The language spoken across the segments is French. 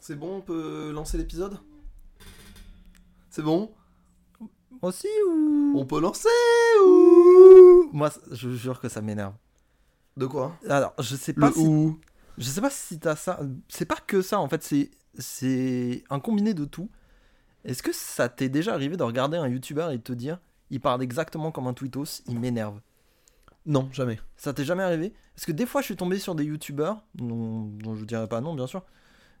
C'est bon, on peut lancer l'épisode C'est bon Aussi ou On peut lancer ou Moi, c- je vous jure que ça m'énerve. De quoi Ah, Alors, je sais pas Le si... ou Je sais pas si t'as ça... C'est pas que ça, en fait, c'est... C'est un combiné de tout. Est-ce que ça t'est déjà arrivé de regarder un youtubeur et de te dire il parle exactement comme un tweetos, il m'énerve Non, jamais. Ça t'est jamais arrivé Parce que des fois, je suis tombé sur des youtubeurs, dont, dont je dirais pas non, bien sûr,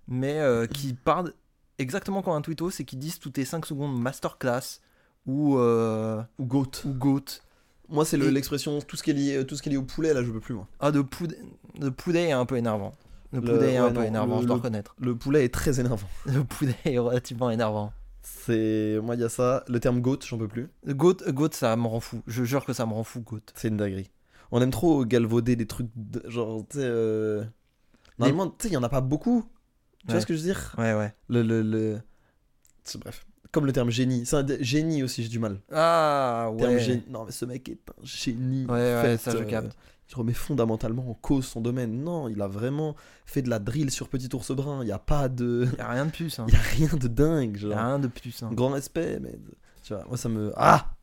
mais euh, qui parlent exactement comme un twitto, c'est qui disent toutes les 5 secondes masterclass ou, euh, Ou goat. ou goat. Moi, c'est le- Et- l'expression tout ce qui est lié, tout ce qui est lié au poulet. Là, je peux plus moi. Ah, de Poudé, de Poudé est un peu énervant. Le Le- Poudé est un ouais, peu non, énervant, le- je dois le- reconnaître. Le poulet est très énervant. Le Poudé est relativement énervant. C'est moi, il y a ça. Le terme goat, j'en peux plus. Le Goat, goat ça me rend fou. Je jure que ça me rend fou, Goat. C'est une dinguerie. On aime trop galvauder des trucs de- genre, tu sais. euh, Normalement, tu sais, il y en a pas beaucoup. Tu vois Ouais. ce que je veux dire Ouais, ouais. Le, le, le... c'est- Bref. Comme le terme génie. C'est un dé- génie aussi, j'ai du mal. Ah, Le terme ouais. génie. Non, mais ce mec est un génie. Ouais, en ouais, fait, ça je euh, capte. Il remet fondamentalement en cause son domaine. Non, il a vraiment fait de la drill sur Petit Ours Brun. Il n'y a pas de. Y'a rien de plus, hein. Il n'y a rien de dingue. Genre. Y'a rien de plus, hein. Grand respect, mais. Tu vois, moi ça me. Ah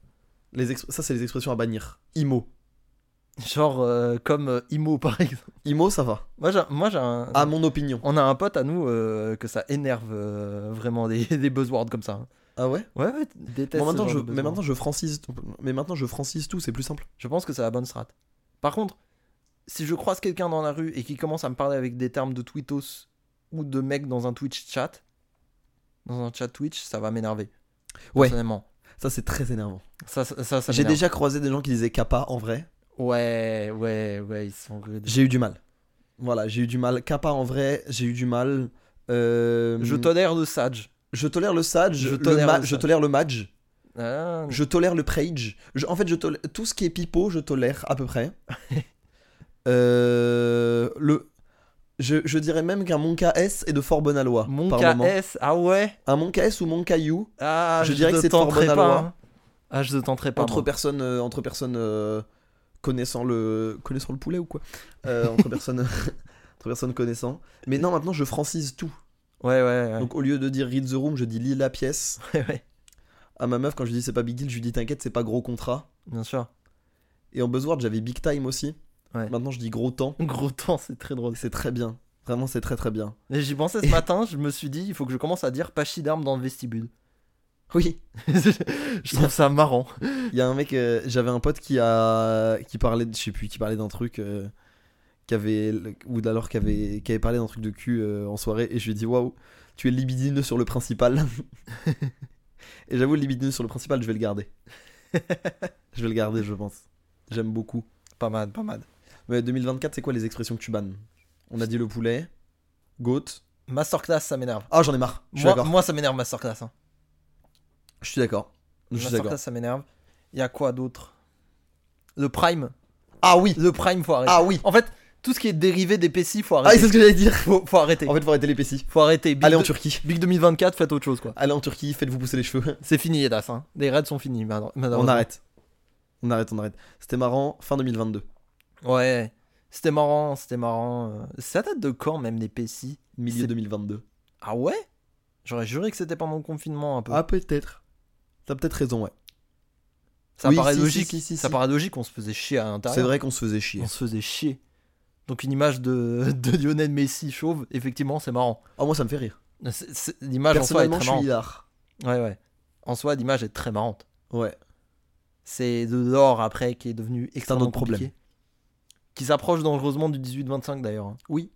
les exp- Ça, c'est les expressions à bannir. Imo. Genre, euh, comme euh, Imo, par exemple. Imo, ça va. Moi, j'ai, moi, j'ai un. À Ah, mon opinion. On a un pote à nous euh, que ça énerve euh, vraiment des, des buzzwords comme ça. hein. Ah ouais Ouais, ouais, tu détestes. Bon, maintenant, ce je... genre de Mais buzzwords. maintenant, je francise. Mais maintenant, je francise tout, c'est plus simple. Je pense que c'est la bonne strat. Par contre, si je croise quelqu'un dans la rue et qui commence à me parler avec des termes de twittos ou de mec dans un Twitch chat, dans un chat Twitch, ça va m'énerver. Ouais. Personnellement. Ça, c'est très énervant. Ça, ça, ça, ça J'ai m'énerve. déjà croisé des gens qui disaient kappa en vrai. Ouais, ouais, ouais, ils sont rudes. J'ai eu du mal. Voilà, j'ai eu du mal. Kappa en vrai, j'ai eu du mal. Euh, Je tolère le sage. je tolère le sage, Je je tolère tolère le, ma- le je sage. tolère le match. Ah, Je tolère le Prage. Je- en fait, je tolère, tout ce qui est pipeau, je tolère à peu près. Euh, le, je, je dirais même qu'un Monka S est de fort bonne aloi. Mon par moment. KS, ah ouais. Un Monka S ou Monka U, Ah, Je dirais que te c'est fort tenterai bon à pas. loi. hein. Ah, je ne tenterai pas. entre moi. personnes, euh, entre personnes euh, connaissant, le, connaissant le poulet ou quoi Euh, Entre personnes. entre personnes connaissant. Mais non, maintenant je francise tout. Ouais, ouais, ouais. Donc au lieu de dire read the room, je dis lis la pièce. Ouais, ouais. À ma meuf, quand je dis c'est pas big deal, je lui dis t'inquiète, c'est pas gros contrat. Bien sûr. Et en buzzword, j'avais big time aussi. Ouais. Maintenant, je dis gros temps. Gros temps, c'est très drôle. C'est très bien. Vraiment, c'est très très bien. Mais j'y pensais ce matin, je me suis dit, il faut que je commence à dire pachy d'armes dans le vestibule. Oui. je trouve ça marrant. Il y a un mec, euh, j'avais un pote qui a qui parlait, de- je sais plus, qui parlait d'un truc euh, qui avait ou alors qui avait qui avait parlé d'un truc de cul euh, en soirée et je lui ai dit waouh, tu es libidineux sur le principal. et j'avoue libidineux sur le principal, je vais le garder. je vais le garder, je pense. J'aime beaucoup. Pas mal, pas mal. Mais 2024, c'est quoi les expressions que tu bannes On a dit le poulet, goat. Masterclass, ça m'énerve. Ah, j'en ai marre. Je suis Moi, d'accord. moi, ça m'énerve, Masterclass. hein. Je suis d'accord. Je suis d'accord. Masterclass, ça m'énerve. Il y a quoi d'autre Le Prime. Ah oui. Le Prime, faut arrêter. Ah oui. En fait, tout ce qui est dérivé des PC, faut Ah, arrêter. c'est ce que j'allais dire. faut, faut arrêter. En fait, faut arrêter les PC. Faut arrêter. Big, Allez en de- Turquie. Big 2024, faites autre chose, quoi. Allez en Turquie, faites-vous pousser les cheveux. C'est fini, Edas. Hein. Les raids sont finis, madame. On arrête. On arrête, on arrête. C'était marrant, fin 2022. Ouais. C'était marrant, c'était marrant. Euh, Ça date de quand, même, les PC Milieu C'est- 2022. Ah ouais J'aurais juré que c'était pendant le confinement un peu. Ah, peut-être. T'as peut-être raison, ouais. ça oui, paraît si, si, logique. si, si, ça si. paraît logique, on se faisait chier à l'intérieur. C'est vrai qu'on se faisait chier. On se faisait chier. Donc une image de, de Lionel Messi chauve, effectivement, c'est marrant. Ah, moi, ça me fait rire. C'est- c'est- L'image en soi est Personnellement, très je suis marrante. hilar. Ouais, ouais. En soi, l'image est très marrante. Ouais. C'est de l'or après qui est devenu extrêmement autre problème. compliqué. Qui s'approche dangereusement du 18-25 d'ailleurs. hein. Oui.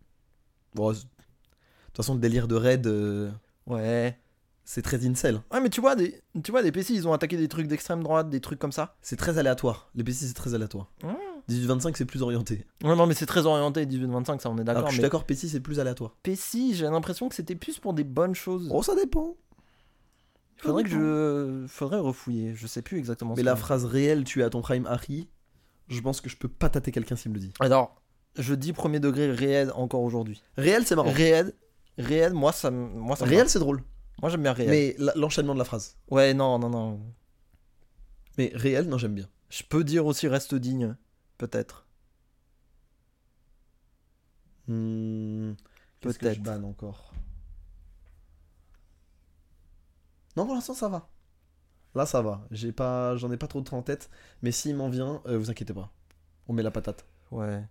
Bon, c'est- de toute façon, le délire de raid, euh, Ouais. c'est très incel. Ouais, mais tu vois, des, tu vois, des PC, ils ont attaqué des trucs d'extrême droite, des trucs comme ça. C'est très aléatoire. Les PC, c'est très aléatoire. Mmh. 18-25, c'est plus orienté. Ouais, non, mais c'est très orienté, 18-25, ça, on est Alors d'accord. que Ah, je suis mais- d'accord, PC, c'est plus aléatoire. PC, j'ai l'impression que c'était plus pour des bonnes choses. Oh, ça dépend. Mmh. Il faudrait que dépend. je. Faudrait refouiller. Je sais plus exactement Mais ce la que- phrase réelle, tu es à ton prime Harry, je pense que je peux pas tâter quelqu'un s'il me le dit. Alors, je dis premier degré réel encore aujourd'hui. Réel, c'est marrant. Réel, réel, moi ça me. Moi, ça me Réel, va. c'est drôle. Moi j'aime bien réel. Mais la- l'enchaînement de la phrase. Ouais, non, non, non. Mais réel, non, j'aime bien. Je peux dire aussi reste digne, peut-être. Hmm, qu'est-ce que Hmm, Peut-être. je banne encore Non, pour l'instant, ça va. Là, ça va. J'ai pas, j'en ai pas trop de temps en tête. Mais s'il m'en vient, euh, vous inquiétez pas. On met la patate. Ouais.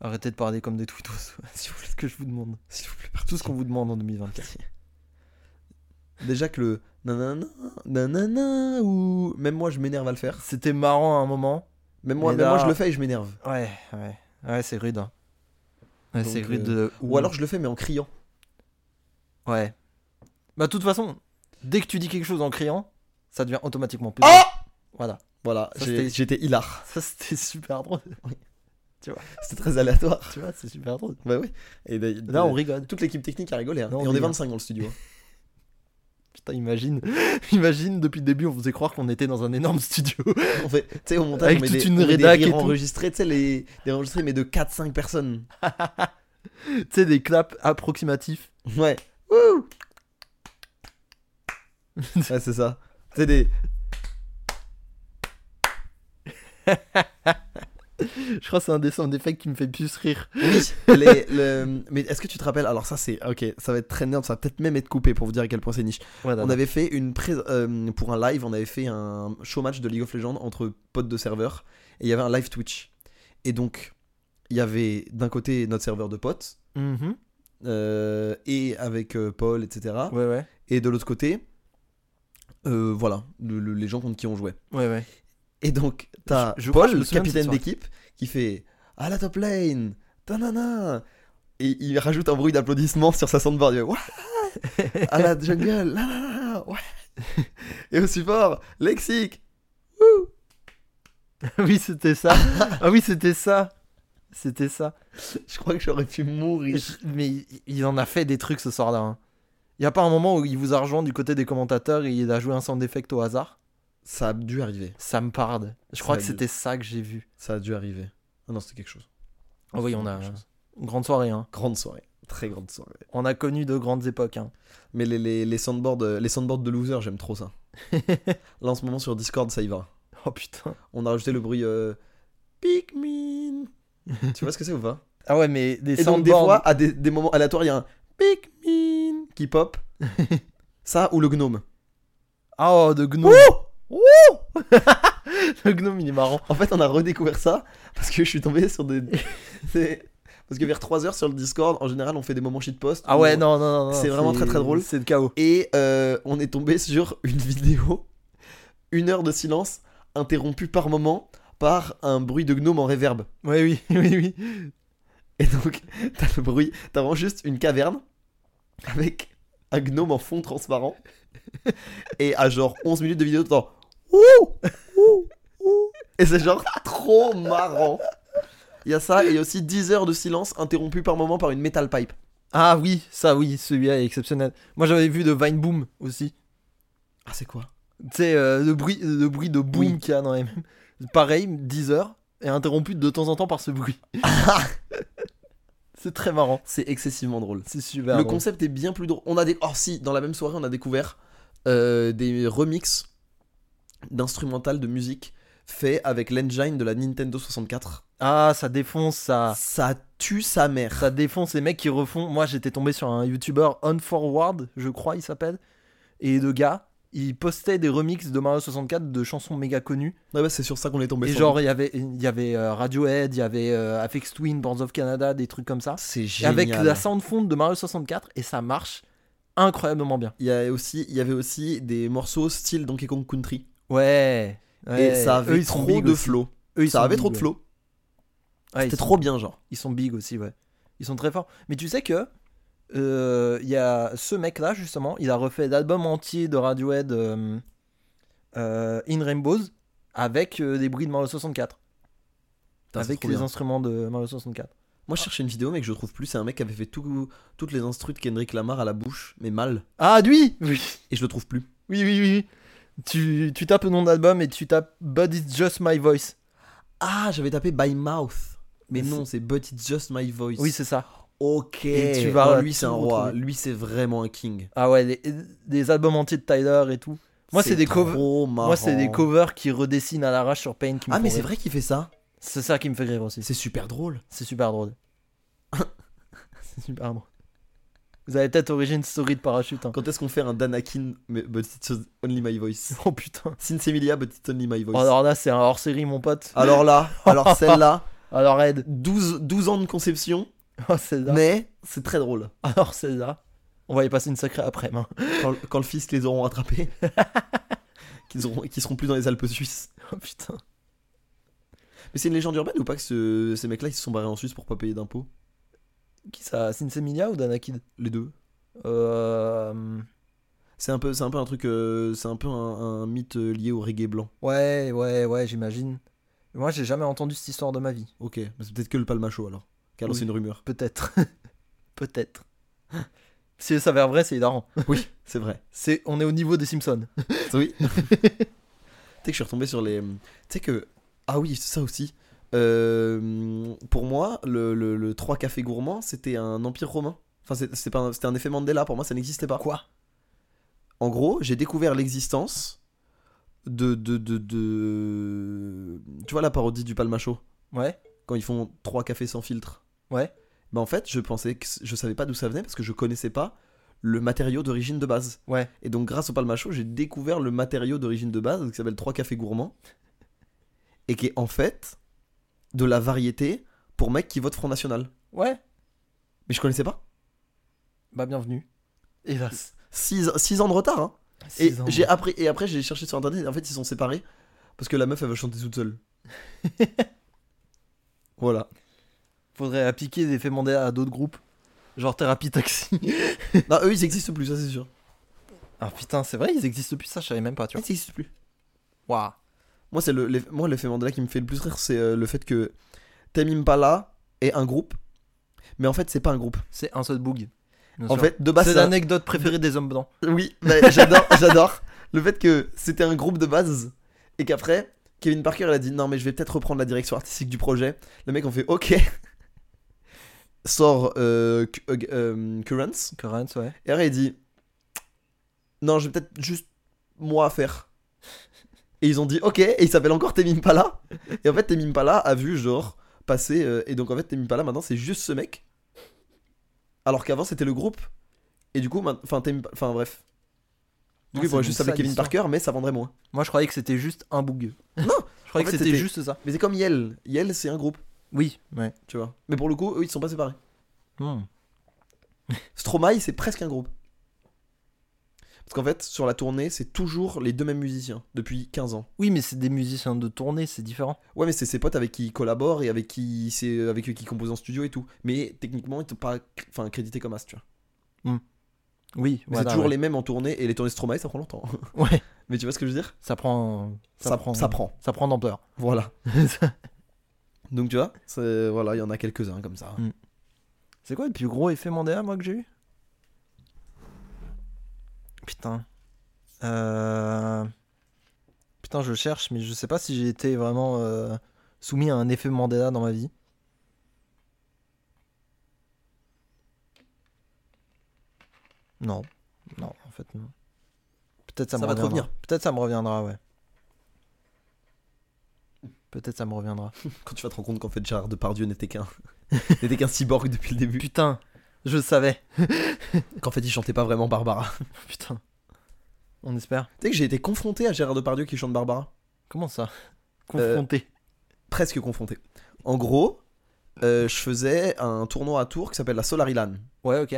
Arrêtez de parler comme des twittos, si vous voulez ce que je vous demande. S'il vous plaît. Tout ce qu'on vous demande en 2024. Déjà que le nanana, nanana, ou même moi, je m'énerve à le faire. C'était marrant à un moment. Même moi, Mais même là- moi je le fais et je m'énerve. Ouais, ouais. Ouais, c'est rude. hein. Ouais, Donc, c'est rude. euh, Ou alors, je le fais, mais en criant. Ouais. Bah, de toute façon, dès que tu dis quelque chose en criant, ça devient automatiquement plus. Ah drôle. Voilà. Voilà, Ça, j'ai- c'était- j'étais hilar. Ça, c'était super drôle. C'était très aléatoire. tu vois, c'est super drôle. Bah oui. Et d'ailleurs- Là, on rigole. toute l'équipe technique a rigolé. hein. Non, et on on est rigole. 25 dans le studio. hein. Putain, imagine. imagine, depuis le début, on faisait croire qu'on était dans un énorme studio. on fait, tu sais, au montage, Avec on met toute des, une on met des rédac rires et tout. enregistrés, tu sais, les, des enregistrés, mais de 4-5 personnes. tu sais, des claps approximatifs. Ouais. Wouh ouais, c'est ça. Tu sais, des. Je crois que c'est un des sound effects qui me fait plus rire. Oui, les- le- mais est-ce que tu te rappelles Alors, ça, c'est. Ok, ça va être très nerd, ça va peut-être même être coupé pour vous dire à quel point c'est niche. Voilà. On avait fait une. pré- euh, pour un live, on avait fait un show match de League of Legends entre potes de serveur et il y avait un live Twitch. Et donc, il y avait d'un côté notre serveur de potes Mhm. euh, et avec euh, Paul, etc. Ouais, ouais. Et de l'autre côté, euh, voilà, le- le- les gens contre qui on jouait. Ouais, ouais. Et donc, t'as Je- je crois Paul, que je me le souviens de cette capitaine soirée. d'équipe, qui fait à la top lane, tanana. Et il rajoute un bruit d'applaudissement sur sa soundbar. Il fait, Ouah à la jungle, la la la la, ouais. Et au support, lexique. oui, c'était ça. ah oui, c'était ça. C'était ça. Je crois que j'aurais pu mourir. Je- Mais il- il en a fait des trucs ce soir-là. hein. Il n'y a pas un moment où il vous a rejoint du côté des commentateurs et il a joué un sound effect au hasard Ça a dû arriver. Ça me parle. Je crois Ça que a c'était ça que j'ai vu. Ça a dû arriver. Ah non, c'était quelque chose. Ah oui, on a Quelque chose. une grande soirée. hein. Grande soirée. Très grande soirée. On a connu de grandes époques. hein. Mais les, les, les soundboards, euh, les soundboards de loser, j'aime trop ça. Là en ce moment sur Discord, ça y va. Oh putain. On a rajouté le bruit euh, Pikmin. tu vois ce que c'est ou pas Ah ouais, mais des Et donc des soundboards- fois, à des, des moments aléatoires, il y a un Pikmin qui pop. ça ou le gnome. Ah oh, de gnome. le gnome, il est marrant. En fait, on a redécouvert ça parce que je suis tombé sur des. des- Parce que vers 3h sur le Discord, en général, on fait des moments shitpost. Ah où ouais, on- non, non, non. non, c'est vraiment très, très drôle. C'est le chaos. Et euh, on est tombé sur une vidéo, une heure de silence, interrompue par moment par un bruit de gnome en réverb. Ouais, oui, oui, oui. Et donc, t'as le bruit, t'as vraiment juste une caverne avec un gnome en fond transparent. Et à genre 11 minutes de vidéo, t'entends Ouh Ouh Ouh Et c'est genre trop marrant. Il y a ça, et il y a aussi 10 heures de silence interrompues par moment par une metal pipe. Ah oui, ça oui, celui-là est exceptionnel. Moi j'avais vu de Vine Boom aussi. Ah, c'est quoi Tu sais, euh, le, bruit, le bruit de boom Oui. qu'il y a dans les mêmes. Pareil, 10 heures, et interrompu de temps en temps par ce bruit. Ah. c'est très marrant. C'est excessivement drôle. C'est super. le drôle. concept est bien plus drôle. On a des. Oh, si, dans la même soirée, on a découvert euh, des remixes d'instrumental de musique faits avec l'engine de la Nintendo 64. Ah, ça défonce, ça. Ça tue sa mère. Ça défonce les mecs qui refont. Moi j'étais tombé sur un youtubeur On Forward, je crois il s'appelle. Et de gars, il postait des remixes de Mario 64 de chansons méga connues. Ouais, bah, c'est sur ça qu'on est tombé. et sans genre, il y avait, il y avait euh, Radiohead, il y avait euh, Aphex Twin, Bands of Canada, des trucs comme ça. doute. c'est Et génial. avec la sound font de Mario 64 et ça marche incroyablement bien. il y, a aussi, il y avait aussi des morceaux style Donkey Kong Country. Ouais. et ça avait trop de flow. Ça avait trop de flow. C'était trop bien, genre. Ils sont big aussi, ouais. Ils sont très forts. Mais tu sais que euh, il y a ce mec-là justement, il a refait l'album entier de Radiohead euh, euh, In Rainbows avec euh, des bruits de Mario Putain, 64, Ah, c'est avec trop les bien. instruments de Mario 64. Moi, je cherchais une vidéo, mais que je trouve plus. C'est un mec qui avait fait tout- toutes les instrus de Kendrick Lamar à la bouche, mais mal. Ah lui, oui. Et je le trouve plus. Oui, oui, oui. Tu, tu tapes le nom d'album et tu tapes But It's Just My Voice. Ah, j'avais tapé By Mouth. Mais C'est- non, c'est But It's Just My Voice. Oui, c'est ça. ok. Et tu vas Non, lui, c'est un tout roi. retrouver. Lui, c'est vraiment un king. Ah ouais, les, les albums entiers de Tyler et tout. Moi, c'est des covers- trop Moi, c'est des marrant. covers qui redessinent à l'arrache sur Paint. qui me Ah, font mais c'est rire. vrai qu'il fait ça. C'est ça qui me fait rire aussi. C'est super drôle. C'est super drôle. c'est super drôle. Vous avez peut-être Origin Story de parachute. hein. Quand est-ce qu'on fait un Danakin, mais- but it's only my voice Oh putain. Since Emilia, but it's only my voice. Oh, Alors là, c'est un hors série, mon pote. Alors là, alors celle-là, Alors Ed. 12, 12 ans de conception, Oh César. mais c'est très drôle. Alors César. On va y passer une sacrée après-main. Quand, quand le fils les auront attrapés, qu'ils auront, qu'ils seront plus dans les Alpes suisses. Oh putain. Mais c'est une légende urbaine ou pas que ce- ces mecs-là ils se sont barrés en Suisse pour pas payer d'impôts Qui ça Sinsemilia ou Danakid Les deux. Euh. C'est un peu, c'est un peu un truc, euh, c'est un peu un, un mythe euh, lié au reggae blanc. Ouais, ouais, ouais, j'imagine. Moi, j'ai jamais entendu cette histoire de ma vie. Ok, mais c'est peut-être que le palmacho alors. Car Oui. c'est une rumeur. Peut-être. Peut-être. Si ça s'avère vrai, c'est hilarant. Oui, c'est vrai. C'est, on est au niveau des Simpsons. Oui. tu sais que je suis retombé sur les. Tu sais que. Ah oui, ça aussi. Euh, pour moi, le, le, 3 cafés gourmands, c'était un empire romain. Enfin, c'est- c'est pas un- c'était un effet Mandela. Pour moi, ça n'existait pas. Quoi En gros, j'ai découvert l'existence de, de, de, de. Tu vois la parodie du palmacho Ouais. quand ils font trois cafés sans filtre. Ouais. Bah en fait, je pensais que je savais pas d'où ça venait parce que je connaissais pas le matériau d'origine de base. Ouais. Et donc grâce au palmacho, j'ai découvert le matériau d'origine de base qui s'appelle trois cafés gourmands et qui est en fait de la variété pour mecs qui votent Front National. Ouais. Mais je connaissais pas. Bah, bienvenue. Hélas. 6 ans de retard. Hein. Et Six ans. j'ai appris et après j'ai cherché sur internet et en fait ils sont séparés parce que la meuf elle veut chanter toute seule. voilà. Faudrait appliquer des faits Mandela à d'autres groupes. Genre Thérapie Taxi. Non, eux ils existent plus, ça c'est sûr. ah putain, c'est vrai, ils existent plus, ça, je savais même pas, tu Ils vois. existent plus. Waouh. Moi, c'est le, l'eff- moi, l'effet Mandela qui me fait le plus rire, c'est euh, le fait que Tame Impala est un groupe, mais en fait, c'est pas un groupe. C'est un seul bug. Bien en sûr. fait, de base, c'est c'est un- l'anecdote préférée des hommes blancs. oui, mais j'adore, j'adore le fait que c'était un groupe de base et qu'après, Kevin Parker, il a dit non, mais je vais peut-être reprendre la direction artistique du projet. Le mec, on fait ok, sort euh, Cu- euh, euh, Currents Currents, ouais. et après, il dit non, je vais peut-être juste moi faire. Et ils ont dit ok, et il s'appelle encore Tame Impala. Et en fait, Tame Impala a vu genre passer. euh, et donc en fait, Tame Impala maintenant c'est juste ce mec. Alors qu'avant c'était le groupe. Et du coup, maint- enfin, Tame Impala- enfin bref. Du Ah, coup, il c'est pourrait juste donc s'appeler ça, Kevin l'histoire. Parker, mais ça vendrait moins. Moi, je croyais que c'était juste un bug. Non, Je en croyais que fait, c'était c'était- juste ça. Mais c'est comme Yel. Yel c'est un groupe, Oui, ouais. tu vois. Mais pour le coup, eux ils sont pas séparés. Hmm. Stromae c'est presque un groupe. Parce qu'en fait, sur la tournée, c'est toujours les deux mêmes musiciens depuis 15 ans. Oui, mais c'est des musiciens de tournée, c'est différent. Ouais, mais c'est ses potes avec qui il collabore et avec qui il- c'est avec eux qui compose en studio et tout. Mais techniquement, ils sont pas cr- enfin crédité comme as, tu vois. Oui, Mais voilà, c'est toujours ouais. les mêmes en tournée et les tournées Stromae ça prend longtemps. Ouais, mais tu vois ce que je veux dire ça prend. Ça, prend. ça prend. Ça prend d'ampleur. Voilà. Donc tu vois, c'est- voilà, il y en a quelques-uns comme ça. c'est quoi le plus gros effet Mandela, moi, que j'ai eu Putain. Euh... Putain, je cherche, mais je sais pas si j'ai été vraiment euh, soumis à un effet Mandela dans ma vie. Non. Non, en fait, non. Peut-être ça, Ça me va te reviendra. revenir. Peut-être ça me reviendra, ouais. Peut-être ça me reviendra. Quand tu vas te rendre compte qu'en fait Gérard Depardieu n'était qu'un n'était qu'un cyborg depuis le début, Putain, je le savais. qu'en fait il chantait pas vraiment Barbara. Putain. On espère. tu sais que j'ai été confronté à Gérard Depardieu qui chante Barbara, Comment ça Confronté. presque confronté. En gros, euh, je faisais un tournoi à Tours qui s'appelle la Solarilan. Ouais, ok.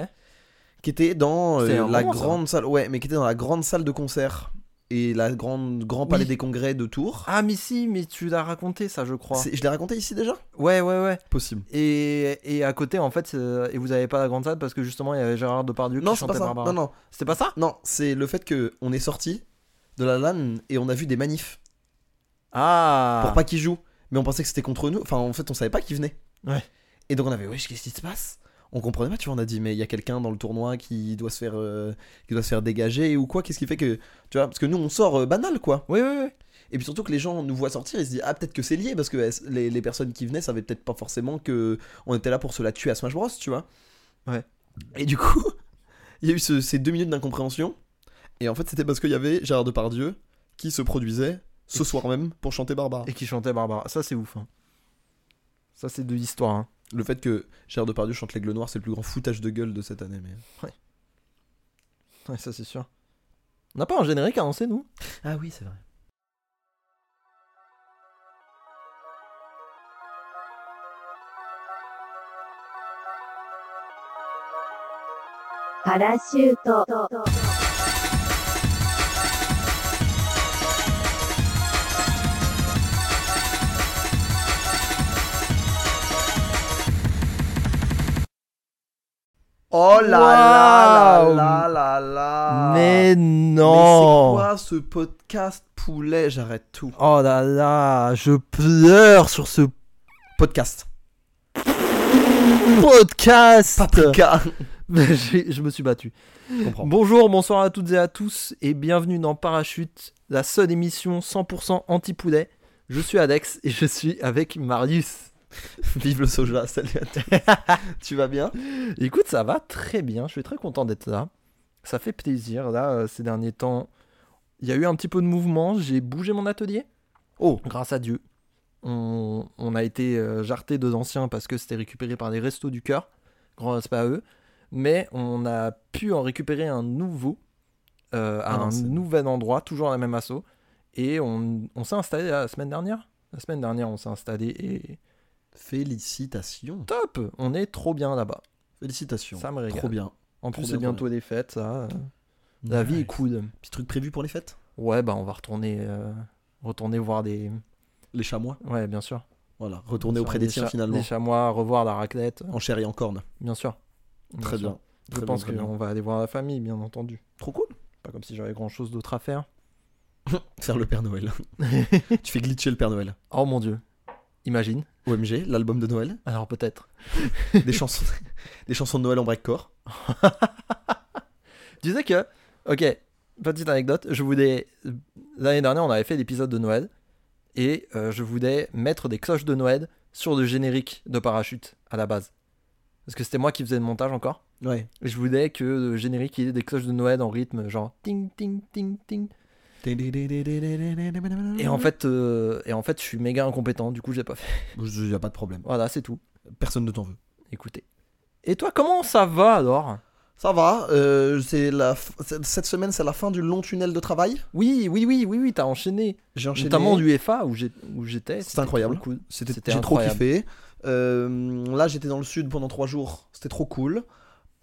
qui était dans euh, C'était un la moment, ça. grande salle ouais mais qui était dans la grande salle de concert et la grande grand palais Oui. des congrès de Tours Ah, mais si, mais tu l'as raconté, ça, je crois. C'est- je l'ai raconté ici déjà Ouais, ouais, ouais. possible Et, et à côté, en fait, euh, et vous avez pas la grande salle parce que justement, il y avait Gérard Depardieu non qui c'est chantait pas ça Barbara. non non C'était pas ça non c'est le fait que on est sorti de la LAN et on a vu des manifs Ah pour pas qu'ils jouent mais on pensait que c'était contre nous enfin en fait on savait pas qu'ils venaient Ouais. et donc on avait wesh qu'est-ce qui se passe on comprenait pas tu vois on a dit mais il y a quelqu'un dans le tournoi qui doit se faire euh, qui doit se faire dégager ou quoi qu'est-ce qui fait que tu vois parce que nous on sort euh, banal quoi Oui, oui, oui. Et puis surtout que les gens nous voient sortir, ils se disent ah peut-être que c'est lié parce que eh, les, les personnes qui venaient savaient peut-être pas forcément que on était là pour se la tuer à Smash Bros, tu vois. Ouais. Et du coup, il y a eu ce- ces deux minutes d'incompréhension. Et en fait, c'était parce qu'il y avait Gérard Depardieu qui se produisait ce soir même pour chanter Barbara. Et qui chantait Barbara. Ça, c'est ouf. hein. Ça, c'est de l'histoire. hein. Le fait que Gérard Depardieu chante l'aigle noir, c'est le plus grand foutage de gueule de cette année. Mais... Ouais, ça c'est sûr. On n'a pas un générique à lancer, nous Ah oui, c'est vrai. «パラシュート」 Oh là Waouh là là là là Mais non Ah. Mais c'est quoi ce podcast poulet J'arrête tout. Oh là là, je pleure sur ce Podcast. podcast Paprika. J'ai- Je me suis battu. Je comprends. Bonjour, bonsoir à toutes et à tous et bienvenue dans Parachute, la seule émission 100% anti-poulet. Je suis Alex et je suis avec Marius. Vive le soja, salut à tous. tu vas bien Écoute, ça va très bien, je suis très content d'être là. Ça fait plaisir, là, euh, ces derniers temps, il y a eu un petit peu de mouvement, j'ai bougé mon atelier. Oh. Grâce à Dieu. On, on a été euh, jarté deux anciens parce que c'était récupéré par les restos du cœur, grand respect à eux. Mais on a pu en récupérer un nouveau euh, à Ah non, un c'est- nouvel endroit, toujours à la même asso. Et on, on s'est installé la semaine dernière. La semaine dernière, on s'est installé et Félicitations. top On est trop bien là-bas. Félicitations. Ça me régale. Trop bien. En trop plus, bien, c'est trop bientôt les fêtes, ça. euh, La vie est cool. Petit truc prévu pour les fêtes Ouais, bah on va retourner, euh, retourner voir des. Les chamois. Ouais, bien sûr. Voilà, retourner Sur auprès des tiens cha- finalement. Des chamois, revoir la raclette, En chair et en corne. bien sûr. Très sûr. bien. Je Très pense bien, très bien. qu'on va aller voir la famille, bien entendu. Trop cool. Pas comme si j'avais grand chose d'autre à faire. Faire le Père Noël. tu fais glitcher le Père Noël. Oh mon dieu. Imagine. OMG, l'album de Noël. Alors peut-être. des, chansons... des chansons de Noël en breakcore. Tu disais que. Ok, petite anecdote. Je voulais. L'année dernière, on avait fait l'épisode de Noël. Et euh, je voulais mettre des cloches de Noël sur le générique de parachute à la base. Parce que c'était moi qui faisais le montage encore. Ouais. Et Je voulais que le générique il y ait des cloches de Noël en rythme, genre ting ting ting ting. Et Mhm. en fait, euh, et en fait, je suis méga incompétent, du coup, j'ai pas fait. Il n'y a pas de problème. Voilà, c'est tout. Personne ne t'en veut. Écoutez. Et toi, comment ça va alors Ça va. euh, c'est la f- c'est- Cette semaine, c'est la fin du long tunnel de travail. Oui, oui, oui, oui, oui, t'as enchaîné. J'ai enchaîné. Notamment l'UFA où j'ai- où j'étais. C'est c'était incroyable. trop cool. C'était C'était j'ai trop incroyable. kiffé. Euh, là, j'étais dans le sud pendant trois jours. C'était trop cool.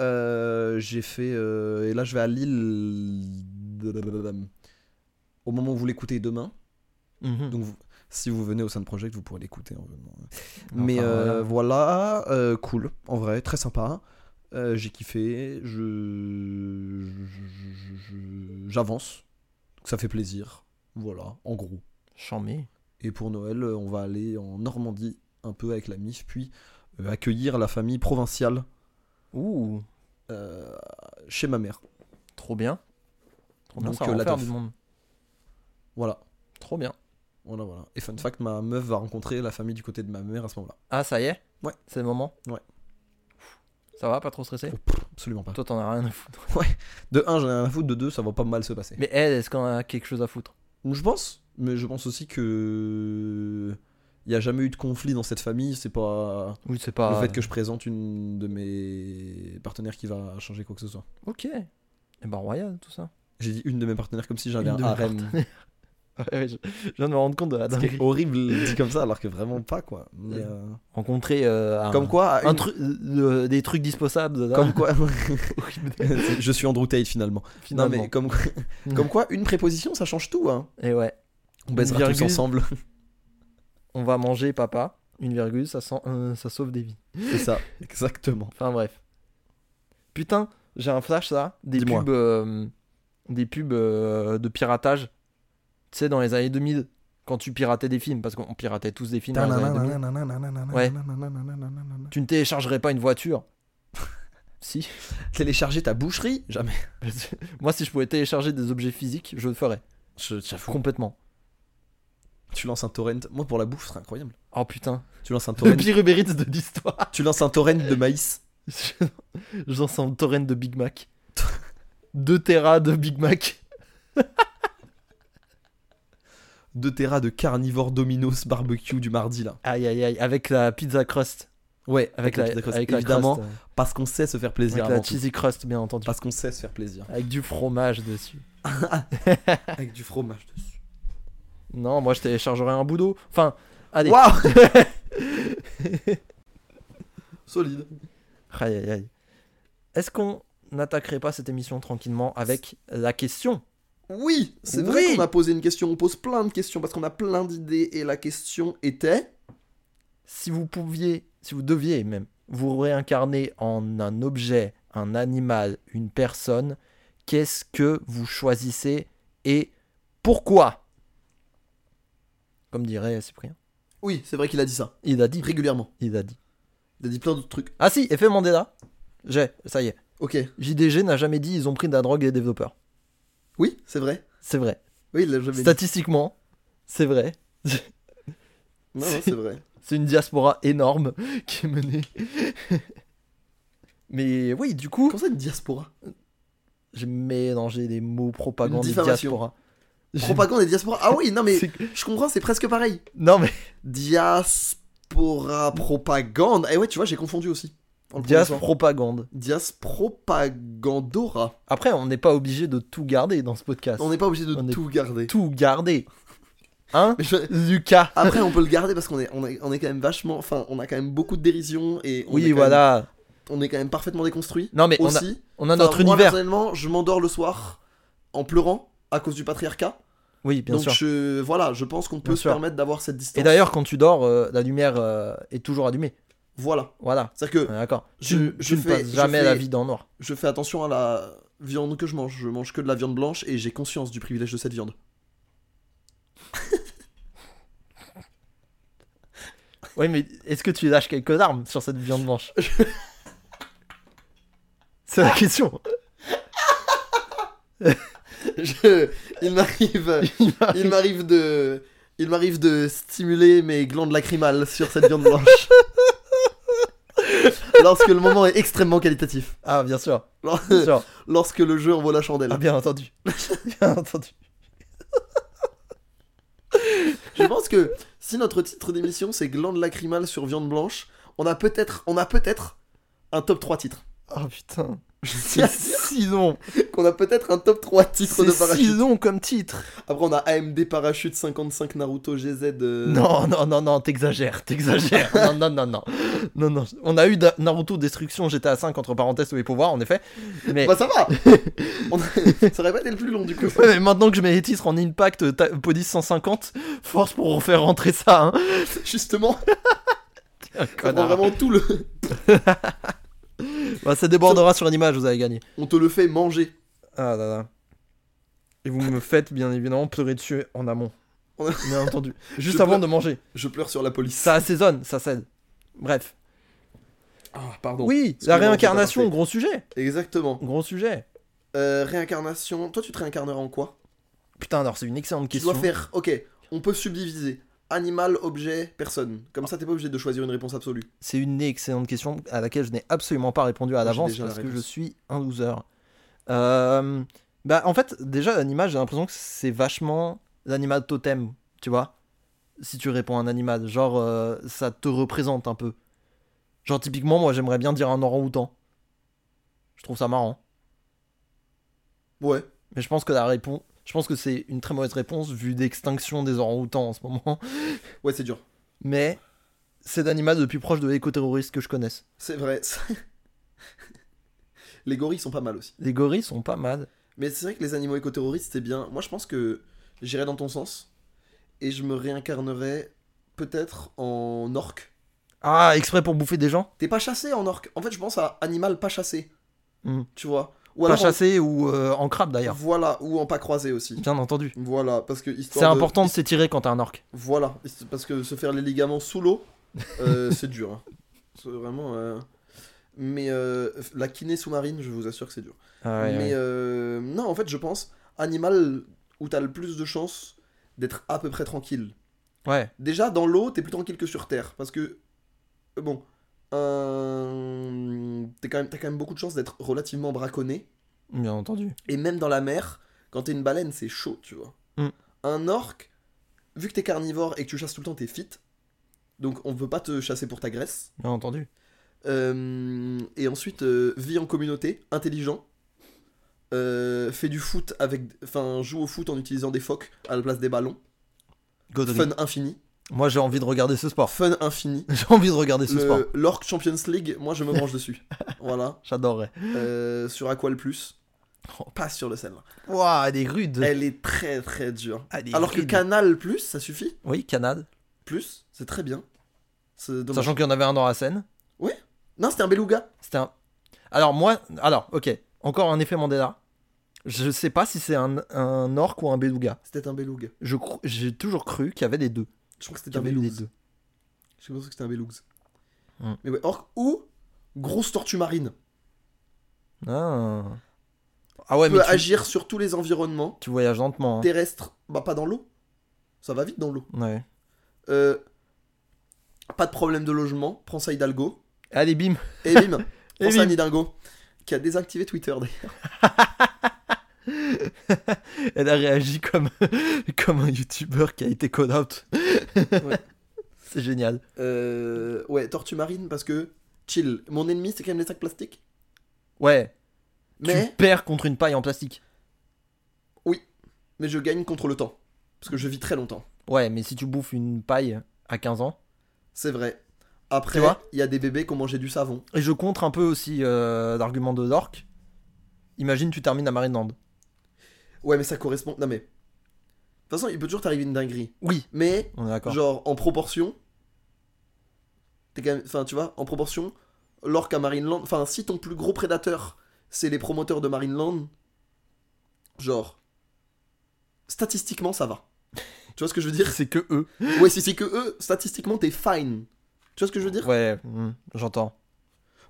Euh, j'ai fait euh, et là, je vais à Lille. Au moment où vous l'écoutez demain. Mhm. Donc, vous- si vous venez au sein de Project, vous pourrez l'écouter. en venant. Enfin, Mais euh, voilà. voilà, euh, cool, en vrai, très sympa. Euh, j'ai kiffé, je... je- je- je- j'avance, donc ça fait plaisir. Voilà, en gros. Chambé. Et pour Noël, euh, on va aller en Normandie un peu avec la MIF, puis euh, accueillir la famille provinciale Ouh, euh, chez ma mère. trop bien. Trop bien, Donc, ça euh, va en la faire teuf. du monde. Voilà, Trop bien. voilà, voilà. Et fun fact, ma meuf va rencontrer la famille du côté de ma mère à ce moment-là. Ah, ça y est Ouais. C'est le moment Ouais. Ça va, pas trop stressé Oh, pff, absolument pas. Toi, t'en as rien à foutre. De 1, j'en ai rien à foutre, de 2, ça va pas mal se passer. Mais elle, est-ce qu'on a quelque chose à foutre Je pense, mais je pense aussi que il y a jamais eu de conflit dans cette famille. C'est pas Oui, c'est pas. le fait que je présente une de mes partenaires qui va changer quoi que ce soit. Ok. Et ben royal, tout ça. J'ai dit une de mes partenaires comme si j'avais un Une de mes harem. Ouais, ouais, je, je viens de me rendre compte de la Ce qui est dinguerie. horrible dit comme ça alors que vraiment pas quoi. Mais, euh, Rencontrer euh, un, Comme quoi, à un Ah, une- truc, euh, des trucs disposables. là. comme quoi, Horrible. je suis Andrew Tate finalement. Finalement. Non mais comme quoi, comme quoi, une préposition ça change tout. Hein. Et ouais, On baisera Une tous virgule. ensemble. on va manger papa. Une virgule, ça, sent, euh, ça sauve des vies. C'est ça, exactement. Enfin bref. Putain, j'ai un flash là. Des Dis-moi. pubs, euh, des pubs euh, de piratage. Tu sais, dans les années 2000, quand tu piratais des films, parce qu'on piratait tous des films dans les années 2000. Ouais. Tu ne téléchargerais pas une voiture. si. Télécharger ta boucherie, jamais. Moi, si je pouvais télécharger des objets physiques, je le ferais. Je, j'avoue. Complètement. tu lances un torrent. Moi pour la bouffe, ce serait incroyable. Oh putain. Tu lances un Le torrent. pire Uber Eats de l'histoire. Tu lances un torrent de maïs. Je je lance un torrent de Big Mac. 2 Tera de Big Mac. 2 terras de carnivores dominos barbecue du mardi là. Aïe aïe aïe. Avec la pizza crust. Ouais, Avec la- pizza crust, avec la évidemment. crust, euh, Parce qu'on sait se faire plaisir avec avant la tout. cheesy crust, bien entendu. Parce qu'on sait se faire plaisir. Avec du fromage dessus. Avec du fromage dessus. Non, moi je téléchargerai un boudot. Enfin, allez. Waouh Solide. Aïe, aïe, aïe. Est-ce qu'on n'attaquerait pas cette émission tranquillement avec la question Oui, c'est Oui. vrai qu'on a posé une question, on pose plein de questions parce qu'on a plein d'idées et la question était Si vous pouviez, si vous deviez même, vous réincarner en un objet, un animal, une personne, qu'est-ce que vous choisissez et pourquoi Comme dirait Cyprien. Oui, c'est vrai qu'il a dit ça Il a dit. régulièrement. Il a dit. Il a dit plein d'autres trucs. Ah si, effet Mandela. J'ai, ça y est. OK. JDG n'a jamais dit ils ont pris de la drogue les développeurs. Oui, c'est vrai. C'est vrai. Oui, il l'a jamais dit. Statistiquement, c'est vrai. Non, non, c'est vrai. C'est une diaspora énorme qui est menée. Mais oui, du coup, Comment ça une diaspora j'ai mélangé les mots propagande Une et diffamation. diaspora. J'ai- Propagande et diaspora. Ah oui, non mais C'est- je comprends, c'est presque pareil. Non mais Diaspora propagande. Eh ouais, tu vois, j'ai confondu aussi. en le dias prononçant. propagande. Diaspropagandora. Après, on n'est pas obligé de tout garder dans ce podcast. On n'est pas obligé de On est- tout garder. Tout garder. Hein Mais je- Lucas Après, on peut le garder parce qu'on est, on est, on est quand même vachement. Enfin, on a quand même beaucoup de dérision et on, est, Oui, quand voilà. même, on est quand même parfaitement déconstruit. Non mais on a, aussi, on a Enfin, notre moi, univers. personnellement, je m'endors le soir en pleurant à cause du patriarcat. Oui, bien donc, sûr. je, voilà, je pense qu'on peut Bien se sûr. permettre d'avoir cette distance. Et d'ailleurs, quand tu dors, euh, la lumière euh, est toujours allumée. voilà. Voilà. C'est-à-dire On que est D'accord. Je- Tu, je tu ne fais- passes je jamais fais- la vie dans le noir. je fais attention à la viande que je mange. Je mange que de la viande blanche et j'ai conscience du privilège de cette viande. Oui, mais est-ce que tu lâches quelques larmes sur cette viande blanche C'est la question. Je- il m'arrive, il m'arrive de, il m'arrive de stimuler mes glandes lacrymales sur cette viande blanche. Lorsque le moment est extrêmement qualitatif. Ah, bien sûr. Lors- Bien sûr. Lorsque le jeu en vaut la chandelle. Ah, bien entendu. Bien entendu. Je pense que si notre titre d'émission c'est glandes lacrymales sur viande blanche, on a peut-être, on a peut-être un top 3 titres. Oh putain. Je tiens C'est à dire si long. qu'on a peut-être un top 3 titres C'est de si parachute. long comme titre. Après on a AMD parachute 55 Naruto GZ. euh, Non, non, non, non, t'exagères. T'exagères. non, non, non, non. Non, non. On a eu Da- Naruto Destruction GTA 5 entre parenthèses tous les pouvoirs, en effet. Mais. Bah ça va. On a- Ça aurait pas été le plus long du coup. Ouais, mais maintenant que je mets les titres en impact ta- police 150, force pour faire rentrer ça, hein. Justement, Un on prend connard. vraiment tout le. Bah, ça débordera sur l'image, vous avez gagné. On te le fait manger. Ah là là. Et vous me faites bien évidemment pleurer dessus en amont. En amont. Bien entendu. Juste Je avant pleure. de manger. Je pleure sur la police. Ça assaisonne, ça cède. Bref. Ah, pardon. oui, parce la que non, réincarnation, c'est pas gros sujet. Exactement. Gros sujet. Euh, réincarnation. Toi, tu te réincarnerais en quoi Putain, alors c'est une excellente Tu question. dois faire. Ok, on peut subdiviser. Animal, objet, personne. Comme ça, t'es pas obligé de choisir une réponse absolue. C'est une excellente question à laquelle je n'ai absolument pas répondu Moi, à j'ai l'avance déjà la parce que je réponse. suis un loser. Euh, bah en fait, déjà l'animal, j'ai l'impression que c'est vachement l'animal totem, tu vois. Si tu réponds à un animal, genre euh, ça te représente un peu. Genre typiquement, moi j'aimerais bien dire un orang-outan. Je trouve ça marrant, Ouais. mais je pense que la réponse, je pense que c'est une très mauvaise réponse vu l'extinction des orang-outans en ce moment. Ouais, c'est dur. Mais c'est l'animal le plus proche de l'éco-terroriste que je connaisse. C'est vrai. ça. les gorilles sont pas mal aussi. Les gorilles sont pas mal. Mais c'est vrai que les animaux écoterroristes, c'est bien. Moi, je pense que j'irais dans ton sens. Et je me réincarnerais peut-être en orque. Ah, exprès pour bouffer des gens. T'es pas chassé en orque. En fait, je pense à animal pas chassé. Mhm. Tu vois Ou pas alors en- chassé ou euh, en crabe d'ailleurs. Voilà, ou en pas croisé aussi. Bien entendu. Voilà, parce que C'est histoire de- important de s'étirer quand t'as un orc. Voilà, parce que se faire les ligaments sous l'eau, euh, c'est dur. hein. C'est vraiment. euh, Mais euh, la kiné sous-marine, je vous assure que c'est dur. Ah Mais euh, non, en fait, je pense animal où t'as le plus de chances d'être à peu près tranquille. euh, Ouais. Déjà, dans l'eau, t'es plus tranquille que sur terre, parce que euh, bon, euh, t'es quand même, t'as quand même beaucoup de chances d'être relativement braconné. bien entendu. Et même dans la mer, quand t'es une baleine, c'est chaud, tu vois. Mm. Un orque, vu que t'es carnivore et que tu chasses tout le temps, t'es fit. Donc on peut pas te chasser pour ta graisse. Bien entendu. Euh, et ensuite, euh, vit en communauté, intelligent. Euh, fait du foot avec. Enfin, joue au foot en utilisant des phoques à la place des ballons. Godry. Fun infini. Moi, j'ai envie de regarder ce sport. Fun infini. J'ai envie de regarder Oh. ce sport. Le- L'Orc Champions League, moi je me branche dessus. Voilà. J'adorerais. Euh, sur Aqua le plus. Oh. Pas sur le celle-là. Waouh, elle est rude. Elle est très très dure. Elle est Alors que rude. Canal Plus, ça suffit. Oui, Canad. Plus, c'est très bien. C'est dommage. Sachant qu'il y en avait un dans la scène. Non, c'était un beluga. C'était un. Alors, moi. Alors, ok. Encore un effet Mandela. Je sais pas si c'est un, un orc ou un beluga. C'était un beluga. Je cro- J'ai toujours cru qu'il y avait des deux. Je crois que Qu'il c'était y un avait des beluga. deux. Je pense que c'était un beluga. Hmm. Mais ouais, orc ou grosse tortue marine. Ah. Ah ouais, mais peut tu, agir sur tous les environnements. tu voyages lentement. hein. Terrestre, bah pas dans l'eau. Ça va vite dans l'eau. Ouais. Euh, pas de problème de logement. Prends ça Hidalgo. Allez, bim. Et bim, Et pense à bim. Nidingo, qui a désactivé Twitter. d'ailleurs. Elle a réagi comme, comme un youtubeur qui a été call out. C'est génial. Euh, ouais, Tortue Marine, parce que chill. Mon ennemi, c'est quand même les sacs plastiques. Ouais, tu Mais, perds contre une paille en plastique. mais je gagne contre le temps. Parce que je vis très longtemps. Ouais, mais si tu bouffes une paille à 15 ans. C'est vrai. Après, Tu vois il y a des bébés qui ont mangé du savon. Et je contre un peu aussi euh, l'argument de Dork. Imagine, tu termines à Marinland. Ouais, mais ça correspond. Non, mais. De toute façon, il peut toujours t'arriver une dinguerie. Oui, Mais, on est d'accord. genre, en proportion. T'es quand même. Enfin, tu vois, en proportion, l'orque à Marineland. Enfin, si ton plus gros prédateur, c'est les promoteurs de Marineland, genre. Statistiquement, ça va. Tu vois ce que je veux dire C'est que eux. Ouais, si c'est que eux, statistiquement, t'es fine. Tu vois ce que je veux dire Ouais, hmm, j'entends.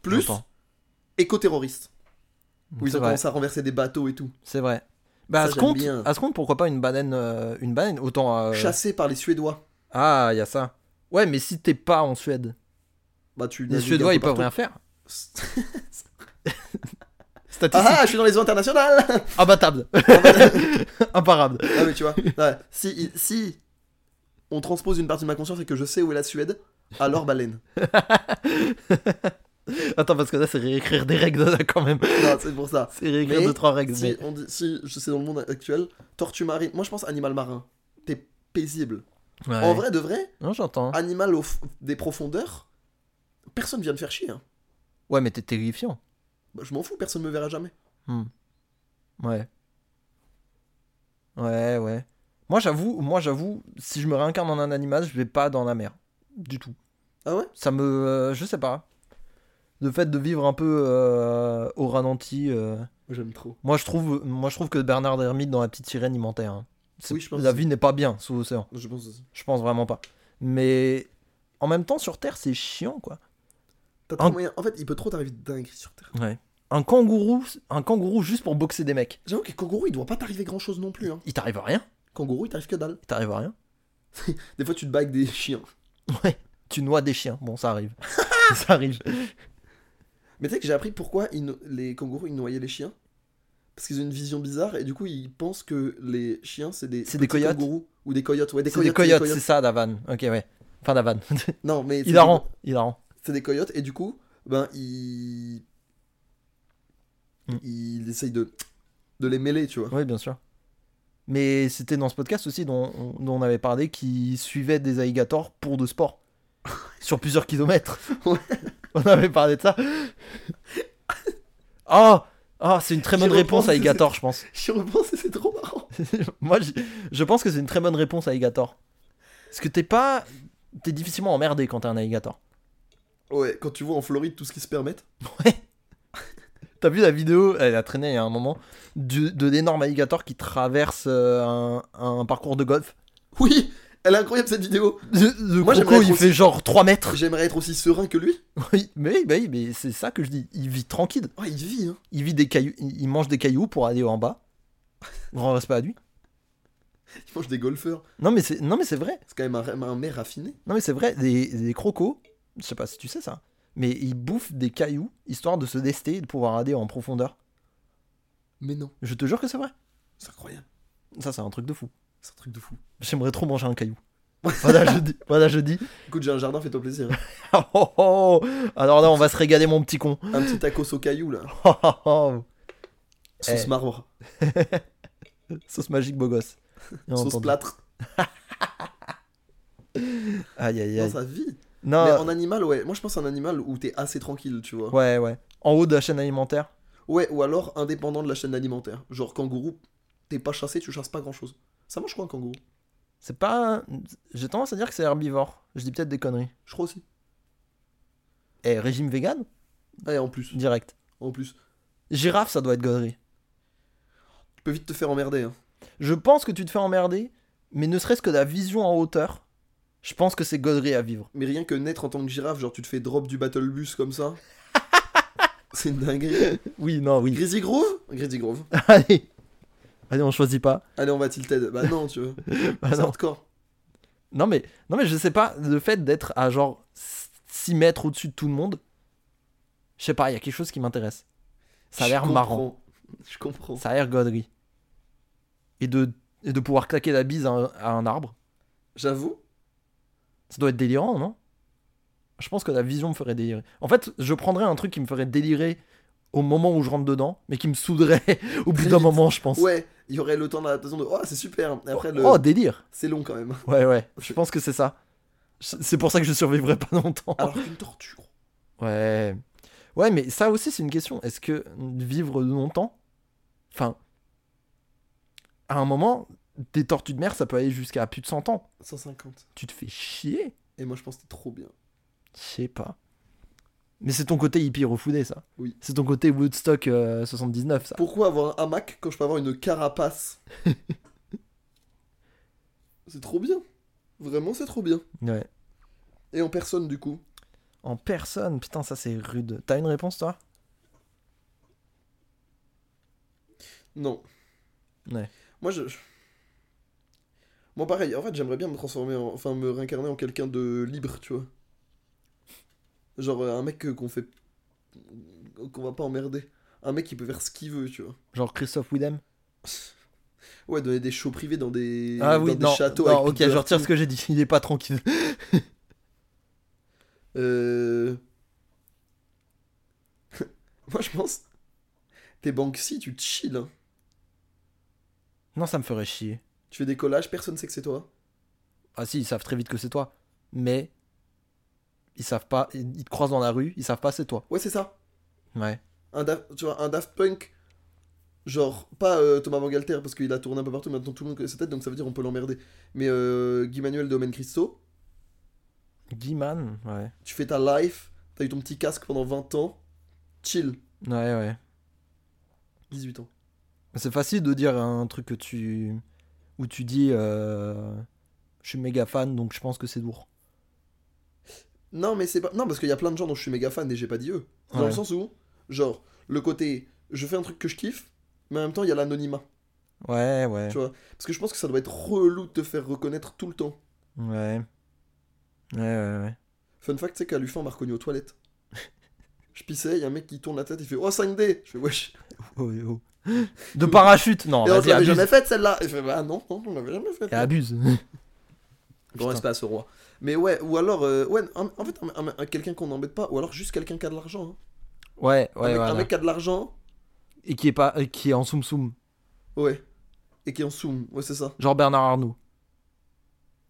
Plus j'entends. éco-terroriste. Où ils C'est ont vrai. commencé à renverser des bateaux et tout. C'est vrai. Bah, Ça, à ce j'aime compte, bien. à ce compte, pourquoi pas une baleine, euh, une baleine autant. euh, Chassé par les Suédois. Ah, il y a ça. Ouais, mais si t'es pas en Suède, Bah, tu les navigues Suédois un ils peu peuvent rien partout. faire. Ah, Statistique ah, je suis dans les eaux internationales imbattable, imparable. Ah mais tu vois, ouais, si, si on transpose une partie de ma conscience et que je sais où est la Suède, alors bah, baleine. Attends, parce que là, c'est réécrire des règles là quand même. Non, c'est pour ça. C'est réécrire Mais deux, trois règles. Si, mais- on dit, si je sais dans le monde actuel, tortue marine, moi je pense animal marin. T'es paisible. Ouais. En vrai, de vrai, Non, j'entends. animal au f- des profondeurs, personne vient me faire chier. hein. Ouais, mais t'es terrifiant. Bah, je m'en fous, personne me verra jamais. Ouais. Ouais, ouais. Moi, j'avoue, moi, j'avoue, si je me réincarne en un animal, je vais pas dans la mer. Du tout. Ah ouais Ça me. euh, je sais pas. Le fait de vivre un peu euh, au ralenti. euh, J'aime trop. Moi, je trouve, moi, je trouve que Bernard Hermite dans La Petite Sirène, il mentait. hein. C'est- Oui, je pense la aussi. vie n'est pas bien sous l'océan. Je pense aussi. Je pense vraiment pas. Mais en même temps, sur Terre, c'est chiant, quoi. T'as trop Un- moyen. En fait, il peut trop t'arriver de dingue sur Terre. Ouais. Un kangourou, un kangourou juste pour boxer des mecs. J'avoue que kangourou, il doit pas t'arriver grand chose non plus. Hein. Il t'arrive à rien. Kangourou, il t'arrive que dalle. Il t'arrive à rien. Des fois, tu te bagues des chiens. Tu noies des chiens. Bon, ça arrive. ça arrive. Mais tu sais que j'ai appris pourquoi ils no- les kangourous ils noyaient les chiens Parce qu'ils ont une vision bizarre et du coup ils pensent que les chiens c'est des, C'est des petits coyotes kangourous ou des coyotes. Ouais, des C'est coyotes. des coyotes, c'est ça la vanne. Ok, ouais. Enfin, la vanne. Non, mais c'est Hilarant. Hilarant. des- C'est des coyotes et du coup, ben ils. Mm. Ils essayent de, de les mêler, tu vois. Oui, bien sûr. Mais c'était dans ce podcast aussi dont, on- dont on avait parlé qui suivait des alligators pour de sport. sur plusieurs kilomètres. Ouais. on avait parlé de ça. Oh, oh c'est une très J'y bonne réponse, repense, alligator, je pense. J'y repense et c'est trop marrant. Moi, je, je pense que c'est une très bonne réponse, alligator. Parce que t'es pas. T'es difficilement emmerdé quand t'es un alligator. Ouais, quand tu vois en Floride tout ce qu'ils se permettent. T'as vu la vidéo, elle a traîné il y a un moment, du- de l'énorme alligator qui traverse euh, un, un parcours de golf. Oui Elle est incroyable cette vidéo Le, le Moi, croco, j'aimerais il être fait genre 3 mètres. J'aimerais être aussi serein que lui. Oui, mais, oui, bah oui, mais c'est ça que je dis. Il vit tranquille. Ouais, il vit, hein. Il vit des cailloux, il il mange des cailloux pour aller en bas. Grand respect à lui. Il mange des golfeurs. Non, mais c'est, non, mais c'est vrai. C'est quand même un, un maire raffiné. Non mais c'est vrai, les, les crocos, je sais pas si tu sais ça, mais ils bouffent des cailloux histoire de se dester et de pouvoir aller en profondeur. Mais non, Je te jure que c'est vrai. c'est incroyable. Ça c'est un truc de fou. C'est un truc de fou. J'aimerais trop manger un caillou. Voilà, je dis. Voilà, je dis. Écoute, j'ai un jardin, fais-toi plaisir. Oh, oh, oh. Alors là, on va se régaler, mon petit con. Un petit tacos au caillou là. Oh, oh, oh. Sauce Eh. marbre, Sauce magique, beau gosse. Bien sauce entendu. plâtre. Aïe, aïe, Dans aïe. sa vie. Non, Mais en animal, ouais. Moi, je pense à un animal où t'es assez tranquille, tu vois. Ouais. Ah. ouais, ouais. En haut de la chaîne alimentaire. ou alors indépendant de la chaîne alimentaire. Genre kangourou, t'es pas chassé, tu chasses pas grand chose. Ça mange quoi un kangourou C'est pas. J'ai tendance à dire que c'est herbivore. Je dis peut-être des conneries. Je crois aussi. Eh, régime vegan Ah, et en plus, Direct. en plus. Girafe, ça doit être connerie. Tu peux vite te faire emmerder. Hein. Je pense que tu te fais emmerder, mais ne serait-ce que la vision en hauteur, je pense que c'est gauderie à vivre. Mais rien que naître en tant que girafe, genre tu te fais drop du battle bus comme ça. C'est une dinguerie. Oui, non, oui. Grizzly Grove Grizzly Grove. Allez, allez, on choisit pas. Allez, on va tilted. Bah non, tu veux. Ah, C'est non. hardcore. non, mais non, mais je sais pas. Le fait d'être à genre 6 mètres au-dessus de tout le monde, je sais pas. Il y a quelque chose qui m'intéresse. Ça a Je l'air marrant. comprends. Je comprends. Ça a l'air gauderie. Et de et de pouvoir claquer la bise à un, à un arbre, J'avoue. ça doit être délirant, non Je pense que la vision me ferait délirer. En fait, je prendrais un truc qui me ferait délirer au moment où je rentre dedans, mais qui me souderait au bout Très d'un vite. moment, je pense. Ouais, il y aurait le temps d'adaptation de. Oh, c'est super. Et après, le... Oh, délire c'est long quand même. Ouais, ouais, je pense que c'est ça. Je- C'est pour ça que je survivrai pas longtemps. Alors qu'une tortue, gros. Ouais. Ouais, mais ça aussi, c'est une question. Est-ce que vivre longtemps. Enfin. À un moment, des tortues de mer, ça peut aller jusqu'à plus de 100 ans. 150. Tu te fais chier Et moi, je pense que t'es trop bien. Je sais pas. Mais c'est ton côté hippie refoudé, ça. Oui. C'est ton côté Woodstock euh, 79, ça. Pourquoi avoir un hamac quand je peux avoir une carapace C'est trop bien. Vraiment, c'est trop bien. Ouais. Et en personne, du coup. En personne, putain, ça c'est rude. T'as une réponse, toi Non. Ouais. Moi, je. je- Moi, pareil, en fait, j'aimerais bien me transformer, en- enfin, me réincarner en quelqu'un de libre, tu vois. Genre, euh, un mec euh, qu'on fait. qu'on va pas emmerder. Un mec qui peut faire ce qu'il veut, tu vois. Genre Christophe Willem Ouais, donner des shows privés dans des, Ah dans oui, des non. châteaux non, avec ok, Peter je retire King. ce que j'ai dit. Il est pas tranquille. Euh... Moi, je pense. T'es Banksy, tu chill. hein. Non, ça me ferait chier. Tu fais des collages, personne sait que c'est toi. Ah si, ils savent très vite que c'est toi. Mais ils savent pas, ils ils te croisent dans la rue, ils savent pas c'est toi. Ouais, c'est ça. Ouais. Un Daft, tu vois, un Daft Punk. Genre, pas euh, Thomas Bangalter, parce qu'il a tourné un peu partout, maintenant tout le monde connaît sa tête, donc ça veut dire on peut l'emmerder. Mais euh, Guy Manuel Domen Cristo, Guiman, ouais. tu fais ta life, t'as eu ton petit casque pendant 20 ans, chill, Ouais, ouais. 18 ans. C'est facile de dire un truc que tu où tu dis euh, je suis méga fan donc je pense que c'est lourd. Non, mais c'est pas. Non, parce qu'il y a plein de gens dont je suis méga fan et j'ai pas dit eux. Dans Ouais. le sens où, genre, le côté je fais un truc que je kiffe, mais en même temps il y a l'anonymat. Ouais, ouais. Tu vois Parce que je pense que ça doit être relou de te faire reconnaître tout le temps. Ouais. Ouais, ouais, ouais. Fun fact, c'est qu'à Lufin, on m'a reconnu aux toilettes. je pissais, il y a un mec qui tourne la tête, il fait Oh 5D Je fais Wesh Oh, oh. De parachute, non, Et on te vas-y, l'avait abuse. jamais faite celle-là Il fait Bah non, non, on l'avait jamais faite. Et abuse. Grand Ah, Putain. respect à ce roi. Mais ouais, ou alors, euh, ouais, en, en fait, un- un- un- quelqu'un qu'on n'embête pas, ou alors juste quelqu'un qui a de l'argent. hein. Ouais, un, ouais, mec, un voilà. mec qui a de l'argent, Et qui est pas euh, qui est en soum soum, ouais. Et qui est en soum, ouais, c'est ça. genre Bernard Arnault.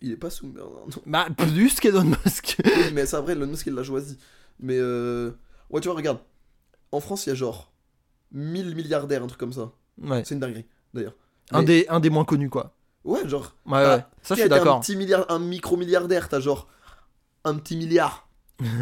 Il est pas soum, Bernard. Bah plus qu'Elon Musk. Oui, mais c'est vrai, Elon Musk, il l'a choisi. Mais euh... ouais, tu vois, regarde. En France, il y a genre 1000 milliardaires, un truc comme ça. ouais. C'est une dinguerie, d'ailleurs. Un Mais- des un des moins connus quoi. Ouais, genre. Ouais, Bah, ouais. Ça, je t'es- suis t'es Un d'accord. petit milliard, un micro-milliardaire, t'as genre un petit milliard.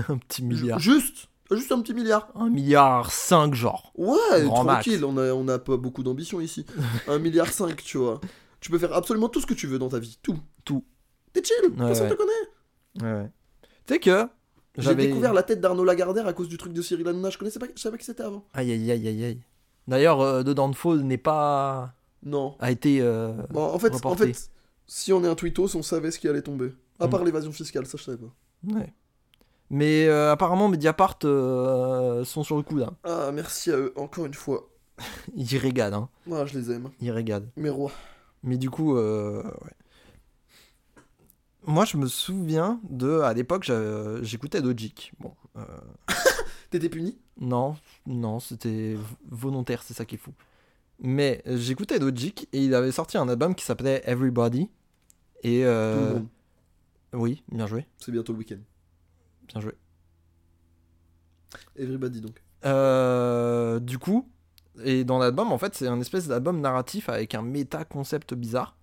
Un petit milliard. Ju- Juste, juste un petit milliard. Un milliard cinq, genre. Ouais, Grand max. tranquille, on a, on a pas beaucoup d'ambition ici. un milliard cinq, tu vois. Tu peux faire absolument tout ce que tu veux dans ta vie, tout. Tout. T'es chill, personne te ouais. connaît. Ouais, ouais. Tu sais que. J'ai j'avais- découvert la tête d'Arnaud Lagardère à cause du truc de Cyril Hanouna, je connaissais pas, je savais pas qui c'était avant. Aïe, aïe, aïe, aïe, aïe. D'ailleurs, euh, The Downfall n'est pas. Non. a été. euh, Bon, en fait, en Reporté. fait, si on est un tweetos, on savait ce qui allait tomber. À Mm. part l'évasion fiscale, ça je savais pas. Ouais. Mais euh, apparemment, Mediapart euh, sont sur le coup là. Ah, merci à eux, encore une fois. Ils régalent, hein. Ah, je les aime. Ils régalent. Mes rois. Mais du coup, euh, ouais. moi, je me souviens de. À l'époque, j'a- j'écoutais Logic. Bon, euh, T'étais puni non, non, c'était v- volontaire, c'est ça qui est fou. Mais euh, j'écoutais Logic et il avait sorti un album qui s'appelait Everybody. Et. Tout le euh, monde. oui, bien joué, C'est bientôt le week-end. bien joué. Everybody donc. Euh, du coup, et dans l'album, en fait, c'est un espèce d'album narratif avec un méta-concept bizarre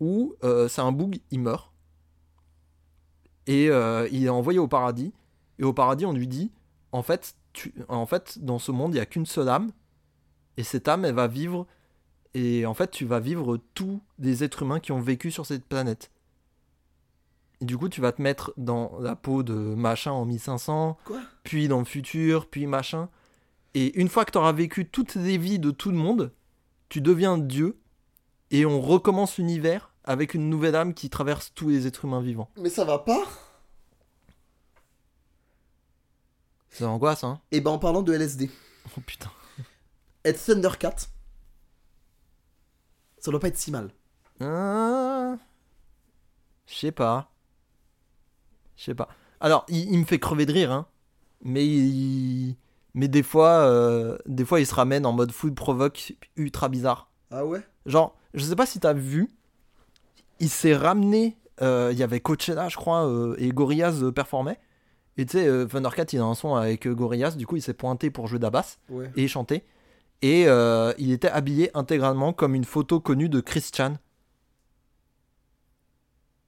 où euh, c'est un boug, il meurt. Et euh, il est envoyé au paradis. Et au paradis, on lui dit En fait, tu, en fait dans ce monde, il n'y a qu'une seule âme. Et cette âme, elle va vivre. Et en fait, tu vas vivre tous les êtres humains qui ont vécu sur cette planète. Et du coup, tu vas te mettre dans la peau de machin en 1500, Quoi puis dans le futur, puis machin. Et une fois que tu auras vécu toutes les vies de tout le monde, tu deviens Dieu. Et on recommence l'univers avec une nouvelle âme qui traverse tous les êtres humains vivants. Mais ça va pas C'est angoisse, hein Et ben en parlant de LSD, Oh putain. être Thundercat, ça doit pas être si mal. Ah, Je sais pas. Je sais pas. Alors, il, il me fait crever de rire, hein. Mais il- Mais des fois, euh, des fois, il se ramène en mode full provoque ultra bizarre. Ah ouais Genre, je sais pas si t'as vu, il s'est ramené. euh, Il y avait Coachella, je crois, euh, et Gorillaz euh, performait. Et tu sais, euh, Thundercat, il a un son avec euh, Gorillaz, du coup, il s'est pointé pour jouer de la basse Ouais. et chanter. Et euh, il était habillé intégralement comme une photo connue de Christian.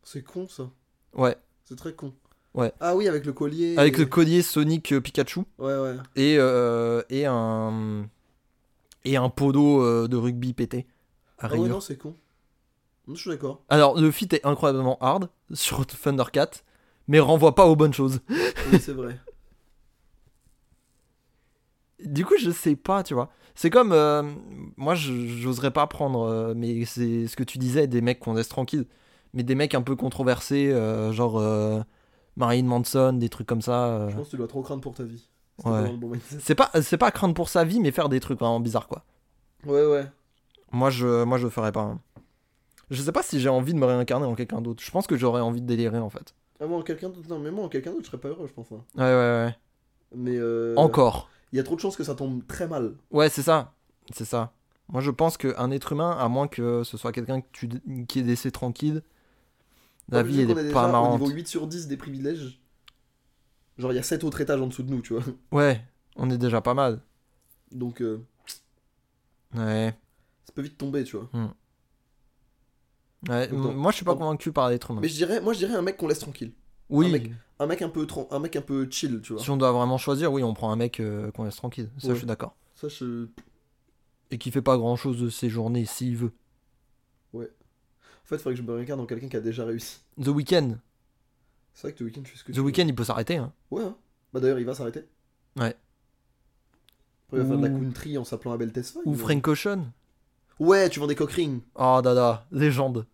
C'est con ça. Ouais, C'est très con. Ouais. Ah oui, avec le collier. avec et- le collier Sonic euh, Pikachu Ouais, ouais. et, euh, et un et un polo euh, de rugby pété. à Ah ouais, rigueur. non, c'est con. Non, je suis d'accord. Alors le fit est incroyablement hard sur Thundercat, mais renvoie pas aux bonnes choses. Oui, c'est vrai. Du coup, je sais pas, tu vois. C'est comme euh, moi, je- j'oserais pas prendre, euh, mais c'est ce que tu disais des mecs qu'on laisse tranquille, mais des mecs un peu controversés, euh, genre euh, Marilyn Manson, des trucs comme ça. euh. Je pense que tu dois trop craindre pour ta vie. C'est Ouais. pas dans le bon mindset. C'est pas, c'est pas craindre pour sa vie, mais faire des trucs vraiment bizarres, quoi. Ouais, ouais. Moi, je, moi, je le ferais pas. hein. Je sais pas si j'ai envie de me réincarner en quelqu'un d'autre. Je pense que j'aurais envie de délirer, en fait. Ah, moi, en quelqu'un d'autre, non, mais moi, en quelqu'un d'autre, je serais pas heureux, je pense. hein. Ouais, ouais, ouais. Mais. euh, Encore. Il y a trop de chances que ça tombe très mal. Ouais, c'est ça. C'est ça. Moi, je pense qu'un être humain, à moins que ce soit quelqu'un que tu, qui est laissé tranquille, la Comme je vie, dis elle qu'on est déjà pas Au marrante. niveau 8 sur 10 des privilèges, genre, il y a 7 autres étages en dessous de nous, tu vois. Ouais, on est déjà pas mal. Donc, euh, Ouais. ça peut vite tomber, tu vois. Ouais, Donc, m- moi, je suis pas donc- convaincu par l'être humain. Mais je dirais, moi je dirais un mec qu'on laisse tranquille. Oui, un mec, Un mec un peu, tran- un mec un peu chill, tu vois. si on doit vraiment choisir, oui, on prend un mec euh, qu'on laisse tranquille. Ça, Ouais. je suis d'accord. Ça, je... Et qui fait pas grand chose de ses journées s'il veut. En fait, faudrait que je me regarde dans quelqu'un qui a déjà réussi. The Weeknd. C'est vrai que The Weeknd, je fais ce que The tu veux. Weeknd, il peut s'arrêter, hein. Ouais. hein. Bah d'ailleurs, il va s'arrêter. Ouais. Après, il va faire de la Ou- country en s'appelant Abel Tesfaye. Ou mais- Frank Ocean. Ouais, tu vends des cock rings. Oh, dada, légende.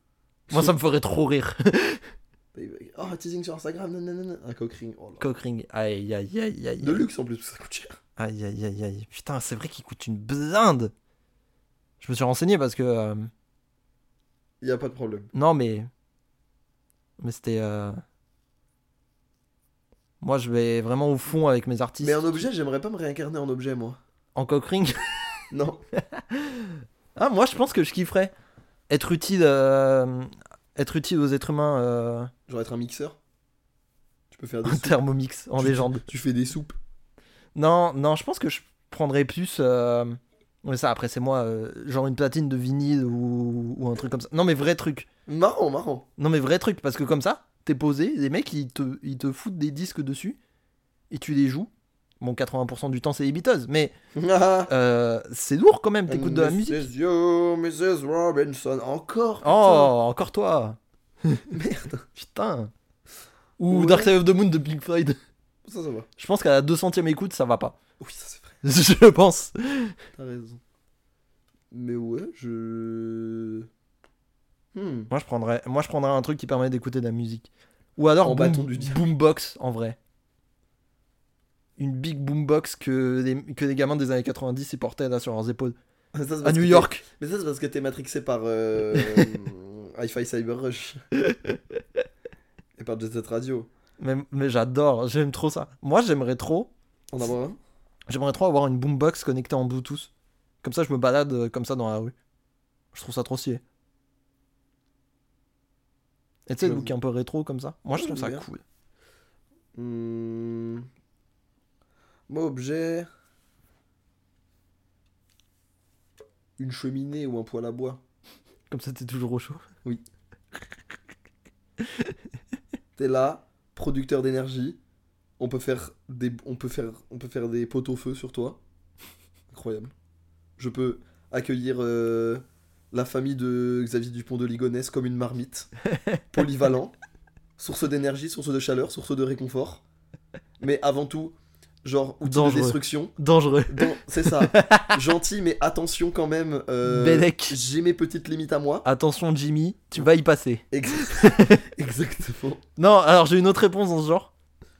Moi, ça me ferait trop rire. Oh, teasing sur Instagram, nanana. Un cock ring. Oh là. Cockring. Aïe, aïe, aïe, aïe. De luxe en plus, parce que ça coûte cher. Aïe, aïe, aïe, aïe. Putain, c'est vrai qu'il coûte une blinde. Je me suis renseigné parce que. euh, Y a pas de problème. non, mais. Mais c'était. euh, Moi, je vais vraiment au fond avec mes artistes. Mais un objet, j'aimerais pas me réincarner en objet, moi. En cockring. Non. ah, moi, je pense que je kifferais. Être utile. euh, Être utile aux êtres humains. euh, Genre être un mixeur. Tu peux faire des En soupes. thermomix, en Tu- légende. Tu fais des soupes. Non, non, je pense que je prendrais plus. euh, Mais ça, après, c'est moi, euh, genre une platine de vinyle ou, ou un truc comme ça. Non, mais vrai truc. Marrant, marrant. Non, mais vrai truc, parce que comme ça, t'es posé, les mecs, ils te, ils te foutent des disques dessus et tu les joues. Bon, 80% du temps, c'est les Beatles, mais euh, c'est lourd quand même, t'écoutes de la musique. Mrs. You, Mrs. Robinson, encore. Oh, encore toi putain. merde. Putain Ou Ouais. Dark Side of the Moon de Pink Floyd. Ça, ça va. Je pense qu'à la 200ème écoute, ça va pas. Oui, ça c'est vrai. Je pense. T'as raison. Mais ouais, je. Hmm. Moi je prendrais, moi je prendrais un truc qui permet d'écouter de la musique. Ou alors En boom- bâton du diable. boombox en vrai. Une big boombox que les, que les gamins des années 90 ils portaient là sur leurs épaules. Ça, c'est parce À que New t'es- York. Mais ça c'est parce que t'es matrixé par euh... Hi-Fi Cyber Rush. et par Jet Set Radio. Mais, mais j'adore, j'aime trop ça. Moi, j'aimerais trop, En avoir un j'aimerais trop avoir une boombox connectée en Bluetooth. Comme ça, je me balade euh, comme ça dans la rue. Je trouve ça trop stylé. Et tu sais, le J'avoue. look un peu rétro comme ça. Moi, je Ouais, trouve ça j'aime bien. cool. Hmm. Moi, objet. Une cheminée ou un poêle à bois. Comme ça, t'es toujours au chaud. T'es là, producteur d'énergie. On peut faire des, on peut faire, on peut faire des poteaux feu sur toi. Incroyable. Je peux accueillir euh, la famille de Xavier Dupont de Ligonnès comme une marmite, polyvalent, source d'énergie, source de chaleur, source de réconfort. Mais avant tout, genre outil Dangereux. de destruction. Dangereux. Bon, c'est ça. Gentil, mais attention quand même. euh, Bellec. J'ai mes petites limites à moi. Attention, Jimmy, tu vas y passer. Exact- Exactement. Non, alors j'ai une autre réponse dans ce genre.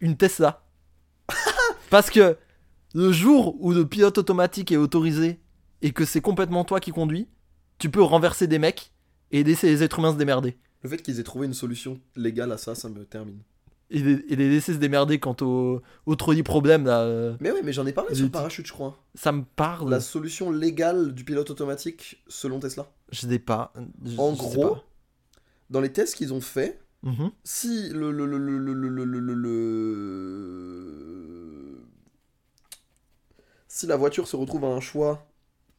Une Tesla. Parce que le jour où le pilote automatique est autorisé et que c'est complètement toi qui conduis, tu peux renverser des mecs et laisser les êtres humains se démerder. Le fait qu'ils aient trouvé une solution légale à ça, ça me termine. Et les, et les laisser se démerder quant au, au trolley problème, là, euh, Mais ouais, mais j'en ai parlé Les sur le outils. parachute, je crois. ça me parle. La solution légale du pilote automatique selon Tesla. Je sais pas. je- En je sais gros, pas. dans les tests qu'ils ont fait, Mhm. si le le le le le le le le- le- le- si la voiture se retrouve à un choix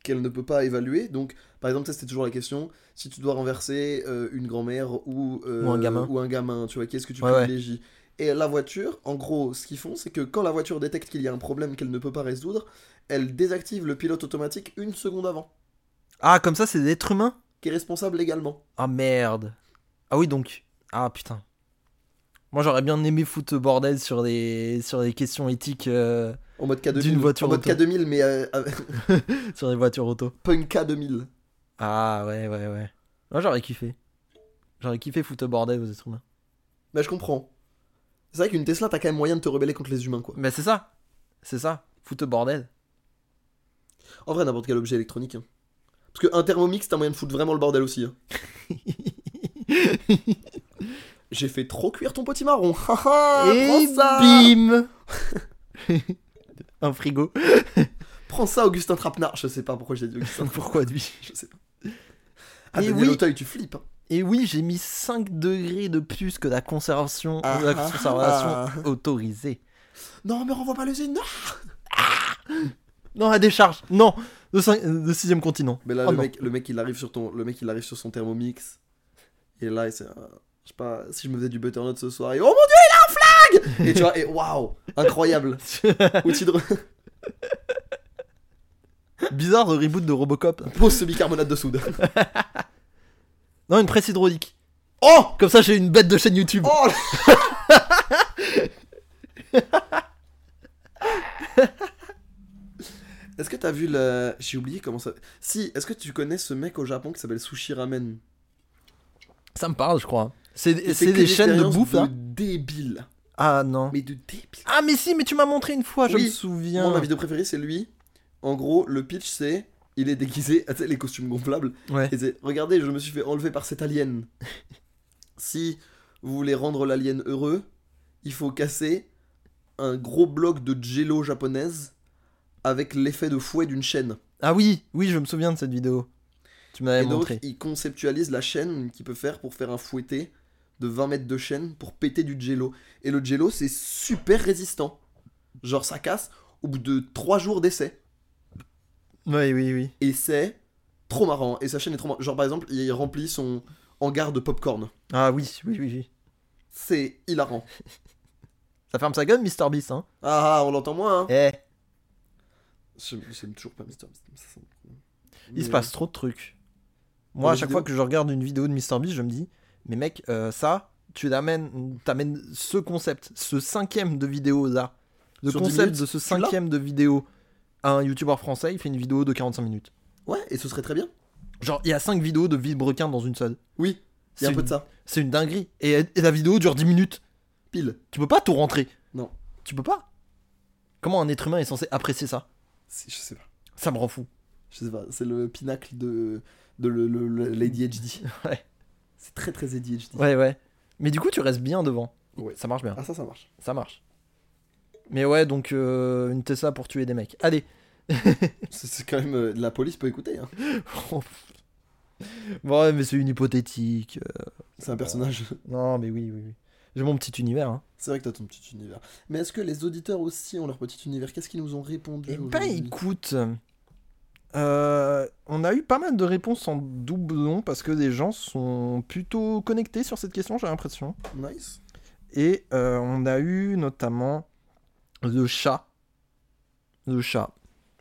qu'elle ne peut pas évaluer, donc par exemple ça, c'était toujours la question si tu dois renverser euh, une grand-mère ou euh, Ou un gamin. ou un gamin, tu vois qu'est-ce que tu Ouais, ouais. privilégies Et la voiture, en gros, ce qu'ils font, c'est que quand la voiture détecte qu'il y a un problème qu'elle ne peut pas résoudre, elle désactive le pilote automatique une seconde avant, Ah, comme ça, c'est des êtres humains qui est responsable légalement. Ah merde. Ah oui, donc. Ah putain. Moi, j'aurais bien aimé foutre ce bordel sur les, sur les questions éthiques. euh, En mode K2000, D'une voiture en mode auto. K2000 mais euh, avec- sur les voitures auto. punk K2000. Ah ouais, ouais, ouais. Moi j'aurais kiffé. J'aurais kiffé foutre au bordel aux êtres humains. Bah je comprends. C'est vrai qu'une Tesla, t'as quand même moyen de te rebeller contre les humains, quoi. Mais c'est ça. C'est ça. Foutre au bordel. En vrai, n'importe quel objet électronique. hein. Parce qu'un thermomix, t'as moyen de foutre vraiment le bordel aussi. hein. J'ai fait trop cuire ton potimarron. Haha, Et prends ça Eh bim Un frigo. Prends ça, Augustin Trapenard. Je sais pas pourquoi j'ai dit Augustin. Pourquoi lui je sais pas. Ah, Et Daniel Eh oui. Auteuil, tu flippes. hein. Et oui, j'ai mis 5 degrés de plus que la conservation, Ah, la ah, conservation ah. autorisée. Non, mais renvoie pas l'usine. non. Non, la décharge. Non, le, 6ème continent. Mais là, Oh le, non. mec, le mec, il arrive sur ton, le mec, il arrive sur son thermomix. Et là, c'est, je sais pas, si je me faisais du butternut ce soir, et oh mon dieu, il a un flag. et tu vois, et waouh, incroyable. Outil de re- Bizarre le reboot de Robocop. pose ce bicarbonate de soude. Non, une presse hydraulique. Oh, Comme ça, j'ai une bête de chaîne YouTube. oh. Est-ce que t'as vu le... J'ai oublié comment ça... Si, est-ce que tu connais ce mec au Japon qui s'appelle Sushi Ramen Ça me parle, je crois. C'est Il c'est fait que des chaînes de expériences bouffe, hein. là De débile. Ah non. Mais de débile. Ah mais si, mais tu m'as montré une fois, je Oui. me souviens. Moi, ma vidéo préférée, c'est lui. En gros, le pitch, c'est. Il est déguisé, ah, tu sais, les costumes gonflables. Ouais. Et c'est Regardez, je me suis fait enlever par cet alien. si vous voulez rendre l'alien heureux, il faut casser un gros bloc de jello japonaise avec l'effet de fouet d'une chaîne. Ah oui, oui, je me souviens de cette vidéo. Tu m'avais et donc, montré. il conceptualise la chaîne qu'il peut faire pour faire un fouetté de 20 mètres de chaîne pour péter du jello. Et le jello, c'est super résistant. Genre, ça casse au bout de 3 jours d'essai. Oui, oui, oui. et c'est trop marrant. Et sa chaîne est trop marrant. Genre par exemple, il remplit son hangar de popcorn. Ah oui, oui, oui, oui. C'est hilarant. Ça ferme sa gueule, Mr Beast, hein. Ah, ah, on l'entend moins. Hein. Eh, Je j'aime toujours pas Mr. Beast, mais ça, c'est un problème. il se Mais- passe trop de trucs. Moi, à les chaque vidéos. fois que je regarde une vidéo de Mr Beast, je me dis, mais mec, euh, ça, tu l'amènes, t'amènes ce concept, ce cinquième de vidéo là, le Sur 10 concept minutes, de ce l'as cinquième de vidéo à un youtubeur français, il fait une vidéo de 45 minutes. Ouais, et ce serait très bien. Genre, il y a 5 vidéos de Villebrequin dans une seule. Oui, il y C'est a un peu une, de ça. c'est une dinguerie. Et, et la vidéo dure 10 minutes. Pile. Tu peux pas tout rentrer. Non. Tu peux pas. Comment un être humain est censé apprécier ça C'est- Je sais pas. Ça me rend fou. Je sais pas. C'est le pinacle de, de le, le- le- l'ADHD. Ouais. C'est très très ADHD. Ouais, ouais. Mais du coup, tu restes bien devant. Ouais. Ça marche bien. Ah, ça, ça marche. Ça marche. Mais ouais, donc euh, une Tessa pour tuer des mecs. Allez. C'est- C'est quand même. euh, la police peut écouter. hein. bon, ouais, mais c'est une hypothétique. euh, C'est un personnage. Non, mais oui, oui, oui. J'ai mon petit univers. Hein. C'est vrai que t'as ton petit univers. Mais est-ce que les auditeurs aussi ont leur petit univers Qu'est-ce qu'ils nous ont répondu Eh ben, aujourd'hui écoute, euh, on a eu pas mal de réponses en doublon parce que des gens sont plutôt connectés sur cette question, j'ai l'impression. Nice. Et euh, on a eu notamment le chat. Le chat.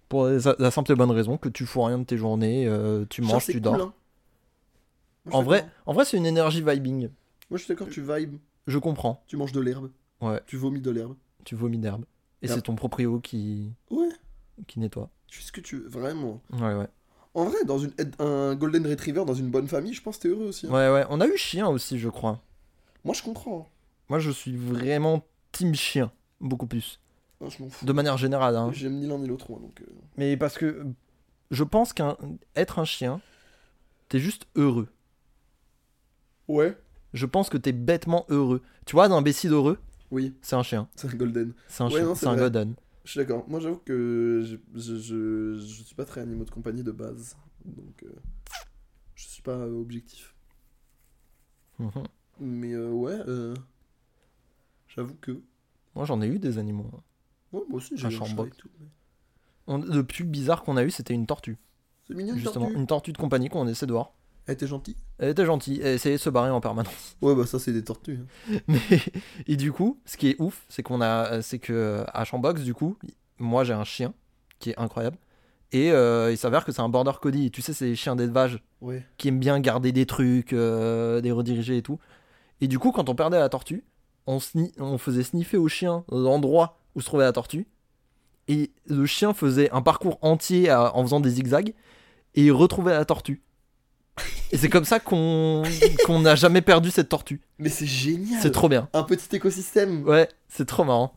Pour la la simple et bonne raison que tu fous rien de tes journées, euh, tu Chat, manges, c'est tu dors. cool, hein. Moi, je suis En vrai, d'accord. en vrai c'est une énergie vibing. Moi, je suis d'accord, tu vibes, Je comprends. tu manges de l'herbe. Ouais. Tu vomis de l'herbe. Tu vomis d'herbe. Et Yep. c'est ton proprio qui, Ouais. qui nettoie. Tu fais ce que tu veux, vraiment. Ouais, ouais. En vrai, dans une, un Golden Retriever, dans une bonne famille, je pense que t'es heureux aussi. hein. Ouais, ouais. On a eu chien aussi, je crois. Moi, je comprends. hein. Moi, je suis vraiment team chien. Beaucoup plus. Hein, je m'en fous. De manière générale. hein. J'aime ni l'un ni l'autre, moi, donc. euh, Mais parce que je pense qu'être un chien, t'es juste heureux. Ouais. Je pense que t'es bêtement heureux. Tu vois, un imbécile heureux, Oui, c'est un chien. c'est un Golden. C'est un Ouais, chien. non, c'est C'est un vrai. golden. Je suis d'accord. Moi, j'avoue que je, je, je, je suis pas très animaux de compagnie de base. Donc, euh, je suis pas euh, objectif. Mhm. Mais euh, ouais, euh, j'avoue que. Moi, j'en ai eu des animaux. Ouais, moi aussi, j'ai Un eu un chat chambre. et tout, mais- On- Le plus bizarre qu'on a eu, c'était une tortue. C'est mignon, une Justement, tortue. une tortue de compagnie qu'on essaie de voir. Elle était gentille. Elle était gentille, elle essayait de se barrer en permanence. Ouais, bah ça, c'est des tortues. hein. Mais, et du coup, ce qui est ouf, c'est qu'on a, c'est que euh, à Chambox, du coup, moi j'ai un chien qui est incroyable, et euh, il s'avère que c'est un border collie. Tu sais, c'est les chiens d'élevage Ouais. qui aiment bien garder des trucs, euh, des rediriger et tout. Et du coup, quand on perdait la tortue, on, sni- on faisait sniffer au chien l'endroit où se trouvait la tortue. Et le chien faisait un parcours entier à- en faisant des zigzags. Et il retrouvait la tortue. Et c'est comme ça qu'on qu'on n'a jamais perdu cette tortue. Mais c'est génial. C'est trop bien. Un petit écosystème. Ouais, c'est trop marrant.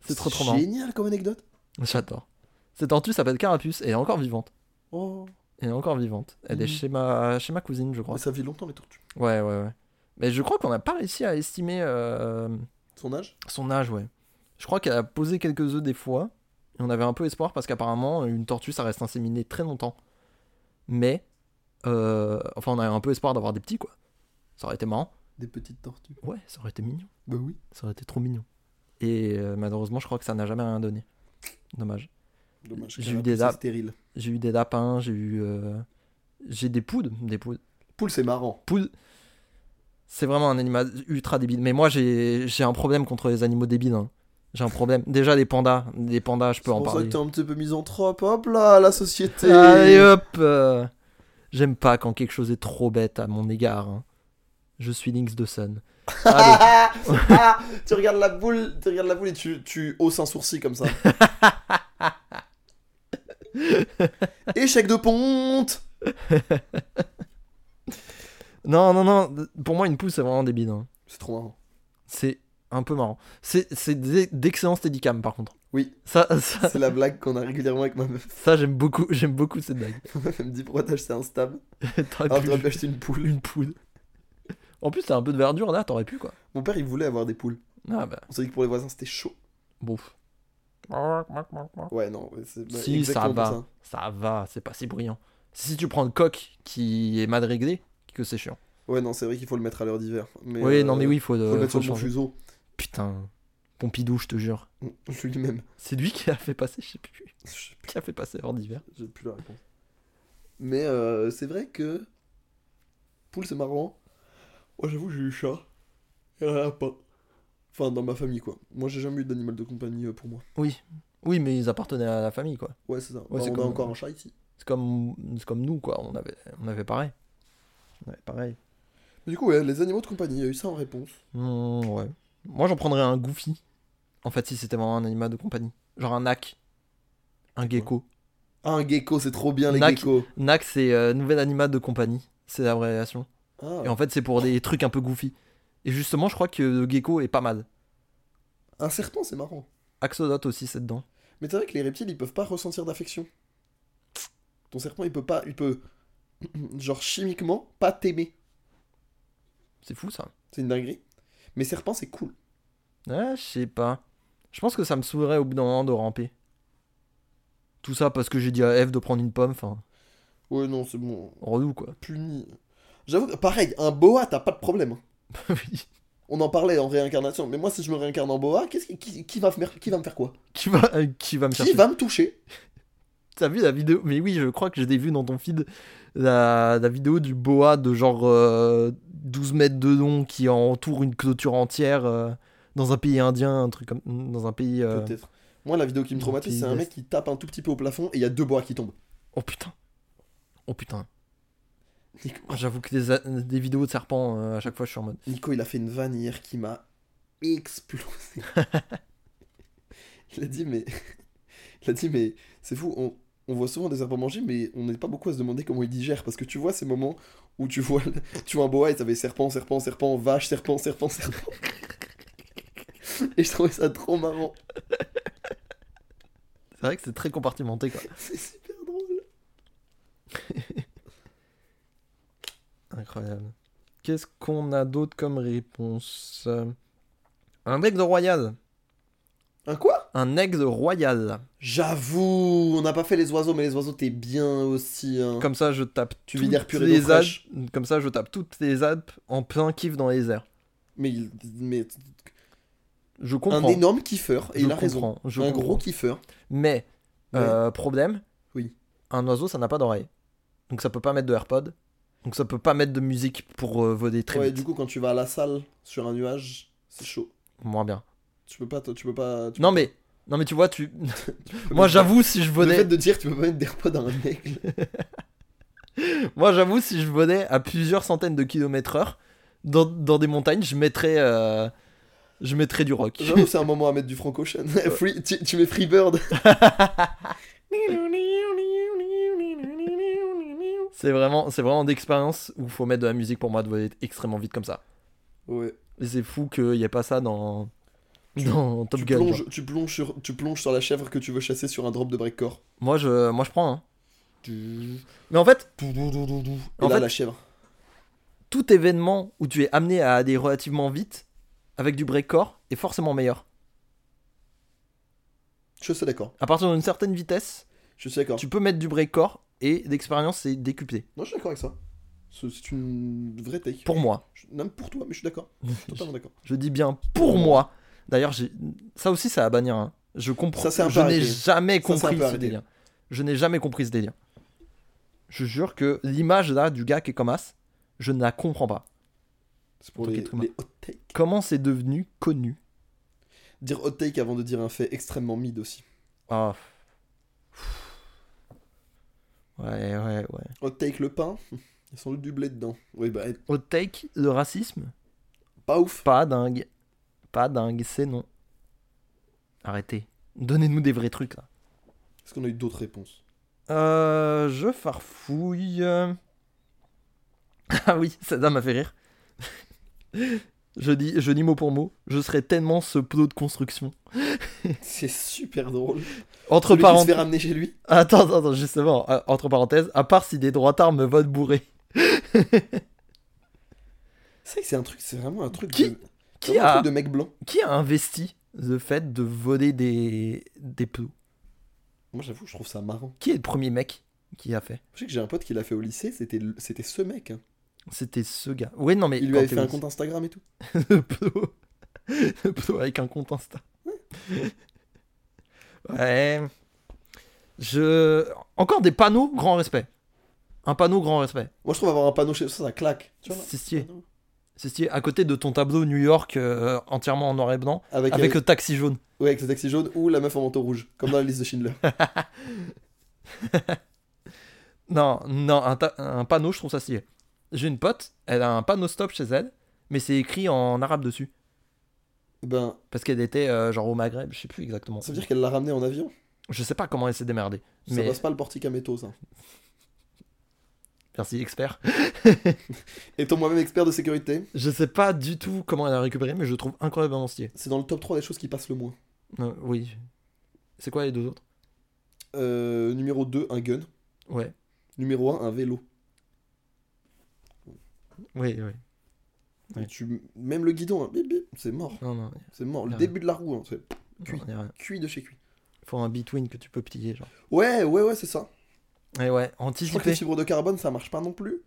C'est trop trop marrant. Génial comme anecdote. J'adore. Cette tortue s'appelle Carapuce et elle est encore vivante. Oh. Elle est encore vivante. Elle est Mhm. chez ma, chez ma cousine, je crois. Mais ça vit longtemps les tortues. Ouais, ouais, ouais. Mais je crois qu'on n'a pas réussi à estimer euh, Son âge son âge, ouais. Je crois qu'elle a posé quelques œufs des fois. Et on avait un peu espoir parce qu'apparemment, une tortue, ça reste inséminé très longtemps. Mais, euh, enfin, on avait un peu espoir d'avoir des petits, quoi. Ça aurait été marrant. Des petites tortues. Ouais, ça aurait été mignon. Bah oui. Ça aurait été trop mignon. Et euh, malheureusement, je crois que ça n'a jamais rien donné. Dommage. Dommage. J'ai qu'elle eu a des poussé ap- stérile. J'ai eu des lapins, j'ai eu. euh, J'ai des poudres. Des poudres. Poule, c'est marrant. Poule, c'est vraiment un animal ultra débile. Mais moi, j'ai j'ai un problème contre les animaux débiles. hein. J'ai un problème. Déjà, les pandas. Les pandas, je C'est peux en pour ça que parler. t'es un petit peu misanthrope. Hop là, la société. Allez hop euh, J'aime pas quand quelque chose est trop bête à mon égard. hein. Je suis Lynx de Sun. Allez. Ah, ah, tu regardes la boule, tu regardes la boule et tu, tu hausses un sourcil comme ça. Échec de ponte. non, non, non. Pour moi, une pousse, c'est vraiment débile. hein. C'est trop marrant. C'est un peu marrant. C'est c'est des- d'excellents steadicam, par contre. Oui, Ça, ça, c'est la blague qu'on a régulièrement avec ma meuf. ça j'aime beaucoup. J'aime beaucoup cette blague. Elle me dit pourquoi t'as acheté un stab T'aurais Alors pu- Ah, t'aurais pu acheter une poule. Ah, une poule. En plus, t'as un peu de verdure là, t'aurais pu quoi. Mon père il voulait avoir des poules. Ah bah. On s'est dit que pour les voisins c'était chaud. Bouf. Ouais, non. ouais, c'est- bah, Si, ça exactement va. pour Ça va, c'est pas si brillant. Si tu prends le coq qui est mal réglé, que c'est chiant. Ouais, non, c'est vrai qu'il faut le mettre à l'heure d'hiver. Mais, oui, euh, non mais oui, faut, Faut le, le mettre sur faut le le bon changer. fuseau. Putain, Pompidou, je te jure. Je lui-même. C'est lui qui a fait passer, je sais plus, Je sais plus, qui a fait passer hors d'hiver. J'ai plus la réponse. Mais euh, c'est vrai que. Poule, c'est marrant. Moi, j'avoue, j'ai eu chat. Et elle en a pas. Enfin, dans ma famille, quoi. Moi, j'ai jamais eu d'animal de compagnie euh, pour moi. Oui, oui, mais ils appartenaient à la famille quoi. Ouais, c'est ça. Bah, c'est on a comme- encore un chat ici. C'est comme, c'est comme nous quoi, on avait, on avait pareil. On avait pareil. Mais du coup, ouais, les animaux de compagnie, il y a eu ça en réponse. Hmm, ouais. Moi j'en prendrais un goofy. En fait, si c'était vraiment un animal de compagnie, genre un nac, un gecko. Ah, un gecko, c'est trop bien, les Nac. geckos. Nac c'est euh, nouvel animal de compagnie, c'est la révélation. Ah, Et en fait, c'est pour des trucs un peu goofy. Et justement, je crois que le gecko est pas mal. un serpent, c'est marrant. Axolot aussi, c'est dedans. Mais c'est vrai que les reptiles, ils peuvent pas ressentir d'affection. Ton serpent, il peut pas. Il peut. Genre, chimiquement, pas t'aimer. C'est fou ça. C'est une dinguerie. Mais serpent, c'est cool. Ouais, Ah, je sais pas. Je pense que ça me saoulerait au bout d'un moment de ramper. Tout ça parce que j'ai dit à Eve de prendre une pomme, enfin, Ouais, non, c'est bon. relou quoi. Puni. J'avoue, que- pareil, un boa, t'as pas de problème. hein. Oui. On en parlait en réincarnation, mais moi, si je me réincarne en boa, qu'est-ce qui, qui, qui va, me- qui va me faire quoi qui, va, euh, qui va me Qui chercher va me toucher T'as vu la vidéo Mais oui, je crois que je l'ai vu dans ton feed. La, la vidéo du boa de genre euh, 12 mètres de long qui entoure une clôture entière euh, dans un pays indien, un truc comme. Dans un pays. euh, Peut-être. Moi, la vidéo qui me Dans traumatise, le c'est un pays mec qui tape un tout petit peu au plafond et il y a deux bois qui tombent. Oh putain Oh putain Nico, J'avoue que des, a- des vidéos de serpents, euh, à chaque fois, je suis en mode. Nico, il a fait une vanne hier qui m'a explosé. il a dit, mais. Il a dit, mais c'est fou, on, on voit souvent des serpents manger, mais on n'est pas beaucoup à se demander comment ils digèrent. Parce que tu vois ces moments où tu vois, le- tu vois un boa et t'avais serpent, serpent, serpent, vache, serpent, serpent, serpent. et je trouvais ça trop marrant. C'est vrai que c'est très compartimenté quoi. C'est super drôle. Incroyable. Qu'est-ce qu'on a d'autre comme réponse Euh, Un aigle royal. Un Hein, quoi Un aigle royal. J'avoue, on n'a pas fait les oiseaux, mais les oiseaux, t'es bien aussi. hein. Comme ça, je tape Tu toutes vis d'air pur et d'eau les Alpes. fraîche. Comme ça, je tape toutes les Alpes en plein kiff dans les airs. Mais, il- mais Je un comprends. énorme kiffeur, et je il a raison. comprends, je un comprends. gros kiffeur. Mais, Ouais. euh, problème. Oui. Un oiseau, ça n'a pas d'oreille. Donc ça peut pas mettre de AirPod. Donc ça peut pas mettre de musique pour euh, voler très ouais, vite. du coup, quand tu vas à la salle sur un nuage, c'est chaud. Moins bien. Tu peux pas. Tu peux pas tu Non mais, non mais tu vois, tu. peux pas Moi mettre- j'avoue si je Le fait venais, de dire tu peux pas mettre des repas dans un aigle. moi j'avoue si je venais à plusieurs centaines de kilomètres heure dans, dans des montagnes, je mettrais, euh, je mettrais du rock. J'avoue, c'est un moment à mettre du Frank Ocean. Free- tu, tu mets Freebird. C'est vraiment, c'est vraiment d'expérience où faut mettre de la musique pour moi de voler extrêmement vite comme ça. Ouais. Et c'est fou qu'il n'y ait pas ça dans, Tu- dans Top Tu Gun. genre. plonges, tu, plonges sur, tu plonges sur la chèvre que tu veux chasser sur un drop de breakcore. Moi, je, moi, je prends. hein. Tu- Mais en fait, Et En là, fait- la chèvre. tout événement où tu es amené à aller relativement vite avec du breakcore est forcément meilleur. Je suis d'accord. À partir d'une certaine vitesse, Je suis d'accord. tu peux mettre du breakcore et l'expérience est décuplée. Non, je suis d'accord avec ça. C'est c'est une vraie take. Pour moi. Je- Même pour toi, mais je suis d'accord. Je suis totalement d'accord. Je dis bien pour moi. D'ailleurs, j'ai- ça aussi, ça à bannir. hein. Je comprends. Ça, c'est un peu je n'ai arrêté. jamais Ça, c'est un compris peu ce arrêté. délire. Je n'ai jamais compris ce délire. Je jure que l'image là du gars qui est comme as, je ne la comprends pas. C'est pour Tant les, qu'être humain. les hot takes. Comment c'est devenu connu Dire hot take avant de dire un fait extrêmement mid aussi. Ah. Ouais, ouais, ouais. Hot take le pain, il y a sans doute du blé dedans. Oui, bah, Hot take, le racisme pas ouf. Pas dingue. Pas dingue, c'est non. Arrêtez. Donnez-nous des vrais trucs là. Est-ce qu'on a eu d'autres réponses Euh, je farfouille. euh. Ah oui, celle-là m'a fait rire. je, dis, je dis mot pour mot, je serais tellement ce plot de construction. C'est super drôle. Entre Celui qui se fait parenthèses. ramener chez lui. Attends, attends, attends, justement, euh, entre parenthèses, à part si des droitards me votent bourré. C'est vrai que c'est un truc, c'est vraiment un truc, Qui- de, Qui vraiment un a, truc de mec blanc. qui a investi le fait de voler des, des plots Moi, j'avoue, je trouve ça marrant. Qui est le premier mec qui a fait Je sais que j'ai un pote qui l'a fait au lycée, c'était le- c'était ce mec. hein. C'était ce gars. Oui, non, mais. Il lui quand avait t'es fait un au- compte Instagram et tout. le plot. Le plot avec un compte Insta. Ouais. Je. Encore des panneaux, grand respect. Un panneau, grand respect. Moi, je trouve avoir un panneau chez ça, ça claque. Tu vois, là, C'est stylé. panneau. C'est stylé. À côté de ton tableau New York euh, entièrement en noir et blanc, Avec, avec euh, le taxi jaune. Ouais, avec le taxi jaune ou la meuf en manteau rouge, comme dans la liste de Schindler. Non, non, un, ta- un panneau, je trouve ça stylé. J'ai une pote, elle a un panneau stop chez elle, mais c'est écrit en arabe dessus. ben, Parce qu'elle était euh, genre au Maghreb, je sais plus exactement. ça veut dire qu'elle l'a ramené en avion. Je sais pas comment elle s'est démerdée. Ça mais passe pas le portique à métaux, ça. merci expert. Étant moi-même expert de sécurité, Je sais pas du tout comment elle a récupéré, mais je le trouve incroyablement stylé. c'est dans le top 3 des choses qui passent le moins. Euh, oui. C'est quoi les deux autres Euh, numéro 2, un gun. Ouais. Numéro 1, un vélo. Oui, oui. Ouais. Tu... Même le guidon, hein, bip, bip, c'est mort. Non, non, C'est mort. Le Ouais. début de la roue, hein, c'est Cuit. non, y a rien. cuit de chez cuit. Faut un between que tu peux plier, genre. Ouais, ouais, ouais, c'est ça. Et Eh Je crois ouais, que les anticiper. fibres de carbone, ça marche pas non plus.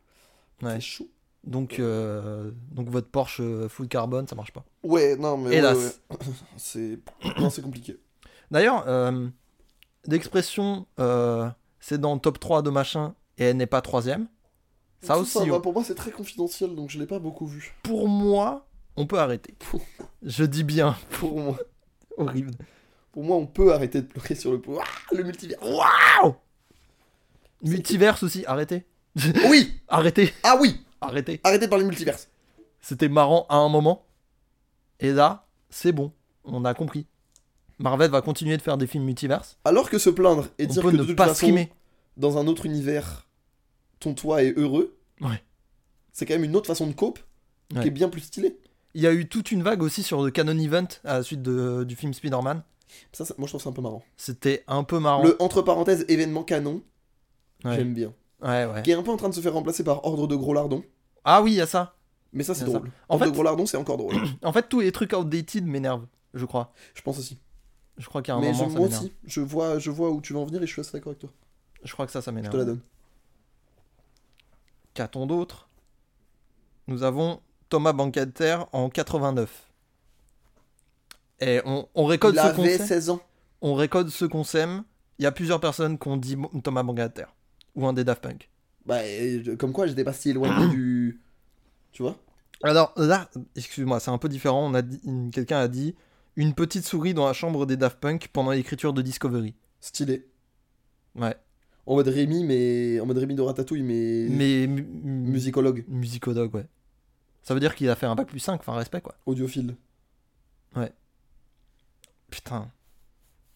Ouais. C'est chou. Donc, euh, donc votre Porsche euh, full carbone, ça marche pas. Ouais, non, mais. ouais, Hélas. ouais, C'est. Non, c'est compliqué. D'ailleurs, euh, l'expression euh, c'est dans le top 3 de machin et elle n'est pas troisième. Ça Tout aussi, va, oh. pour moi, c'est très confidentiel, donc je l'ai pas beaucoup vu. Pour moi, on peut arrêter. Je dis bien. Pour moi. Horrible. Pour moi, on peut arrêter de pleurer sur le pouvoir. le multivers. Ouah. Multiverse aussi, arrêtez. Oui Arrêtez, Ah oui arrêtez. Arrêtez par les multiverses. C'était marrant à un moment. Et là, c'est bon. On a compris. Marvel va continuer de faire des films multiverses. Alors que se plaindre et On dire peut que de ne toute pas façon, streamer. dans un autre univers, ton toit est heureux. Ouais. C'est quand même une autre façon de cope Ouais. qui est bien plus stylée. Il y a eu toute une vague aussi sur le Canon Event à la suite de- du film Spider-Man. Ça, ça- moi, je trouve ça un peu marrant. C'était un peu marrant. Le entre parenthèses événement canon, Ah, Ouais. j'aime bien. Ouais, ouais. Qui est un peu en train de se faire remplacer par ordre de gros lardons. Ah oui, il y a ça. Mais ça, c'est Il y a ça. drôle. En ordre fait, de gros lardons, c'est encore drôle. en fait, tous les trucs outdated m'énervent, je crois. je pense aussi. Je crois qu'à un Mais je- moment, ça moi m'énerve. aussi, je vois, je vois où tu veux en venir et je suis assez d'accord avec toi. Je crois que ça, ça Je m'énerve. te la donne. Qu'a-t-on d'autre Nous avons Thomas Bancater en 89. Et on, on récolte Il ce qu'on avait sait. 16 ans. On récolte ce qu'on sème. Il y a plusieurs personnes qui ont dit Mo- Thomas Bancater. Ou un des Daft Punk. Bah, et je- comme quoi, j'étais pas si éloigné du. Tu vois Alors là, excuse-moi, c'est un peu différent. On a dit- quelqu'un a dit une petite souris dans la chambre des Daft Punk pendant l'écriture de Discovery. Stylé. Ouais. En mode Rémi, mais. En mode Rémi de Ratatouille, mais. Mais mu- mu- Musicologue, musicodog, ouais. Ça veut dire qu'il a fait un bac plus 5, enfin respect quoi. audiophile. Putain.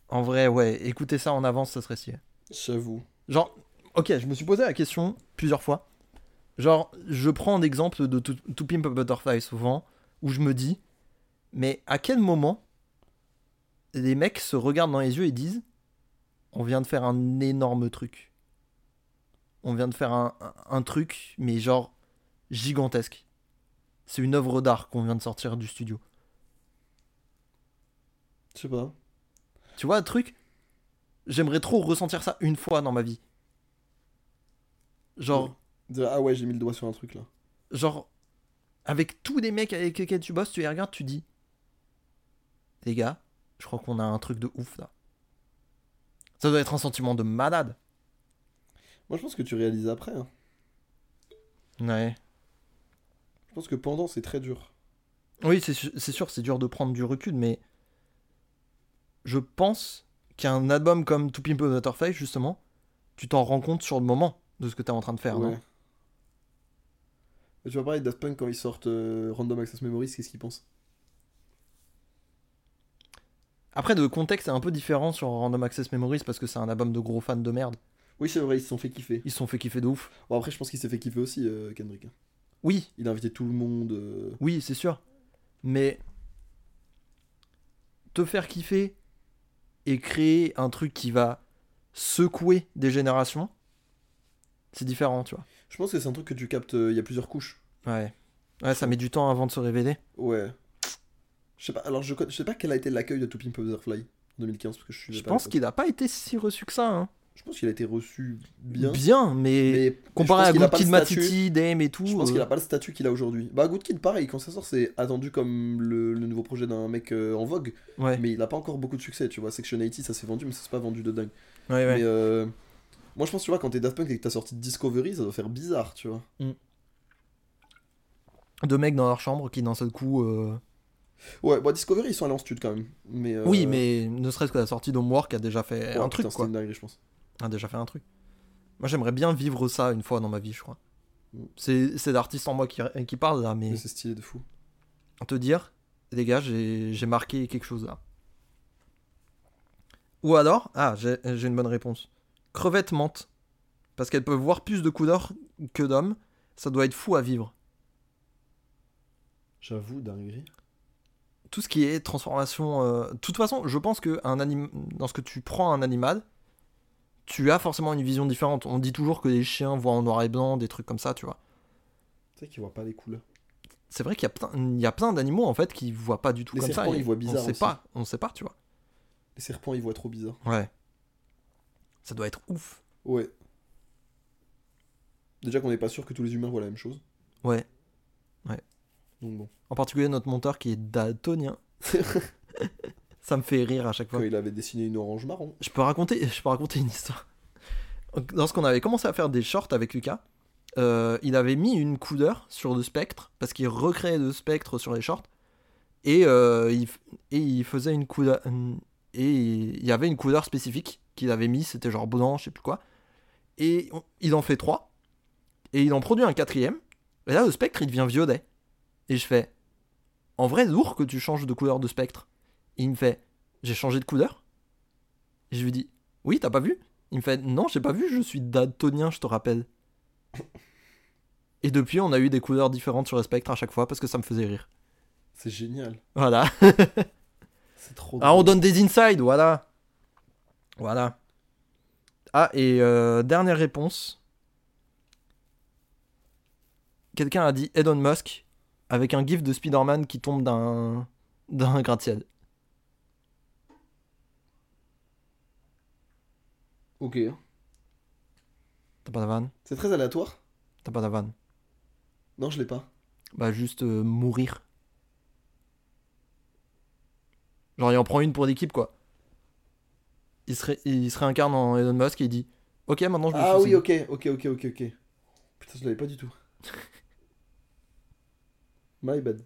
En vrai, ouais, écoutez ça en avance, ça serait stylé. J'avoue. Genre, ok, je me suis posé la question plusieurs fois. Genre, je prends l'exemple de To, To Pimp a Butterfly souvent, où je me dis, mais à quel moment les mecs se regardent dans les yeux et disent, on vient de faire un énorme truc. On vient de faire un, un- un truc, mais genre gigantesque. C'est une œuvre d'art qu'on vient de sortir du studio. Je sais pas. Tu vois, un truc, j'aimerais trop ressentir ça une fois dans ma vie. Genre, De- Ah ouais, j'ai mis le doigt sur un truc là. genre, avec tous les mecs avec lesquels tu bosses, tu les regardes, tu dis Les gars, je crois qu'on a un truc de ouf là. Ça doit être un sentiment de malade. Moi, je pense que tu réalises après. hein. Ouais. Je pense que pendant, c'est très dur. Oui, c'est su- c'est sûr, c'est dur de prendre du recul, mais je pense qu'un album comme To Pimp a Butterfly, justement, tu t'en rends compte sur le moment de ce que t'es en train de faire. Ouais. non Mais tu vas parler de Daft Punk quand ils sortent euh, Random Access Memories, qu'est-ce qu'ils pensent Après, le contexte est un peu différent sur Random Access Memories parce que c'est un album de gros fans de merde. Oui, c'est vrai, ils se sont fait kiffer. Ils se sont fait kiffer de ouf. Bon, après, je pense qu'il s'est fait kiffer aussi, euh, Kendrick. hein. Oui, Il a invité tout le monde. euh, Oui, c'est sûr. Mais te faire kiffer et créer un truc qui va secouer des générations, c'est différent, tu vois. Je pense que c'est un truc que tu captes, euh, il y a plusieurs couches. Ouais. Ouais, ça met du temps avant de se révéler. Ouais. Je sais pas, alors je, con- je sais pas quel a été l'accueil de To Pimp a Butterfly en 2015, parce que je suis. Je pense qu'il n'a pas été si reçu que ça. hein. Je pense qu'il a été reçu bien. mais, mais comparé je à pense qu'il a Good pas le Kid statut- Matiti, Dame et tout. Je pense euh, qu'il a pas le statut qu'il a aujourd'hui. Bah, Good Kid, pareil, quand ça sort, c'est attendu comme le, le nouveau projet d'un mec euh, en vogue, Ouais, mais il a pas encore beaucoup de succès, tu vois. Section 80, ça s'est vendu, mais ça s'est pas vendu de dingue. ouais, ouais. Mais euh, moi, je pense, tu vois, quand t'es Daft Punk et que t'as sorti Discovery, ça doit faire bizarre, tu vois. Deux mecs dans leur chambre qui, d'un seul coup. euh, Ouais, bah, Discovery, ils sont allés en stud quand même. Mais, euh, Oui, mais ne serait-ce que la sortie d'Homework a déjà ouais, fait un truc, putain, c'était quoi. une dinguerie, je pense. a déjà fait un truc. Moi, j'aimerais bien vivre ça une fois dans ma vie, je crois. Mm. C'est c'est l'artiste en moi qui, qui parle là, mais Mais c'est stylé de fou. te dire, les gars, j'ai j'ai marqué quelque chose là. Ou alors, ah, j'ai j'ai une bonne réponse. Crevettes mentent. Parce qu'elles peuvent voir plus de couleurs que d'hommes. Ça doit être fou à vivre. J'avoue, dinguerie. Tout ce qui est transformation. euh, De toute façon, je pense que un anim... lorsque tu prends un animal, tu as forcément une vision différente. On dit toujours que les chiens voient en noir et blanc, des trucs comme ça, tu vois. Tu sais qu'ils voient pas les couleurs. c'est vrai qu'il y a plein, il y a plein d'animaux en fait qui voient pas du tout Les comme ça. serpents, et ils voient bizarre On sait aussi. pas, on sait pas, tu vois. Les serpents, ils voient trop bizarre. Ouais. Ça doit être ouf. Ouais. Déjà qu'on n'est pas sûr que tous les humains voient la même chose. Ouais. Donc bon. En particulier notre monteur qui est daltonien. ça me fait rire à chaque fois. Quand il avait dessiné une orange marron. Je peux raconter, je peux raconter une histoire. Lorsqu'on avait commencé à faire des shorts avec Lucas, euh, il avait mis une couleur sur le spectre parce qu'il recréait le spectre sur les shorts et, euh, il, f- et il faisait une couleur et il y avait une couleur spécifique qu'il avait mis, c'était genre blanc, je sais plus quoi. Et on- il en fait trois et il en produit un quatrième. Et là, le spectre il devient violet. Et je fais en vrai lourd que tu changes de couleur de spectre. Et il me fait j'ai changé de couleur. Et je lui dis, oui, t'as pas vu Il me fait, non, j'ai pas vu, je suis daltonien, je te rappelle. Et depuis, on a eu des couleurs différentes sur le spectre à chaque fois parce que ça me faisait rire. C'est génial. Voilà. C'est trop Ah, on drôle. donne des insides, voilà. Voilà. Ah, et euh, dernière réponse. Quelqu'un a dit Elon Musk avec un gif de Spider-Man qui tombe d'un d'un gratte-ciel. Ok. T'as pas la vanne C'est très aléatoire. T'as pas la vanne Non, je l'ai pas. Bah juste euh, mourir. Genre il en prend une pour l'équipe quoi. Il se, ré- il se réincarne en Elon Musk et il dit Ok maintenant je me Ah suicide. oui, ok, ok, ok, ok, ok. Putain, je l'avais pas du tout. My bad.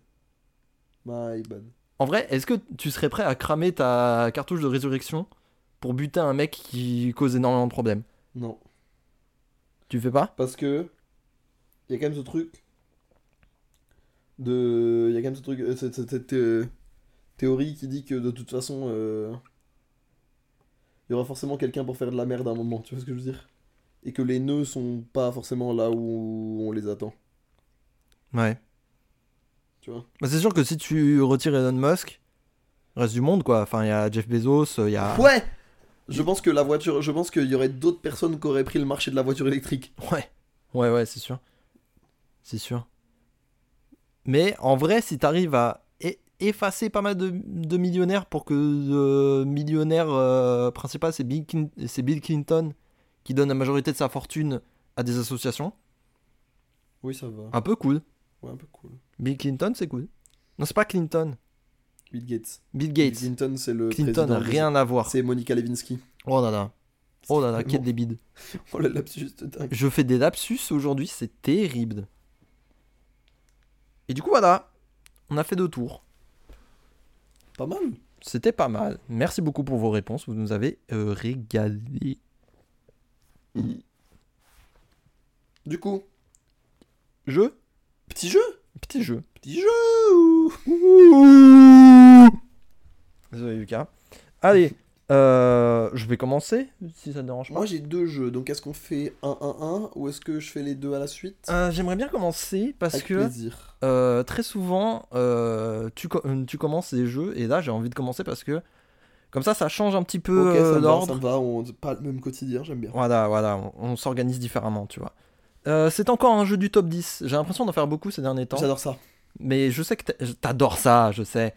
My bad. En vrai, est-ce que tu serais prêt à cramer ta cartouche de résurrection pour buter un mec qui cause énormément de problèmes Non. Tu fais pas Parce que. Il y a quand même ce truc. De. Il y a quand même ce truc. euh, Cette, cette- cette, euh, théorie qui dit que de toute façon. euh, Il y aura forcément quelqu'un pour faire de la merde à un moment, tu vois ce que je veux dire Et que les nœuds sont pas forcément là où on les attend, Ouais. tu vois Bah, c'est sûr que si tu retires Elon Musk, reste du monde quoi. Enfin, il y a Jeff Bezos, il y a. Ouais Ah. Je pense que la voiture. Je pense qu'il y aurait d'autres personnes qui auraient pris le marché de la voiture électrique. Ouais, ouais, ouais, c'est sûr. C'est sûr. Mais en vrai, si t'arrives à e- effacer pas mal de, de millionnaires pour que le millionnaire euh, principal, c'est Bill, Clin- c'est Bill Clinton, qui donne la majorité de sa fortune à des associations, Oui, ça va. un peu cool. Ah. Ouais, un peu cool. Bill Clinton, c'est cool. Non, c'est pas Clinton, Bill Gates. Bill Gates. Clinton, c'est le Clinton, président. rien à voir. C'est Monica Lewinsky. Oh là là. Oh là là, Bon. quel débile. Oh, le lapsus de dingue. Je fais des lapsus aujourd'hui, c'est terrible. Et du coup, voilà. On a fait deux tours. Pas mal. C'était pas mal. Merci beaucoup pour vos réponses. Vous nous avez euh, régalé. Du coup, Jeu petit jeu Petit jeu. Petit jeu Désolé, Lucas. Allez, euh, je vais commencer, si ça te dérange pas. Moi, j'ai deux jeux, donc est-ce qu'on fait 1-1-1 ou est-ce que je fais les deux à la suite Euh, J'aimerais bien commencer parce Avec que plaisir. euh, très souvent, euh, tu, co- euh, tu commences les jeux et là, j'ai envie de commencer parce que comme ça, ça change un petit peu ok, ça euh, me va, ça l'ordre. me va, on pas le même quotidien, j'aime bien. Voilà, voilà, on, on s'organise différemment, tu vois. Euh, C'est encore un jeu du top 10. J'ai l'impression d'en faire beaucoup ces derniers temps. J'adore ça. Mais je sais que t'a- je- t'adores ça, je sais.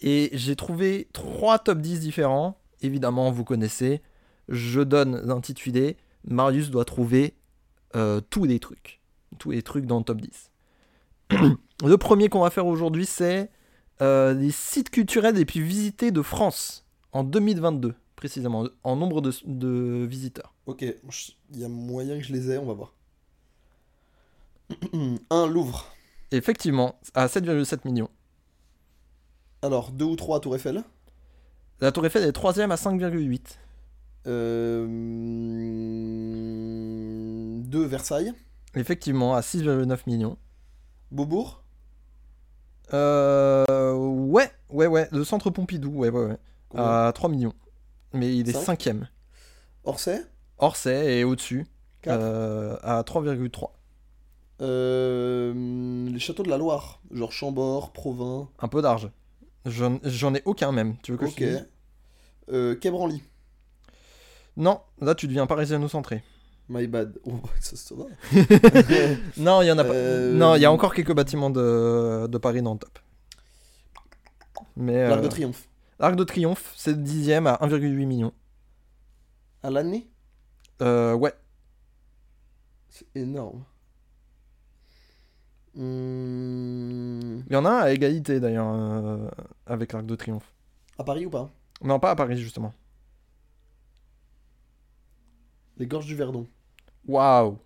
Et j'ai trouvé trois top 10 différents. Évidemment, vous connaissez. Je donne l'intitulé. Marius doit trouver euh, tous les trucs. Tous les trucs dans le top 10. le premier qu'on va faire aujourd'hui, c'est euh, les sites culturels les plus visités de France en 2022, précisément, en nombre de, de visiteurs. Ok, je- il y a moyen que je les ai, on va voir. 1 Louvre. Effectivement, à 7,7 millions. Alors, 2 ou 3 Tour Eiffel. La Tour Eiffel est troisième à 5,8. Euh, 2 Versailles. Effectivement, à 6,9 millions. Beaubourg. Euh, ouais, ouais, ouais. Le centre Pompidou, ouais, ouais, ouais. combien À 3 millions. Mais il est Cinq cinquième. Orsay. Orsay est au-dessus. Quatre. euh, à 3,3. Euh, les châteaux de la Loire, genre Chambord, Provins. Un peu d'argent. J'en j'en ai aucun même. Tu veux que je Ok. te dise Euh, Quai Branly. Non, là tu deviens parisiano-centré. My bad. Oh, ça, ça va. Non, il y en a pas. Euh, Non, il y a encore quelques bâtiments de, de Paris dans le top. Mais euh, L'Arc de Triomphe. l'Arc de Triomphe, c'est le dixième à 1,8 million. À l'année Euh, ouais. C'est énorme. Hmm, Il y en a un à égalité d'ailleurs euh, avec l'Arc de Triomphe. À Paris ou pas Non, pas à Paris justement. Les Gorges du Verdon. Waouh.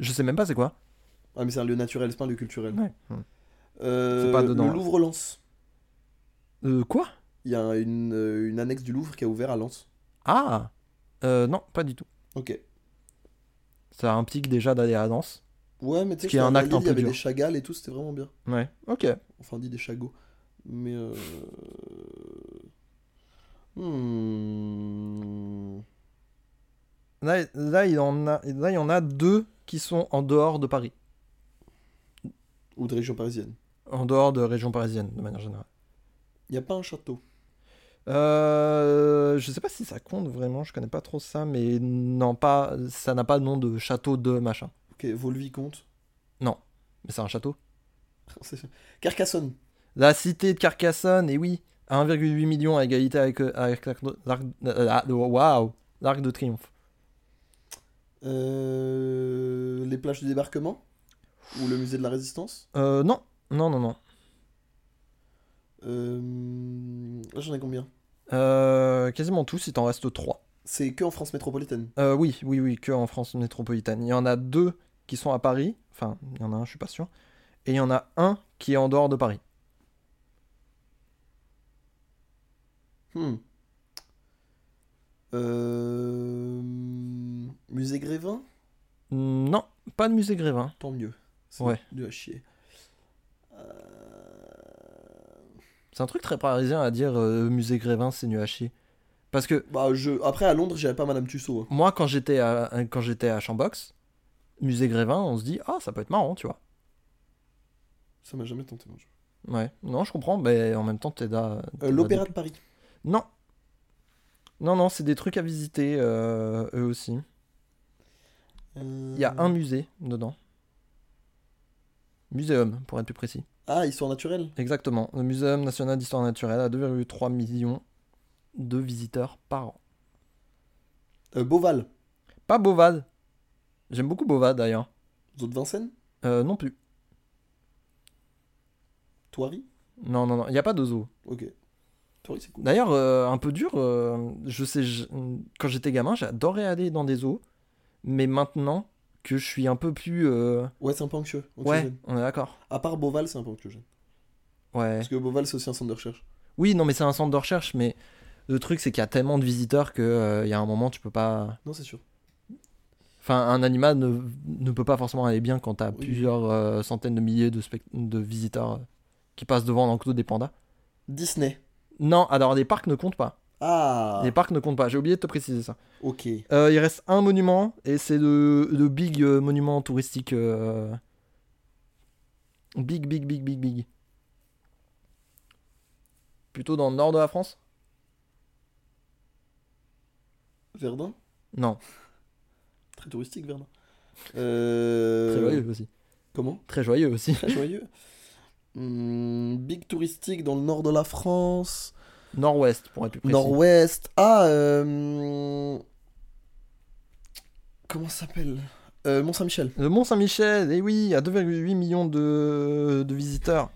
Je sais même pas c'est quoi. Ah, mais c'est un lieu naturel, c'est pas un lieu culturel. Ouais. Euh, C'est pas dedans, Le là. Louvre-Lens. Euh, quoi Il y a une, euh, une annexe du Louvre qui a ouvert à Lens. Ah. Euh, non, pas du tout. Ok. Ça implique déjà d'aller à Danse. Ouais, mais tu sais, Ce qui est j'étais un allé, acte un il y peu avait dur. des Chagall et tout, c'était vraiment bien. Ouais. Ok. Enfin, dit des Chagots. Mais. Euh... hmm. Là, là, il en a, là, il y en a deux qui sont en dehors de Paris. Ou de région parisienne. En dehors de région parisienne, de manière générale. Il n'y a pas un château. Euh, je sais pas si ça compte vraiment, je connais pas trop ça, mais non, pas, ça n'a pas de nom de château de machin. Ok, Vaux-le-Vicomte. Mais c'est un château. C'est- Carcassonne. La cité de Carcassonne, et oui, à 1,8 million à égalité avec, euh, avec l'arc de- l'arc de- euh, ah, waouh, l'arc de triomphe. Euh, Les plages du débarquement. Ou le musée de la résistance. Euh, non, non, non, non. Euh, là, J'en ai combien Euh, quasiment tous, il t'en reste trois. C'est que en France métropolitaine. Euh, oui, oui, oui, que en France métropolitaine. Il y en a deux qui sont à Paris, enfin, il y en a un, je suis pas sûr, et il y en a un qui est en dehors de Paris. Hmm. Euh, Musée Grévin Non, pas de musée Grévin. Tant mieux. C'est Ouais. de à chier. Euh, C'est un truc très parisien à dire euh, musée Grévin, c'est nu à chier. Parce que Bah, je... Après, à Londres, j'avais pas Madame Tussaud. hein. moi, quand j'étais à, quand j'étais à Chambox, musée Grévin, on se dit, ah, ça peut être marrant, tu vois. Ça m'a jamais tenté. moi, je- Ouais, non, je comprends, mais en même temps, t'es là. t'es Euh, là L'Opéra de Paris. des- Non. Non, non, c'est des trucs à visiter, euh, eux aussi. Euh, Il y a un musée dedans. Muséum, pour être plus précis. Ah, ils sont naturels. Exactement, le Muséum national d'histoire naturelle a 2,3 millions de visiteurs par an. Euh, Beauval. Pas Bovade. J'aime beaucoup Bovade d'ailleurs. Vous autres Vincennes Euh, non plus. Thoiry Non, non, non, il n'y a pas de zoo. Ok. Thoiry, c'est cool. D'ailleurs, euh, un peu dur, euh, je sais, je- quand j'étais gamin, j'adorais aller dans des zoos, mais maintenant que je suis un peu plus... euh, Ouais, c'est un peu anxieux. Ouais, anxiogène. on est d'accord. À part Beauval, c'est un peu anxiogène. Ouais. Parce que Beauval, c'est aussi un centre de recherche. Oui, non, mais c'est un centre de recherche, mais le truc, c'est qu'il y a tellement de visiteurs qu'il y a un moment, tu peux pas... Non, c'est sûr. Enfin, un animal ne, ne peut pas forcément aller bien quand t'as Oui. plusieurs euh, centaines de milliers de, spect- de visiteurs euh, qui passent devant l'enclos des pandas. Disney. Non, alors les parcs ne comptent pas. Ah, Les parcs ne comptent pas, j'ai oublié de te préciser ça. ok. Euh, il reste un monument et c'est le, le big euh, monument touristique. euh, Big, big, big, big, big. Plutôt dans le nord de la France Verdun Non, Très touristique, Verdun. Euh, très joyeux aussi. Comment Très joyeux aussi. Très joyeux. Hmm, big touristique dans le nord de la France. Nord-ouest pour être plus précis. Nord-ouest. Ah, euh... Comment ça s'appelle Euh, Mont-Saint-Michel. Le Mont-Saint-Michel, et oui, à 2,8 millions de, de visiteurs.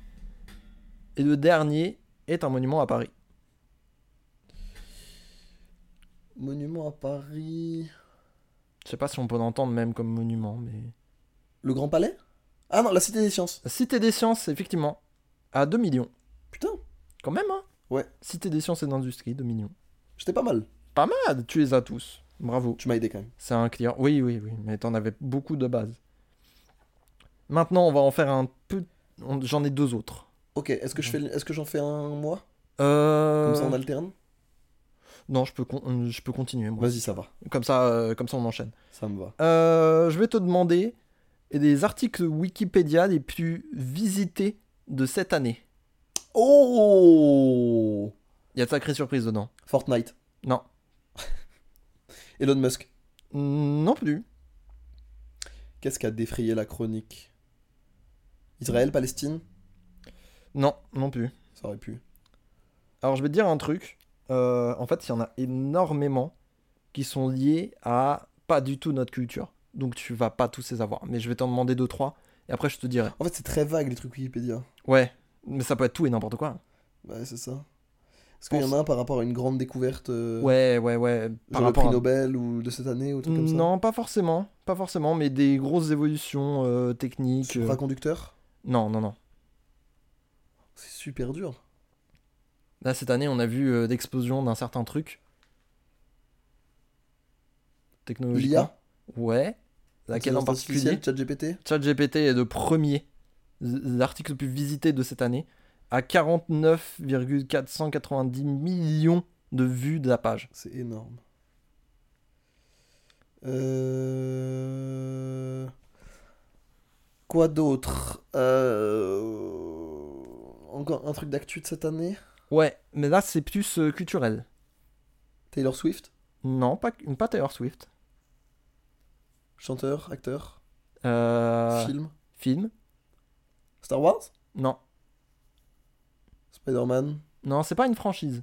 Et le dernier est un monument à Paris. Monument à Paris. Je sais pas si on peut l'entendre même comme monument, mais. Le Grand Palais Ah non, la Cité des Sciences. Cité des sciences, effectivement, à 2 millions. Putain, Quand même, hein Ouais. Cité des sciences et de l'industrie, 2 millions. j'étais pas mal. Pas mal, tu les as tous. Bravo. Tu m'as aidé quand même. C'est un client. Oui, oui, oui, mais t'en avais beaucoup de base. Maintenant, on va en faire un peu. on- J'en ai deux autres. Ok, est-ce que je fais, est-ce que j'en fais un mois Euh... Comme ça on alterne. Non, je peux, con- je peux continuer. Moi. Vas-y, ça va, Comme, ça, euh, comme ça, on enchaîne. ça me va. Euh, je vais te demander des articles Wikipédia les plus visités de cette année. Oh Il y a de sacrées surprises dedans. Fortnite. Non. Elon Musk. Non plus. Qu'est-ce qui a défrayé la chronique Israël, Palestine Non, non plus. Ça aurait pu. Alors je vais te dire un truc. Euh, en fait, il y en a énormément qui sont liés à pas du tout notre culture. Donc tu vas pas tous les avoir. Mais je vais t'en demander deux, trois. Et après, je te dirai. En fait, c'est très vague les trucs Wikipédia. Ouais, mais ça peut être tout et n'importe quoi. Ouais, c'est ça. Est-ce qu'il y en a un par rapport à une grande découverte euh, Ouais, ouais, ouais. Par genre le prix rapport à- Nobel ou de cette année ou truc comme ça Non, pas forcément. Pas forcément, mais des grosses évolutions euh, techniques. euh, Supraconducteur Non, non, non. C'est super dur. Là, cette année, on a vu euh, d'explosion d'un certain truc. Technologie. L'IA Ouais. Laquelle en Intelligence artificielle, particulier ChatGPT ChatGPT est de premier. l- L'article le plus visité de cette année. À 49,490 millions de vues de la page. C'est énorme. Euh, Quoi d'autre Euh, Encore un truc d'actu de cette année Ouais, mais là, c'est plus euh, culturel. Taylor Swift, Non, pas, pas Taylor Swift. chanteur, acteur, Euh, film, film Star Wars, Non. Spider-Man, Non, c'est pas une franchise.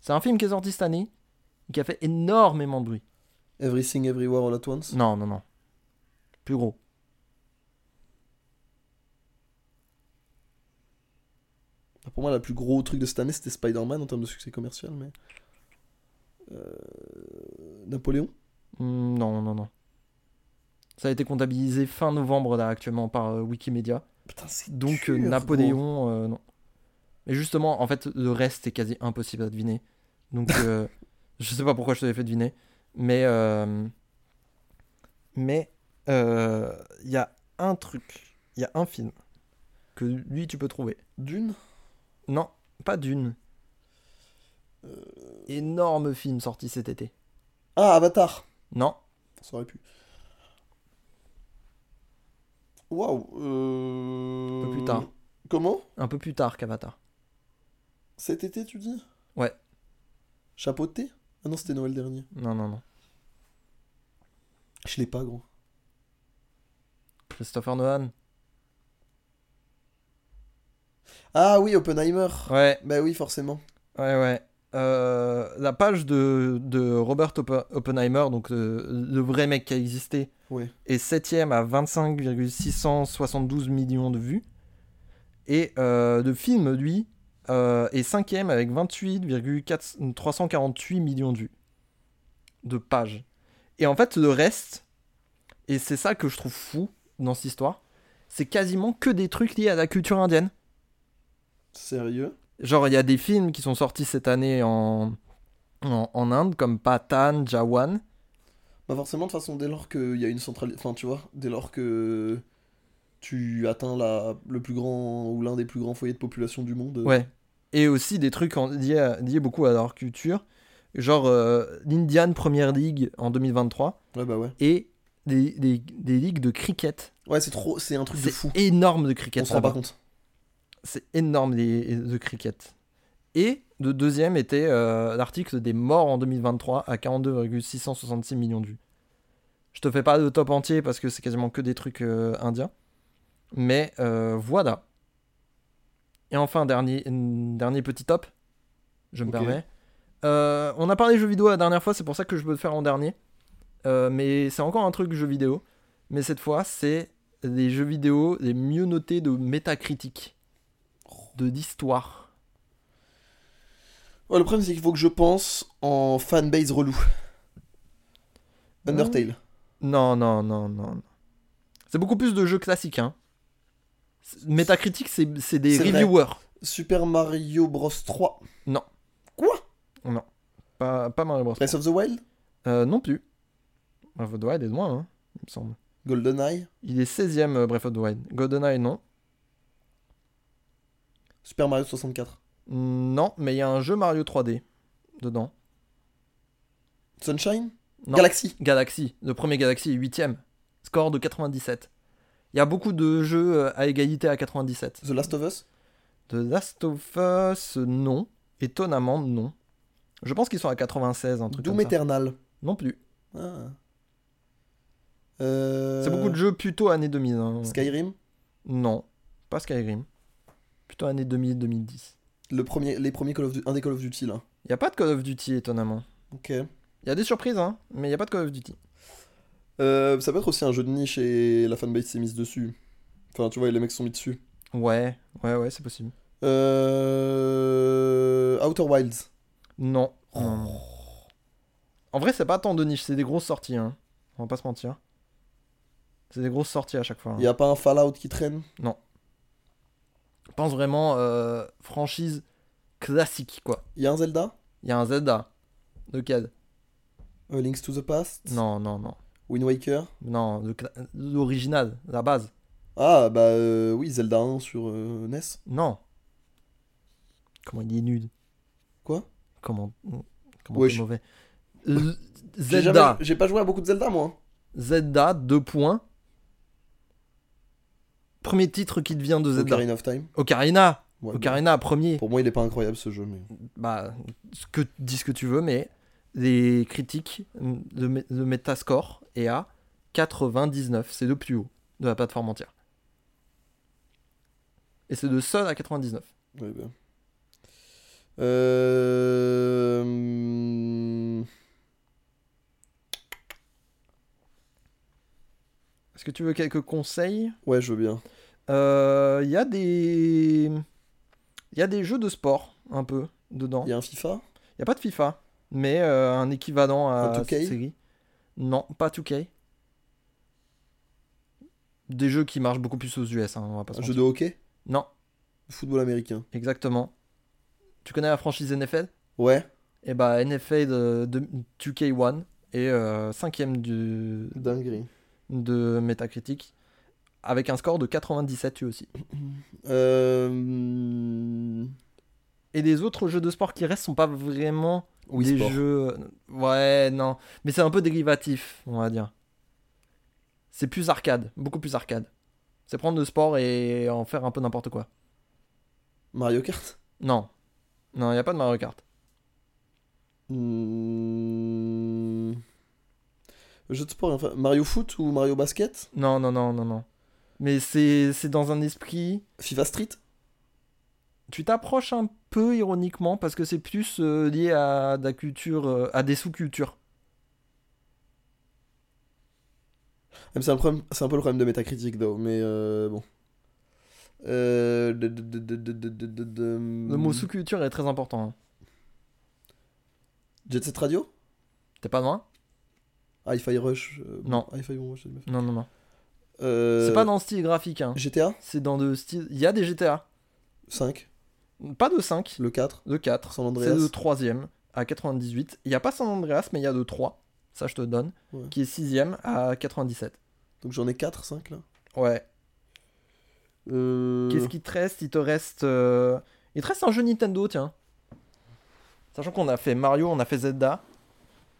C'est un film qui est sorti cette année et qui a fait énormément de bruit. Everything Everywhere All At Once. Non, non, non. Plus gros. Pour moi, le plus gros truc de cette année, c'était Spider-Man en termes de succès commercial, mais. Euh, Napoléon Hmm, Non, non, non. Ça a été comptabilisé fin novembre, là, actuellement, par euh, Wikimedia. Putain, c'est Donc, dur, euh, gros. Napoléon, euh, non. Mais justement, en fait, le reste est quasi impossible à deviner. Donc, euh, je sais pas pourquoi je te l'ai fait deviner. Mais. euh, mais. euh, Il y a un truc. Il y a un film. Que lui, tu peux trouver. Dune Non, pas d'une. Énorme film sorti cet été. Ah, Avatar Non, Ça aurait pu. Waouh. Euh... Un peu plus tard. Comment un peu plus tard qu'Avatar. Cet été, tu dis Ouais. Chapeau de thé Ah non, c'était Noël dernier. Non, non, non. Je l'ai pas, gros. Christopher Nolan. Ah oui, Oppenheimer. Ouais, Bah oui, forcément. ouais, ouais. Euh, la page de, de Robert Oppe- Oppenheimer, donc euh, le vrai mec qui a existé, Ouais. est septième à 25,672 millions de vues. Et euh, le film, lui, euh, est cinquième avec 28,348 millions de vues. De pages. Et en fait, le reste, et c'est ça que je trouve fou dans cette histoire, c'est quasiment que des trucs liés à la culture indienne. Sérieux Genre, il y a des films qui sont sortis cette année en, en, en Inde, comme Patan, Jawan. Bah forcément, de toute façon, dès lors qu'il y a une centrale... Enfin, tu vois, dès lors que tu atteins la... le plus grand ou l'un des plus grands foyers de population du monde... euh, Ouais. Et aussi des trucs en- liés, à- liés beaucoup à leur culture. Genre euh, l'Indian Premier League en 2023 Ouais, bah ouais. et des, des- des ligues de cricket. Ouais, c'est trop... C'est un truc de C'est fou. énorme de On cricket. se rend pas là-bas. compte. C'est énorme les, de cricket. Et le deuxième était euh, l'article des morts en 2023 à 42,666 millions de vues. Je te fais pas le top entier parce que c'est quasiment que des trucs euh, indiens. Mais euh, voilà. Et enfin, dernier, un dernier petit top. Je me Ok. permets. Euh, on a parlé jeux vidéo la dernière fois, c'est pour ça que je veux le faire en dernier. Euh, mais c'est encore un truc jeux vidéo. Mais cette fois, c'est les jeux vidéo les mieux notés de métacritique. De l'histoire. Ouais, le problème, c'est qu'il faut que je pense en fanbase relou. Undertale. Non, non, non, non. non. C'est beaucoup plus de jeux classiques. Hein. C'est- Metacritic, c'est c'est des C'est vrai. reviewers. Super Mario Bros 3. Non. Quoi Pas, pas Mario Bros. Breath of the Wild Euh, non plus. Breath of the Wild est loin, hein, il me semble. GoldenEye Il est 16ème, euh, Breath of the Wild. GoldenEye, non. Super Mario 64 Mm, Non, mais il y a un jeu Mario 3D dedans. Sunshine Non. Galaxy Galaxy, le premier Galaxy est 8ème. Score de 97. Il y a beaucoup de jeux euh, à égalité à 97. The Last of Us The Last of Us, non. Étonnamment, non. Je pense qu'ils sont à 96, un truc Doom comme ça. Eternal Non plus. Ah. Euh, C'est beaucoup de jeux plutôt années 2000. hein. Skyrim, Non, pas Skyrim. Plutôt années 2000-2010. le premier, les premiers Call of Duty, un des Call of Duty là. Il n'y a pas de Call of Duty, étonnamment. Ok. Il y a des surprises, hein, mais il n'y a pas de Call of Duty. Euh, ça peut être aussi un jeu de niche et la fanbase s'est mise dessus. Enfin, tu vois, et les mecs se sont mis dessus. Ouais, ouais, ouais, c'est possible. Euh, Outer Wilds. Non. non, non. En vrai, c'est pas tant de niche, c'est des grosses sorties. Hein. On va pas se mentir. C'est des grosses sorties à chaque fois. hein. Y a pas un Fallout qui traîne Je pense vraiment euh, franchise classique, quoi. Y a un Zelda Il y a un Zelda de CAD. Euh, Links to the Past Non, non, non. Wind Waker Non, le cla- l'original, la base. Ah, bah euh, oui, Zelda 1 sur euh, NES. Non. Comment il est nul. Quoi Comment. hmm, Comment Wesh. t'es mauvais. Euh, J'ai Zelda. jamais- J'ai pas joué à beaucoup de Zelda, moi. hein. Zelda, deux points. Premier titre qui te vient de Zelda. Ocarina of Time. Ocarina. Ouais, Ocarina, premier. Pour moi, il est pas incroyable ce jeu, mais. Bah, ce que, dis ce que tu veux, mais les critiques de, Mé- de Metascore est à 99. C'est le plus haut de la plateforme entière. Et c'est le seul à 99. Ouais, bah. Euh, hum, Est-ce que tu veux quelques conseils Ouais, je veux bien. Euh, Il y a des. Il y a des jeux de sport, un peu, dedans. Y a un FIFA Il n'y a pas de FIFA, mais euh, un équivalent à Un 2K? cette série. Non, pas 2K. Des jeux qui marchent beaucoup plus aux US, hein, on va pas se Un jeu mentir. de hockey Non, Football américain. exactement. Tu connais la franchise NFL Ouais, Eh bah NFL de, de- 2K1 est euh, cinquième du, dinguerie. de Metacritic, avec un score de 97 lui aussi. Euh... Et les autres jeux de sport qui restent sont pas vraiment Oui, des sport. jeux. Ouais, non. Mais c'est un peu dérivatif, on va dire. C'est plus arcade, beaucoup plus arcade. C'est prendre le sport et en faire un peu n'importe quoi. Mario Kart Non. Non, il a pas de Mario Kart. Hmm. Jeu de sport, enfin, Mario Foot ou Mario Basket Non, non, non, non, non. Mais c'est c'est dans un esprit. FIFA Street Eh, Tu t'approches un peu ironiquement parce que c'est plus euh, lié à de la culture, euh, à des sous-cultures. Ah, mais C'est un, problème- c'est un peu le problème de Metacritic, though, mais euh, bon. Euh, de- de- de- de- de- de- de- de- Le Hmm. mot sous-culture est très important. hein. Jet Set Radio T'es pas loin Hi-Fi Rush euh, Non. Hi-Fi Rush, je sais pas. Non, non, non. Euh, C'est pas dans le style graphique. hein. GTA C'est dans le style. Il y a des GTA. 5, Pas de 5, le 4, de 4. San Andreas. C'est le troisième à 98. Il n'y a pas San Andreas, mais il y a le 3. Ça, je te donne. Ouais. Qui est sixième à 97. Donc j'en ai 4, 5 là. Ouais. Euh, Qu'est-ce qui te reste Il te reste. euh, Il te reste un jeu Nintendo, tiens. Sachant qu'on a fait Mario, on a fait Zelda.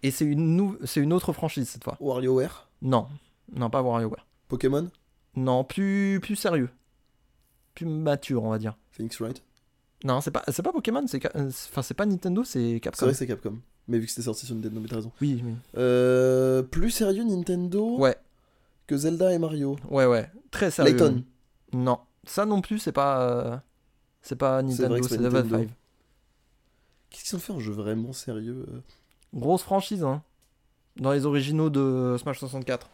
Et c'est une, nou- c'est une autre franchise cette fois. WarioWare Non. Non, pas WarioWare. Pokémon Non, plus, plus sérieux. Plus mature, on va dire. Phoenix Wright Non, c'est pas, c'est pas Pokémon, c'est, Ca- euh, c'est- enfin, c'est pas Nintendo, c'est C'est Capcom. vrai, c'est Capcom. Mais vu que c'était sorti sur Nintendo, mais t'as raison. oui, oui. Euh, plus sérieux Nintendo Ouais, que Zelda et Mario. ouais, ouais. Très sérieux. Layton. Non, ça non plus, c'est pas, euh, c'est pas vrai Nintendo, que c'est c'est pas Level Nintendo. 5. Qu'est-ce qu'ils ont fait un jeu vraiment sérieux euh Grosse franchise, hein, dans les originaux de Smash 64.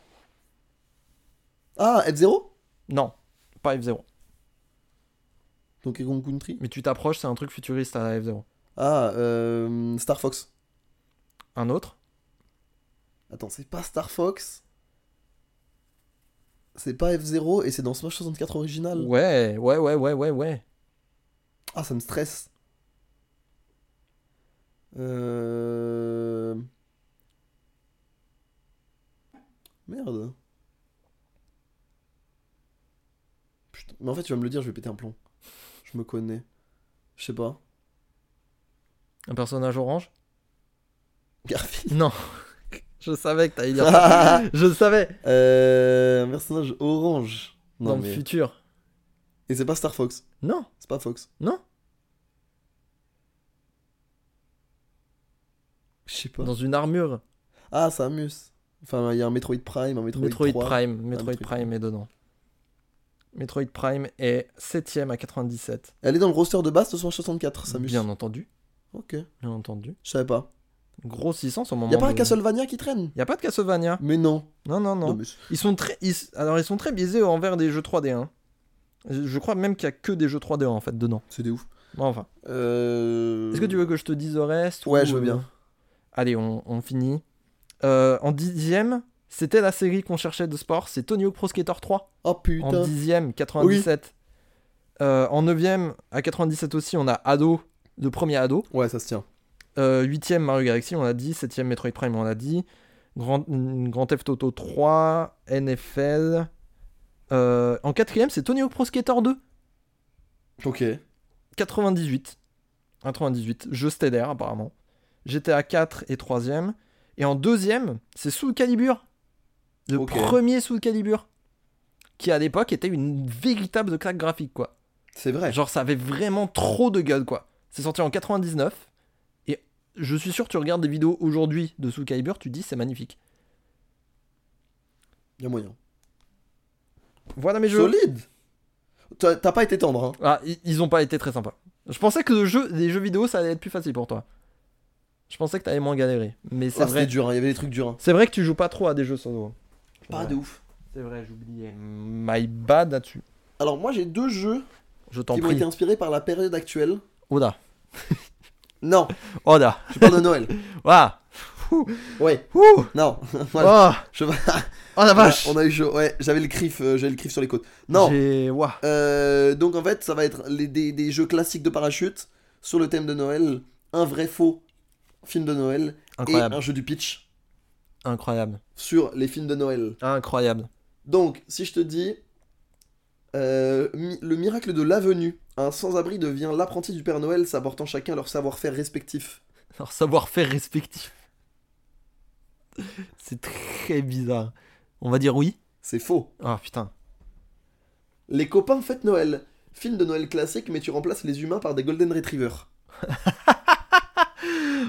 Ah, F-Zero Non, pas F0. Donkey Kong Country Mais tu t'approches, c'est un truc futuriste à F0. Ah, euh, Star Fox. Un autre Attends, c'est pas Star Fox C'est pas F-Zero et c'est dans Smash 64 original. Ouais, ouais, ouais, ouais, ouais, ouais. Ah, ça me stresse. Euh... Merde. Putain. Mais en fait, tu vas me le dire, je vais péter un plomb. Je me connais. Je sais pas. Un personnage orange Garfield. Non. Je savais que t'allais dire ça. Je savais. Euh, un personnage orange. Non, dans mais... le futur. Et c'est pas Star Fox. Non, C'est pas Fox. non. Je sais pas. Dans une armure. Ah, Samus. Enfin, il y a un Metroid Prime, un Metroid, Metroid 3. Prime, Metroid Metroid Prime est dedans. Metroid Prime est 7ème à 97. Elle est dans le roster de base de 64, Samus. Bien entendu, Ok, bien entendu. je savais pas. Grossissance au moment. Y a pas un de- Castlevania qui traîne Y a pas de Castlevania. Mais non. Non, non, non. Non, mais c'est- Ils sont très, ils- alors ils sont très biaisés envers des jeux 3D. hein. Je je crois même qu'il y a que des jeux 3D en fait dedans. c'est des ouf. Bon, Enfin, Euh... est-ce que tu veux que je te dise le reste Ouais, ou, je veux euh, bien. Allez, on, on finit. Euh, en dixième, c'était la série qu'on cherchait de sport, c'est Tony Hawk Pro Skater 3. Oh En putain. dixième, 97. Euh, en neuvième, à 97 aussi, on a Ado, le premier Ado. Ouais, ça se tient. Euh, Huitième, Mario Galaxy, on l'a dit. Septième, Metroid Prime, on l'a dit. Grand, Grand Theft Auto 3, NFL. Euh, en quatrième, c'est Tony Hawk Pro Skater 2. Ok. 98. 98, jeu stellaire apparemment. GTA 4 et 3ème. Et en deuxième, c'est Soul Calibur. Le Ok. premier Soul Calibur. Qui à l'époque était une véritable claque graphique quoi. C'est vrai. Genre ça avait vraiment trop de gueule quoi. C'est sorti en 99. Et je suis sûr que tu regardes des vidéos aujourd'hui de Soul Calibur, tu te dis c'est magnifique. Y a moyen. Voilà mes jeux. Solide T'as t'as pas été tendre, hein. Ah, i- ils ont pas été très sympas. Je pensais que le jeu, les jeux vidéo ça allait être plus facile pour toi. Je pensais que t'allais moins galérer. Mais c'est Ah, vrai. c'était dur, hein. y avait des trucs durs. hein. C'est vrai que tu joues pas trop à des jeux solo. Pas de ouf. C'est vrai, j'oubliais. My bad là-dessus. Alors, moi, j'ai deux jeux Je t'en qui m'ont été prie. inspirés par la période actuelle. Oda. Non, Oda. je parle de Noël. Ouah. Ouais, Ouh. non. Voilà. Je- Oh la vache. On a eu chaud. Ouais, j'avais le crif, euh, j'avais le crif sur les côtes. Non. J'ai- ouah. Euh, donc en fait, ça va être les- des, des jeux classiques de parachute sur le thème de Noël, un vrai faux film de Noël Incroyable. et un jeu du pitch Incroyable. sur les films de Noël. Incroyable. Donc, si je te dis euh, mi- le miracle de l'avenue, un sans-abri devient l'apprenti du Père Noël, s'apportant chacun leur savoir-faire respectif. Leur savoir-faire respectif. C'est très bizarre. On va dire oui. C'est faux. Ah putain. Les copains fêtent Noël. Film de Noël classique, mais tu remplaces les humains par des Golden Retrievers.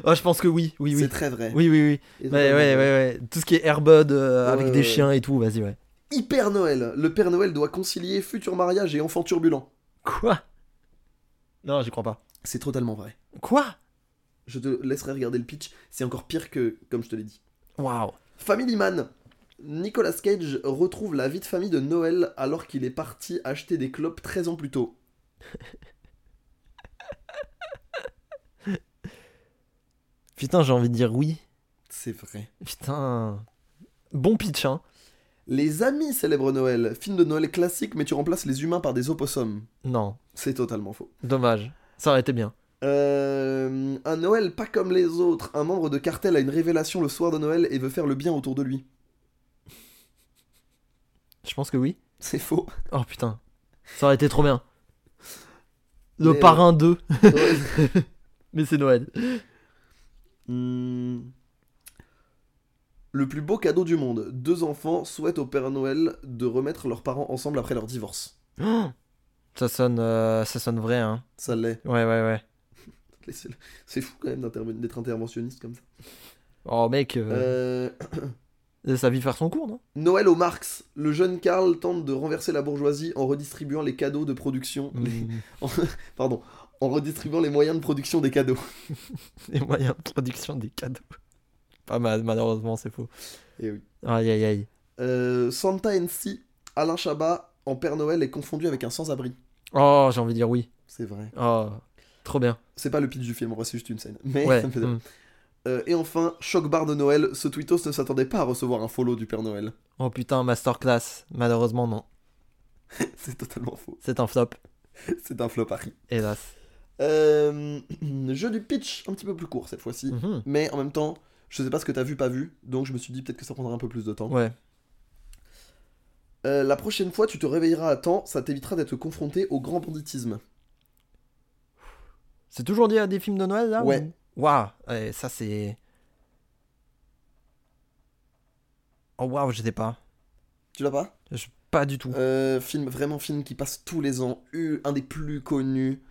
Ah, je pense que oui. Oui, oui. C'est très vrai. Oui, oui, oui. Et donc, Ouais, ouais, ouais, ouais. Tout ce qui est Airbud euh, Ouais, avec ouais, des ouais. chiens et tout, vas-y, ouais. Hyper Noël. Le Père Noël doit concilier futur mariage et enfants turbulents. Quoi Non, j'y crois pas. C'est totalement vrai. Quoi Je te laisserai regarder le pitch. C'est encore pire que comme je te l'ai dit. Waouh. Family Man. Nicolas Cage retrouve la vie de famille de Noël alors qu'il est parti acheter des clopes 13 ans plus tôt. Putain, j'ai envie de dire oui. C'est vrai. Putain. Bon pitch, hein. Les amis célèbrent Noël. Film de Noël classique, mais tu remplaces les humains par des opossums. Non, C'est totalement faux. dommage. Ça aurait été bien. Euh, un Noël pas comme les autres. Un membre de cartel a une révélation le soir de Noël et veut faire le bien autour de lui. Je pense que oui. C'est faux. Oh putain. Ça aurait été trop bien. Le Mais, parrain 2. Noël- Mais c'est Noël. Hmm. Le plus beau cadeau du monde. Deux enfants souhaitent au Père Noël de remettre leurs parents ensemble après leur divorce. Oh. Ça sonne, euh, ça sonne vrai, hein. Ça l'est. Ouais, ouais, ouais. Laissez-le. C'est fou quand même d'interven- d'être interventionniste comme ça. Oh mec, euh, Euh, laisse sa vie faire son cours, non Noël au Marx. Le jeune Karl tente de renverser la bourgeoisie en redistribuant les cadeaux de production. les- Mm. Pardon. En redistribuant les moyens de production des cadeaux. Les moyens de production des cadeaux. Pas mal, malheureusement, c'est faux. Eh oui. Aïe, aïe, aïe. Euh, Santa NC. Alain Chabat en Père Noël est confondu avec un sans-abri. Oh, j'ai envie de dire oui. C'est vrai. Oh, trop bien. C'est pas le pitch du film, en vrai, c'est juste une scène. Mais Ouais. Eh, ça me fait- mm. Euh, et enfin, choc barre de Noël, ce tweetos ne s'attendait pas à recevoir un follow du Père Noël. Oh putain, masterclass. Malheureusement, non. C'est totalement faux. C'est un flop. C'est un flop Harry. Hélas. Euh, jeu du pitch, un petit peu plus court cette fois-ci. Mhm. Mais en même temps, je sais pas ce que t'as vu, pas vu. Donc je me suis dit peut-être que ça prendra un peu plus de temps. Ouais. Euh, la prochaine fois, tu te réveilleras à temps, ça t'évitera d'être confronté au grand banditisme. C'est toujours lié à des films de Noël là Ouais. ou- Waouh, ouais, ça c'est. Oh waouh, je sais pas. Tu l'as pas Je- Pas du tout. Euh, Film, vraiment film qui passe tous les ans. eu- Un des plus connus.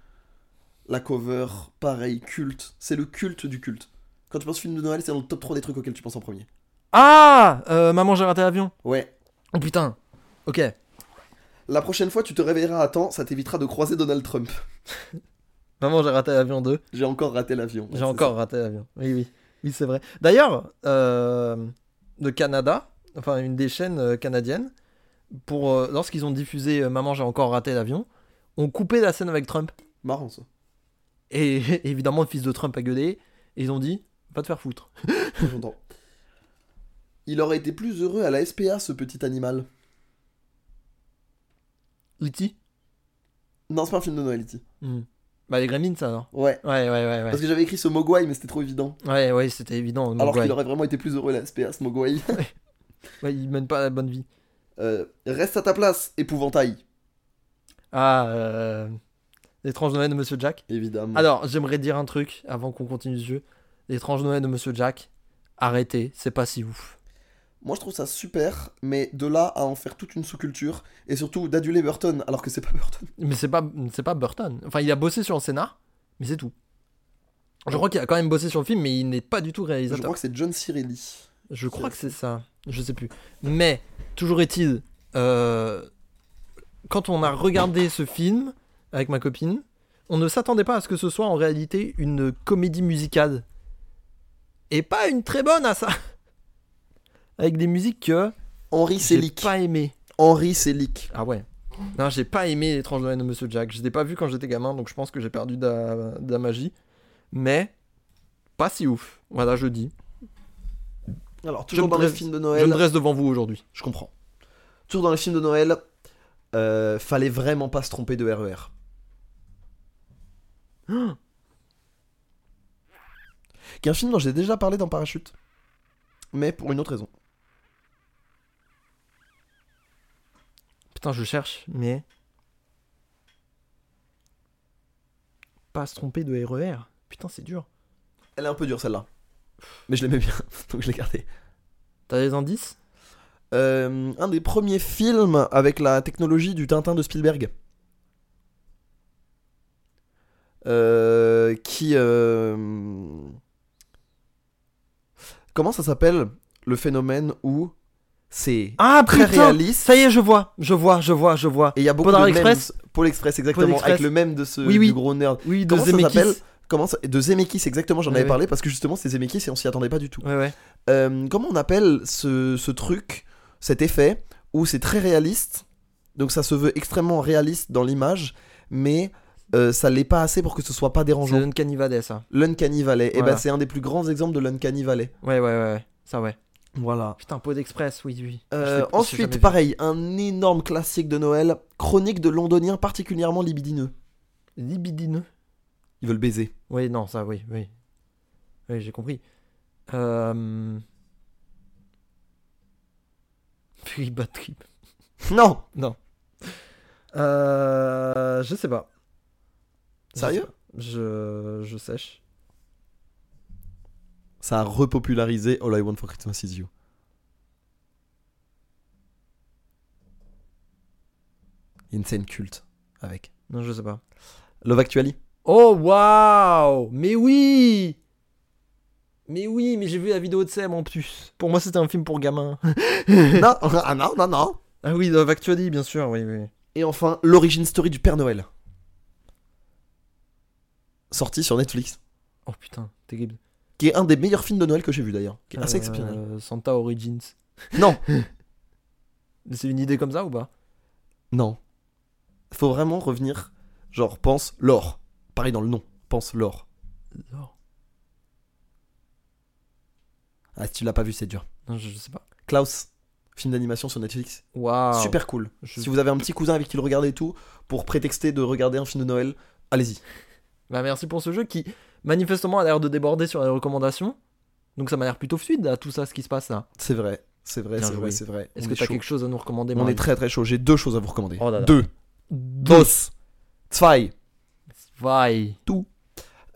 La cover, pareil, culte. C'est le culte du culte. Quand tu penses film de Noël, c'est dans le top 3 des trucs auxquels tu penses en premier. Ah euh, Maman, j'ai raté l'avion. Ouais. Oh putain. Ok. La prochaine fois, tu te réveilleras à temps, ça t'évitera de croiser Donald Trump. Maman, j'ai raté l'avion 2. J'ai encore raté l'avion. Ouais, J'ai c'est encore raté l'avion. Oui, oui. Oui, c'est vrai. D'ailleurs, euh, le Canada, enfin une des chaînes euh, canadiennes, pour, euh, lorsqu'ils ont diffusé euh, Maman, j'ai encore raté l'avion, ont coupé la scène avec Trump. ça. Marrant ça. Et évidemment, le fils de Trump a gueulé. Et ils ont dit, va te faire foutre. J'entends. Il aurait été plus heureux à la SPA, ce petit animal. Outil Non, c'est pas un film de Noël, E.T. Bah, les Gremlins, ça, alors. Ouais. Ouais, ouais, ouais, Parce ouais. que j'avais écrit ce Mogwai, mais c'était trop évident. Ouais, ouais, c'était évident. Alors Mogwai. qu'il aurait vraiment été plus heureux à la SPA, ce Mogwai. Ouais, il mène pas la bonne vie. Euh, reste à ta place, épouvantail. Ah, euh... L'étrange Noël de Monsieur Jack. Évidemment. Alors, j'aimerais dire un truc avant qu'on continue ce jeu. L'étrange Noël de Monsieur Jack, arrêtez, c'est pas si ouf. Moi, je trouve ça super, mais de là à en faire toute une sous-culture, et surtout d'aduler Burton, alors que c'est pas Burton. Mais c'est pas, c'est pas Burton. Enfin, il a bossé sur le scénar, mais c'est tout. Je crois qu'il a quand même bossé sur le film, mais il n'est pas du tout Je réalisateur. crois que c'est John Cirelli. Je crois que c'est ça. Je sais plus. Mais, toujours est-il, euh, quand on a regardé ce film avec ma copine, on ne s'attendait pas à ce que ce soit en réalité une comédie musicale. Et pas une très bonne à ça. Avec des musiques que Henri j'ai Selick. pas aimé. Henri Selick. Ah ouais. Non, j'ai pas aimé l'étrange Noël de Monsieur Jack. Je l'ai pas vu quand j'étais gamin, donc je pense que j'ai perdu de la, de la magie. Mais, pas si ouf. Voilà, je dis. Alors, toujours me dans les dresse- films de Je Noël. me dresse devant vous aujourd'hui. Je comprends. Toujours dans les films de Noël, euh, fallait vraiment pas se tromper de E RER. Qui est un film dont j'ai déjà parlé dans Parachute. Mais pour une autre raison. Putain, je cherche, mais. Pas se tromper de RER. Putain, c'est dur. Elle est un peu dure celle-là. Mais je l'aimais bien, donc je l'ai gardée. T'as des indices Euh, un des premiers films avec la technologie du Tintin de Spielberg. Euh, qui. euh, Comment ça s'appelle le phénomène où c'est Ah, très putain réaliste Ça y est, je vois, je vois, je vois, je vois. et il y a beaucoup Polar de Express memes. Pôle Express, exactement, Express. avec le même de ce Oui, oui. du gros nerd. Oui, de Comment ça Zemeckis. s'appelle Comment ça- De Zemeckis, exactement, j'en Ouais, avais ouais. parlé parce que justement c'est Zemeckis et on s'y attendait pas du tout. Ouais, ouais. Euh, comment on appelle ce, ce truc, cet effet, où c'est très réaliste, donc ça se veut extrêmement réaliste dans l'image, mais euh, ça l'est pas assez pour que ce soit pas C'est dérangeant. Uncanny Valley, ça. L'Uncanny Valley, et Voilà. ben c'est un des plus grands exemples de l'Uncanny Valley. Ouais, ouais, ouais, ouais. Ça, ouais. Voilà. Putain, Pod Express, oui, oui. Je l'ai- je l'ai jamais Euh, ensuite, vu. pareil, un énorme classique de Noël, chronique de londoniens particulièrement libidineux. Libidineux. Ils veulent baiser. Oui, non, ça, oui, oui. Oui, j'ai compris. Euh. Fury Bad Trip. Non Euh, je sais pas. Je Sérieux sais pas. je, je sèche. Ça a repopularisé All I Want for Christmas Is You. Il y a une scène culte avec. Non, je sais pas. Love Actually. Oh waouh Mais oui Mais oui, mais j'ai vu la vidéo de Sam en plus. Pour moi, c'était un film pour gamins. non, ah non, non, non. ah oui, Love Actually, bien sûr, oui, oui. Et enfin, l'origine story du Père Noël. Sorti sur Netflix. Oh putain, terrible. Qui est un des meilleurs films de Noël que j'ai vu d'ailleurs. Qui est assez Euh, exceptionnel. Santa Origins. Non, C'est une idée comme ça ou pas non. Faut vraiment revenir. Genre, pense l'or. Pareil dans le nom. Pense l'or. Non. Ah, si tu l'as pas vu, c'est dur. Non, je, je sais pas. Klaus, film d'animation sur Netflix. Waouh Super cool. Je- Si vous avez un petit cousin avec qui le regardez et tout, pour prétexter de regarder un film de Noël, allez-y. Bah merci pour ce jeu qui manifestement a l'air de déborder sur les recommandations. Donc ça m'a l'air plutôt fluide à tout ça ce qui se passe là. C'est vrai, c'est vrai, Bien c'est vrai, joué. c'est vrai. Est-ce On que est t'as chaud. quelque chose à nous recommander On est Marie très très chaud. J'ai deux choses à vous recommander. Oh là là. Deux. Deux. Dos. Zwei. Vai.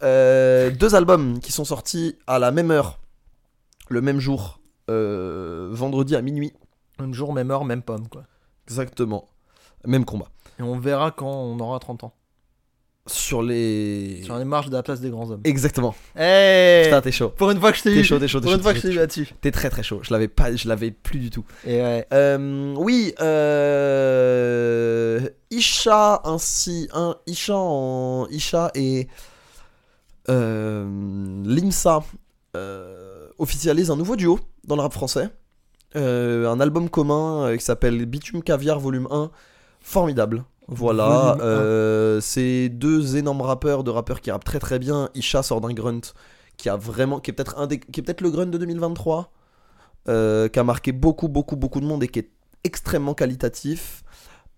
Euh, deux albums qui sont sortis à la même heure, le même jour, euh, vendredi à minuit. Même jour, même heure, même pomme quoi. Exactement. Même combat. Et on verra quand on aura 30 ans. sur les. Sur les marches de la place des grands hommes. Exactement. Hey Putain, t'es chaud. Pour une fois que je t'ai T'es eu. chaud, t'es chaud, t'es Pour chaud. une fois que t'es je t'ai eu chaud. là-dessus. T'es très très chaud. Je l'avais pas, je l'avais plus du tout. Et ouais. Euh, oui, euh, Isha ainsi, un Isha en Isha et euh, Limsa euh, officialisent un nouveau duo dans le rap français, Euh, un album commun euh, qui s'appelle Bitume Caviar Volume 1, formidable. Voilà, Volume un. euh, c'est deux énormes rappeurs, deux rappeurs qui rappent très très bien. Isha sort d'un grunt qui a vraiment, qui est peut-être un des- qui est peut-être le grunt de 2023 euh, qui a marqué beaucoup, beaucoup, beaucoup de monde et qui est extrêmement qualitatif.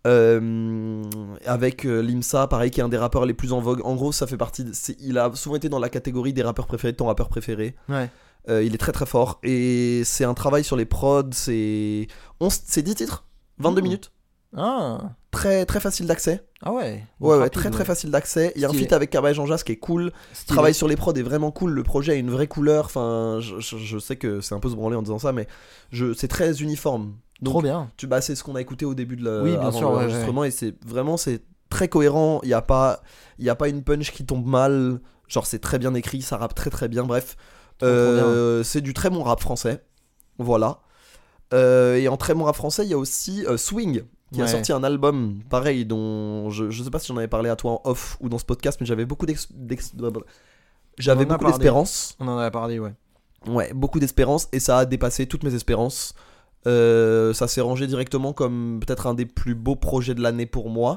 Euh, avec euh, Limsa, pareil, qui est un des rappeurs les plus en vogue. En gros, ça fait partie. de- c'est- il a souvent été dans la catégorie des rappeurs préférés de ton rappeur préféré. Ouais. Euh, il est très très fort et c'est un travail sur les prods. C'est 11 c'est 10 titres, 22 Mmh. minutes, Ah. très très facile d'accès. Ah ouais. Ouais, ouais, très très facile d'accès. Il y a un Stylé. feat avec Cabaye Jean-Jas qui est cool. Le travail sur les prods est vraiment cool, le projet a une vraie couleur, enfin je, je- je sais que c'est un peu se branler en disant ça, mais je, c'est très uniforme. Donc Trop bien. tu, bah, c'est ce qu'on a écouté au début de la- Oui, bien avant sûr, ouais, l'enregistrement et c'est vraiment c'est très cohérent, il n'y a, pas- il y a pas une punch qui tombe mal, genre c'est très bien écrit, ça rappe très très bien, bref. Trop, trop Euh, c'est du très bon rap français, voilà. Euh, et en très bon rap français, il y a aussi euh, Swing, qui a Ouais. sorti un album pareil dont je, je sais pas si j'en avais parlé à toi en off ou dans ce podcast mais j'avais beaucoup d'ex- d'ex- j'avais On en a beaucoup parlé. d'espérance On en a parlé, ouais. ouais beaucoup d'espérance et ça a dépassé toutes mes espérances Euh, ça s'est rangé directement comme peut-être un des plus beaux projets de l'année pour moi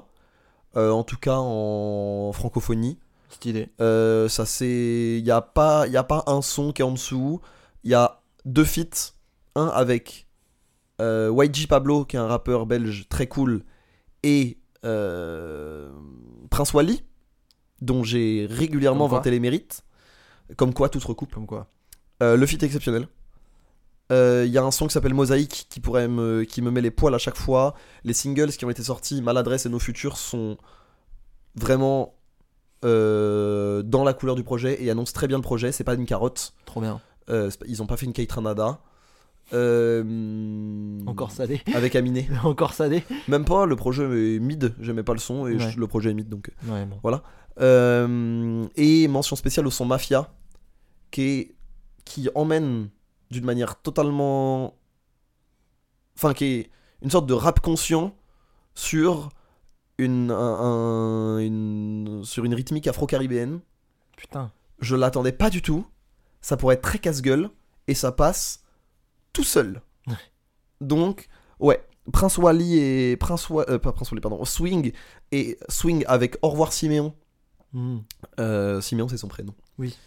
Euh, en tout cas en francophonie Stylé. euh, ça c'est. Il n'y a, pas- y a pas un son qui est en dessous. Il y a deux feats. Un avec euh, YG Pablo, qui est un rappeur belge très cool, et euh, Prince Wally, dont j'ai régulièrement Comme quoi. vanté les mérites. Comme quoi, tout se recoupe. Comme quoi. Euh, le feat est exceptionnel. Euh, Il y a un son qui s'appelle Mosaïque qui pourrait me, qui me met les poils à chaque fois. Les singles qui ont été sortis, Maladresse et Nos Futurs, sont vraiment euh, dans la couleur du projet et annoncent très bien le projet. C'est pas une carotte. Trop bien. Euh, c'est pas- ils ont pas fait une Kate Ranada. Euh, Encore salé. Avec Aminé. Encore salé. Même pas, le projet est mid. J'aimais pas le son et Ouais. je- le projet est mid donc. Ouais, bon. Euh, et mention spéciale au son Mafia, qui, est- qui emmène d'une manière totalement. Enfin, qui est une sorte de rap conscient sur une, un- un- une- sur une rythmique afro-caribéenne. Putain. Je l'attendais pas du tout. Ça pourrait être très casse-gueule. Et ça passe tout seul. Ouais. Donc, ouais. Prince Wally et. Prince Wa- euh, pas Prince Wally, pardon. Swing. Et Swing avec Au revoir Siméon. Hmm. Euh, Siméon, c'est son prénom. Oui.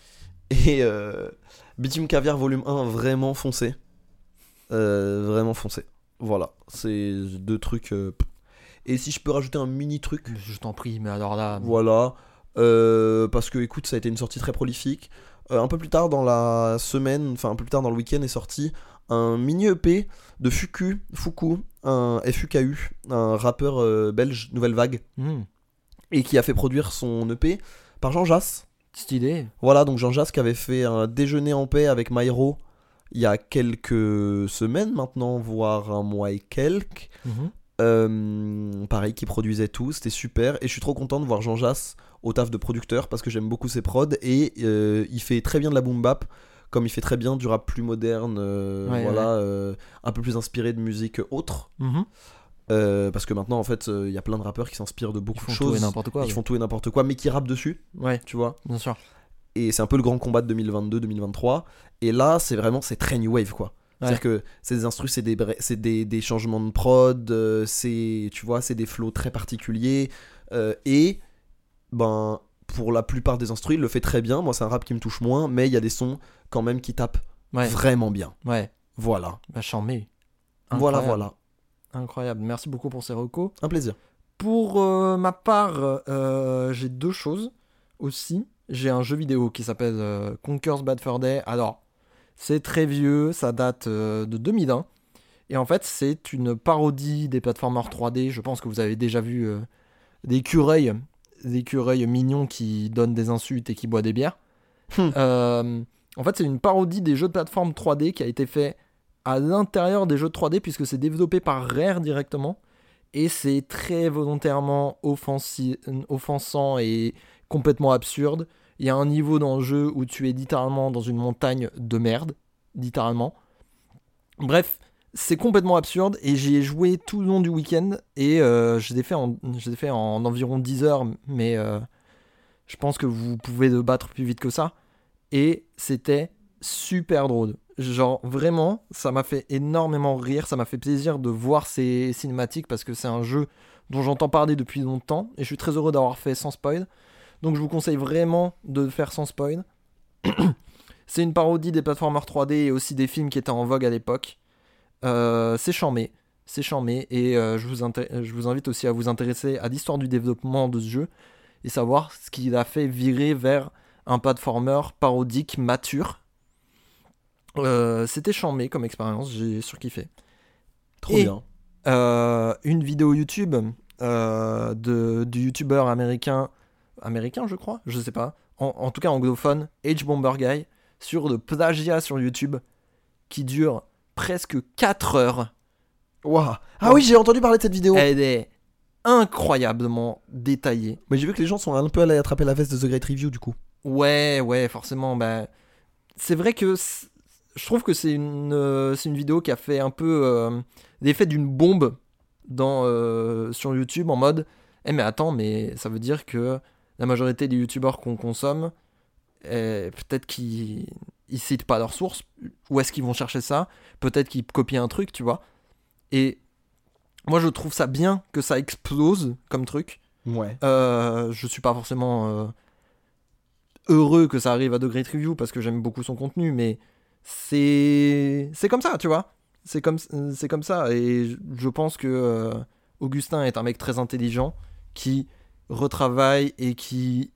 Et euh, Bitume Caviar volume 1, vraiment foncé. Euh, vraiment foncé. Voilà, c'est deux trucs. euh, pff. Et si je peux rajouter un mini truc, Je t'en prie, mais alors là. voilà. euh, parce que, écoute, ça a été une sortie très prolifique. Euh, un peu plus tard dans la semaine, enfin un peu plus tard dans le week-end, est sorti un mini EP de Fuku, Fuku, un FUKU, un rappeur euh, belge, Nouvelle Vague, Hmm. et qui a fait produire son EP par Jean Jass. Stylé. Voilà, donc Jean Jasque avait fait un déjeuner en paix avec Myro il y a quelques semaines maintenant, voire un mois et quelques. Mhm. Euh, pareil, qui produisait tout, c'était super. Et je suis trop content de voir Jean Jas au taf de producteur parce que j'aime beaucoup ses prods et euh, il fait très bien de la boom bap. Comme il fait très bien du rap plus moderne, euh, Ouais, voilà, euh, un peu plus inspiré de musique autre. Mhm. Euh, parce que maintenant, en fait, euh, il y a plein de rappeurs qui s'inspirent de beaucoup Ils font de tout et choses. n'importe quoi. ils ouais. font tout et n'importe quoi, mais qui rappent dessus, Ouais, tu vois. bien sûr. et c'est un peu le grand combat de 2022-2023 et là c'est vraiment c'est très new wave quoi c'est-à-dire que c'est des instrus c'est des bra- c'est des, des changements de prod euh, c'est tu vois c'est des flows très particuliers euh, et ben pour la plupart des instrus il le fait très bien moi c'est un rap qui me touche moins mais il y a des sons quand même qui tapent Ouais, vraiment bien ouais. voilà Bah, j'en mets. voilà Incroyable. voilà Incroyable. Merci beaucoup pour ces recos. un plaisir Pour euh, ma part, euh, j'ai deux choses aussi. J'ai un jeu vidéo qui s'appelle euh, Conker's Bad Fur Day. Alors, c'est très vieux, ça date euh, de 2001. Et en fait, c'est une parodie des plateformers 3D. Je pense que vous avez déjà vu euh, des écureuils, des écureuils mignons qui donnent des insultes et qui boivent des bières. Hmm. Euh, en fait, c'est une parodie des jeux de plateforme 3D qui a été fait à l'intérieur des jeux de 3D puisque c'est développé par Rare directement et c'est très volontairement offensi- offensant et complètement absurde. Il y a un niveau dans le jeu où tu es littéralement dans une montagne de merde, littéralement. Bref, c'est complètement absurde et j'y ai joué tout le long du week-end et euh, je l'ai fait, en- je l'ai fait en environ 10 heures, mais euh, je pense que vous pouvez le battre plus vite que ça. Et c'était super drôle. Genre vraiment, ça m'a fait énormément rire, ça m'a fait plaisir de voir ces cinématiques parce que c'est un jeu dont j'entends parler depuis longtemps et je suis très heureux d'avoir fait sans spoil. Donc je vous conseille vraiment de le faire sans spoil. C'est une parodie des plateformers 3D et aussi des films qui étaient en vogue à l'époque. Euh, c'est charmé, c'est charmé et euh, je, vous inté- je vous invite aussi à vous intéresser à l'histoire du développement de ce jeu et savoir ce qui l'a fait virer vers un platformer parodique mature. Euh, C'était charmé comme expérience, j'ai surkiffé. Trop Et- bien. Euh, une vidéo YouTube euh, de, du youtubeur américain, américain je crois, je sais pas, en, en tout cas anglophone, H Bomber Guy, sur le plagiat sur YouTube qui dure presque 4 heures. Waouh. Ah oui, j'ai entendu parler de cette vidéo. Elle est incroyablement détaillée. Mais j'ai vu que les gens sont un peu allés attraper la veste de The Great Review du coup. Ouais, ouais, forcément, bah, c'est vrai que c'est- je trouve que c'est une, euh, c'est une vidéo qui a fait un peu euh, l'effet d'une bombe dans, euh, sur YouTube en mode Eh, mais attends, mais ça veut dire que la majorité des youtubeurs qu'on consomme, eh, peut-être qu'ils ils citent pas leurs sources. Où est-ce qu'ils vont chercher ça Peut-être qu'ils copient un truc, tu vois. Et moi, je trouve ça bien que ça explose comme truc. Ouais. Euh, je suis pas forcément euh, heureux que ça arrive à The Great Review parce que j'aime beaucoup son contenu, mais c'est c'est comme ça, tu vois. C'est comme c'est comme ça et je- je pense que euh, Augustin est un mec très intelligent qui retravaille et qui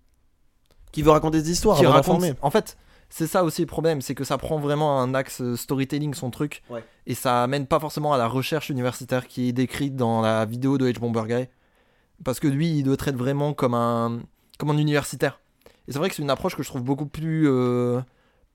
Qui veut raconter des histoires qui avant raconte. d'informer. En fait, c'est ça aussi le problème, c'est que ça prend vraiment un axe euh, storytelling son truc, Ouais. et ça amène pas forcément à la recherche universitaire qui est décrite dans la vidéo de H. Bomber Guy, parce que lui, il le traite vraiment comme un comme un universitaire. Et c'est vrai que c'est une approche que je trouve beaucoup plus euh,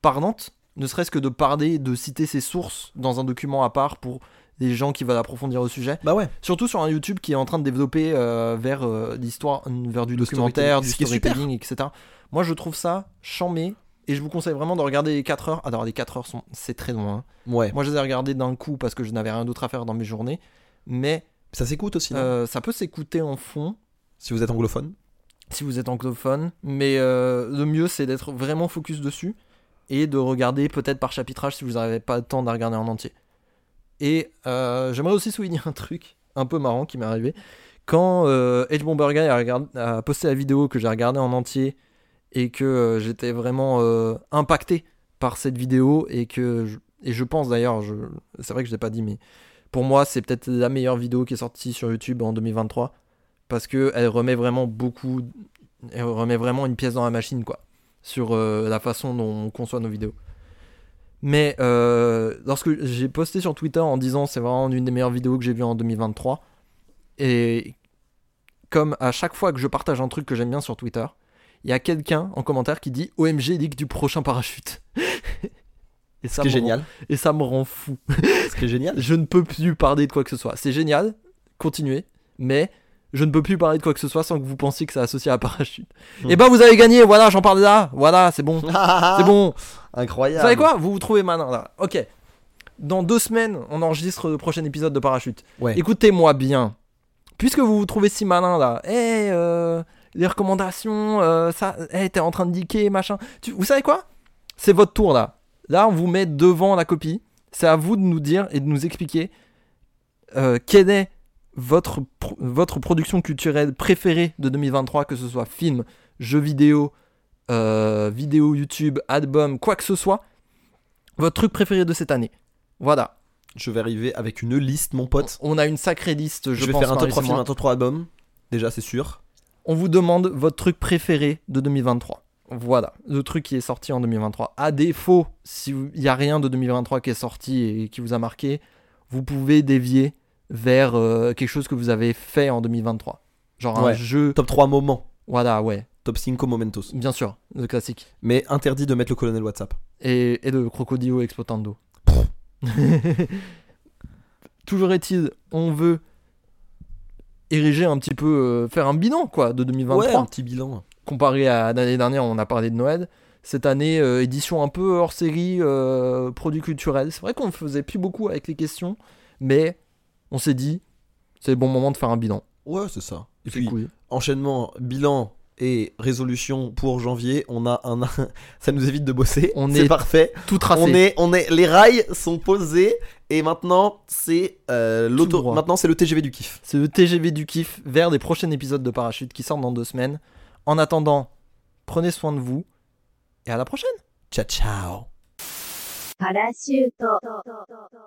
parlante, ne serait-ce que de parler, de citer ses sources dans un document à part pour les gens qui veulent approfondir le sujet. Bah ouais. Surtout sur un YouTube qui est en train de développer euh, vers euh, l'histoire, vers du Le documentaire, storytelling. du Ce qui est super. storytelling, etc. Moi, je trouve ça chambé et je vous conseille vraiment de regarder les 4 heures. Alors, les 4 heures, sont... c'est très loin. hein. Ouais. Moi, je les ai regardées d'un coup parce que je n'avais rien d'autre à faire dans mes journées. Mais Ça s'écoute aussi. non euh, ça peut s'écouter en fond Si vous êtes anglophone. si vous êtes anglophone. Mais euh, le mieux, c'est d'être vraiment focus dessus et de regarder peut-être par chapitrage si vous n'avez pas le temps de la regarder en entier. Et euh, j'aimerais aussi souligner un truc un peu marrant qui m'est arrivé. Quand euh, Edge Bomber Guy a, regard- a posté la vidéo que j'ai regardée en entier et que euh, j'étais vraiment euh, impacté par cette vidéo et que je, et je pense d'ailleurs, je, c'est vrai que je l'ai pas dit, mais pour moi c'est peut-être la meilleure vidéo qui est sortie sur YouTube en 2023 parce que elle remet vraiment beaucoup elle remet vraiment une pièce dans la machine, quoi, sur euh, la façon dont on conçoit nos vidéos. Mais euh, lorsque j'ai posté sur Twitter en disant c'est vraiment une des meilleures vidéos que j'ai vues en 2023, et comme à chaque fois que je partage un truc que j'aime bien sur Twitter, il y a quelqu'un en commentaire qui dit OMG leak du prochain parachute. et ça Ce qui est me rend- génial. Et ça me rend fou Ce qui est génial. je ne peux plus parler de quoi que ce soit. C'est génial, continuez, mais je ne peux plus parler de quoi que ce soit sans que vous pensiez que c'est associé à parachute. Hmm. Et ben vous avez gagné, voilà, j'en parle là, voilà, c'est bon, c'est C'est bon. Vous Ah, Incroyable. savez quoi Vous vous trouvez maintenant là. Ok. Dans deux semaines, on enregistre le prochain épisode de Parachute. Ouais. Écoutez-moi bien. Puisque vous vous trouvez si malin là, eh, euh, les recommandations, euh, ça, eh, t'es en train de niquer, machin. Tu- vous savez quoi C'est votre tour là. Là, on vous met devant la copie. C'est à vous de nous dire et de nous expliquer euh, quelle est votre, pro- votre production culturelle préférée de 2023, que ce soit film, jeu vidéo, euh, vidéo YouTube, album, quoi que ce soit. Votre truc préféré de cette année. Voilà. Je vais arriver avec une liste, mon pote. On a une sacrée liste, je, Je, vais pense. hein, faire un top Marie, 3 c'est films, moi. un top 3 albums. Déjà, c'est sûr. On vous demande votre truc préféré de 2023. Voilà, le truc qui est sorti en 2023. À défaut, s'il n'y a rien de 2023 qui est sorti et qui vous a marqué, vous pouvez dévier vers euh, quelque chose que vous avez fait en 2023. Genre un Ouais. jeu. Top 3 moments. Voilà, ouais, Top 5 momentos. bien sûr, le classique. Mais interdit de mettre le colonel WhatsApp. et, et le crocodilo explotando. Toujours est-il, on veut ériger un petit peu, euh, faire un bilan quoi de 2023. Ouais, un petit bilan. Comparé à l'année dernière, on a parlé de Noël. Cette année, euh, édition un peu hors série, euh, produit culturel. C'est vrai qu'on faisait plus beaucoup avec les questions, mais on s'est dit, c'est le bon moment de faire un bilan. Ouais, c'est ça. Et C'est puis, cool. enchaînement, bilan et résolution pour janvier. On a un. ça nous évite de bosser. On c'est est parfait. Tout tracé. On est, on est, les rails sont posés et maintenant c'est euh, l'auto. droit. Maintenant c'est le TGV du kiff. C'est le TGV du kiff vers des prochains épisodes de Parachute qui sortent dans deux semaines. En attendant, prenez soin de vous et à la prochaine. Ciao ciao. パラシュート。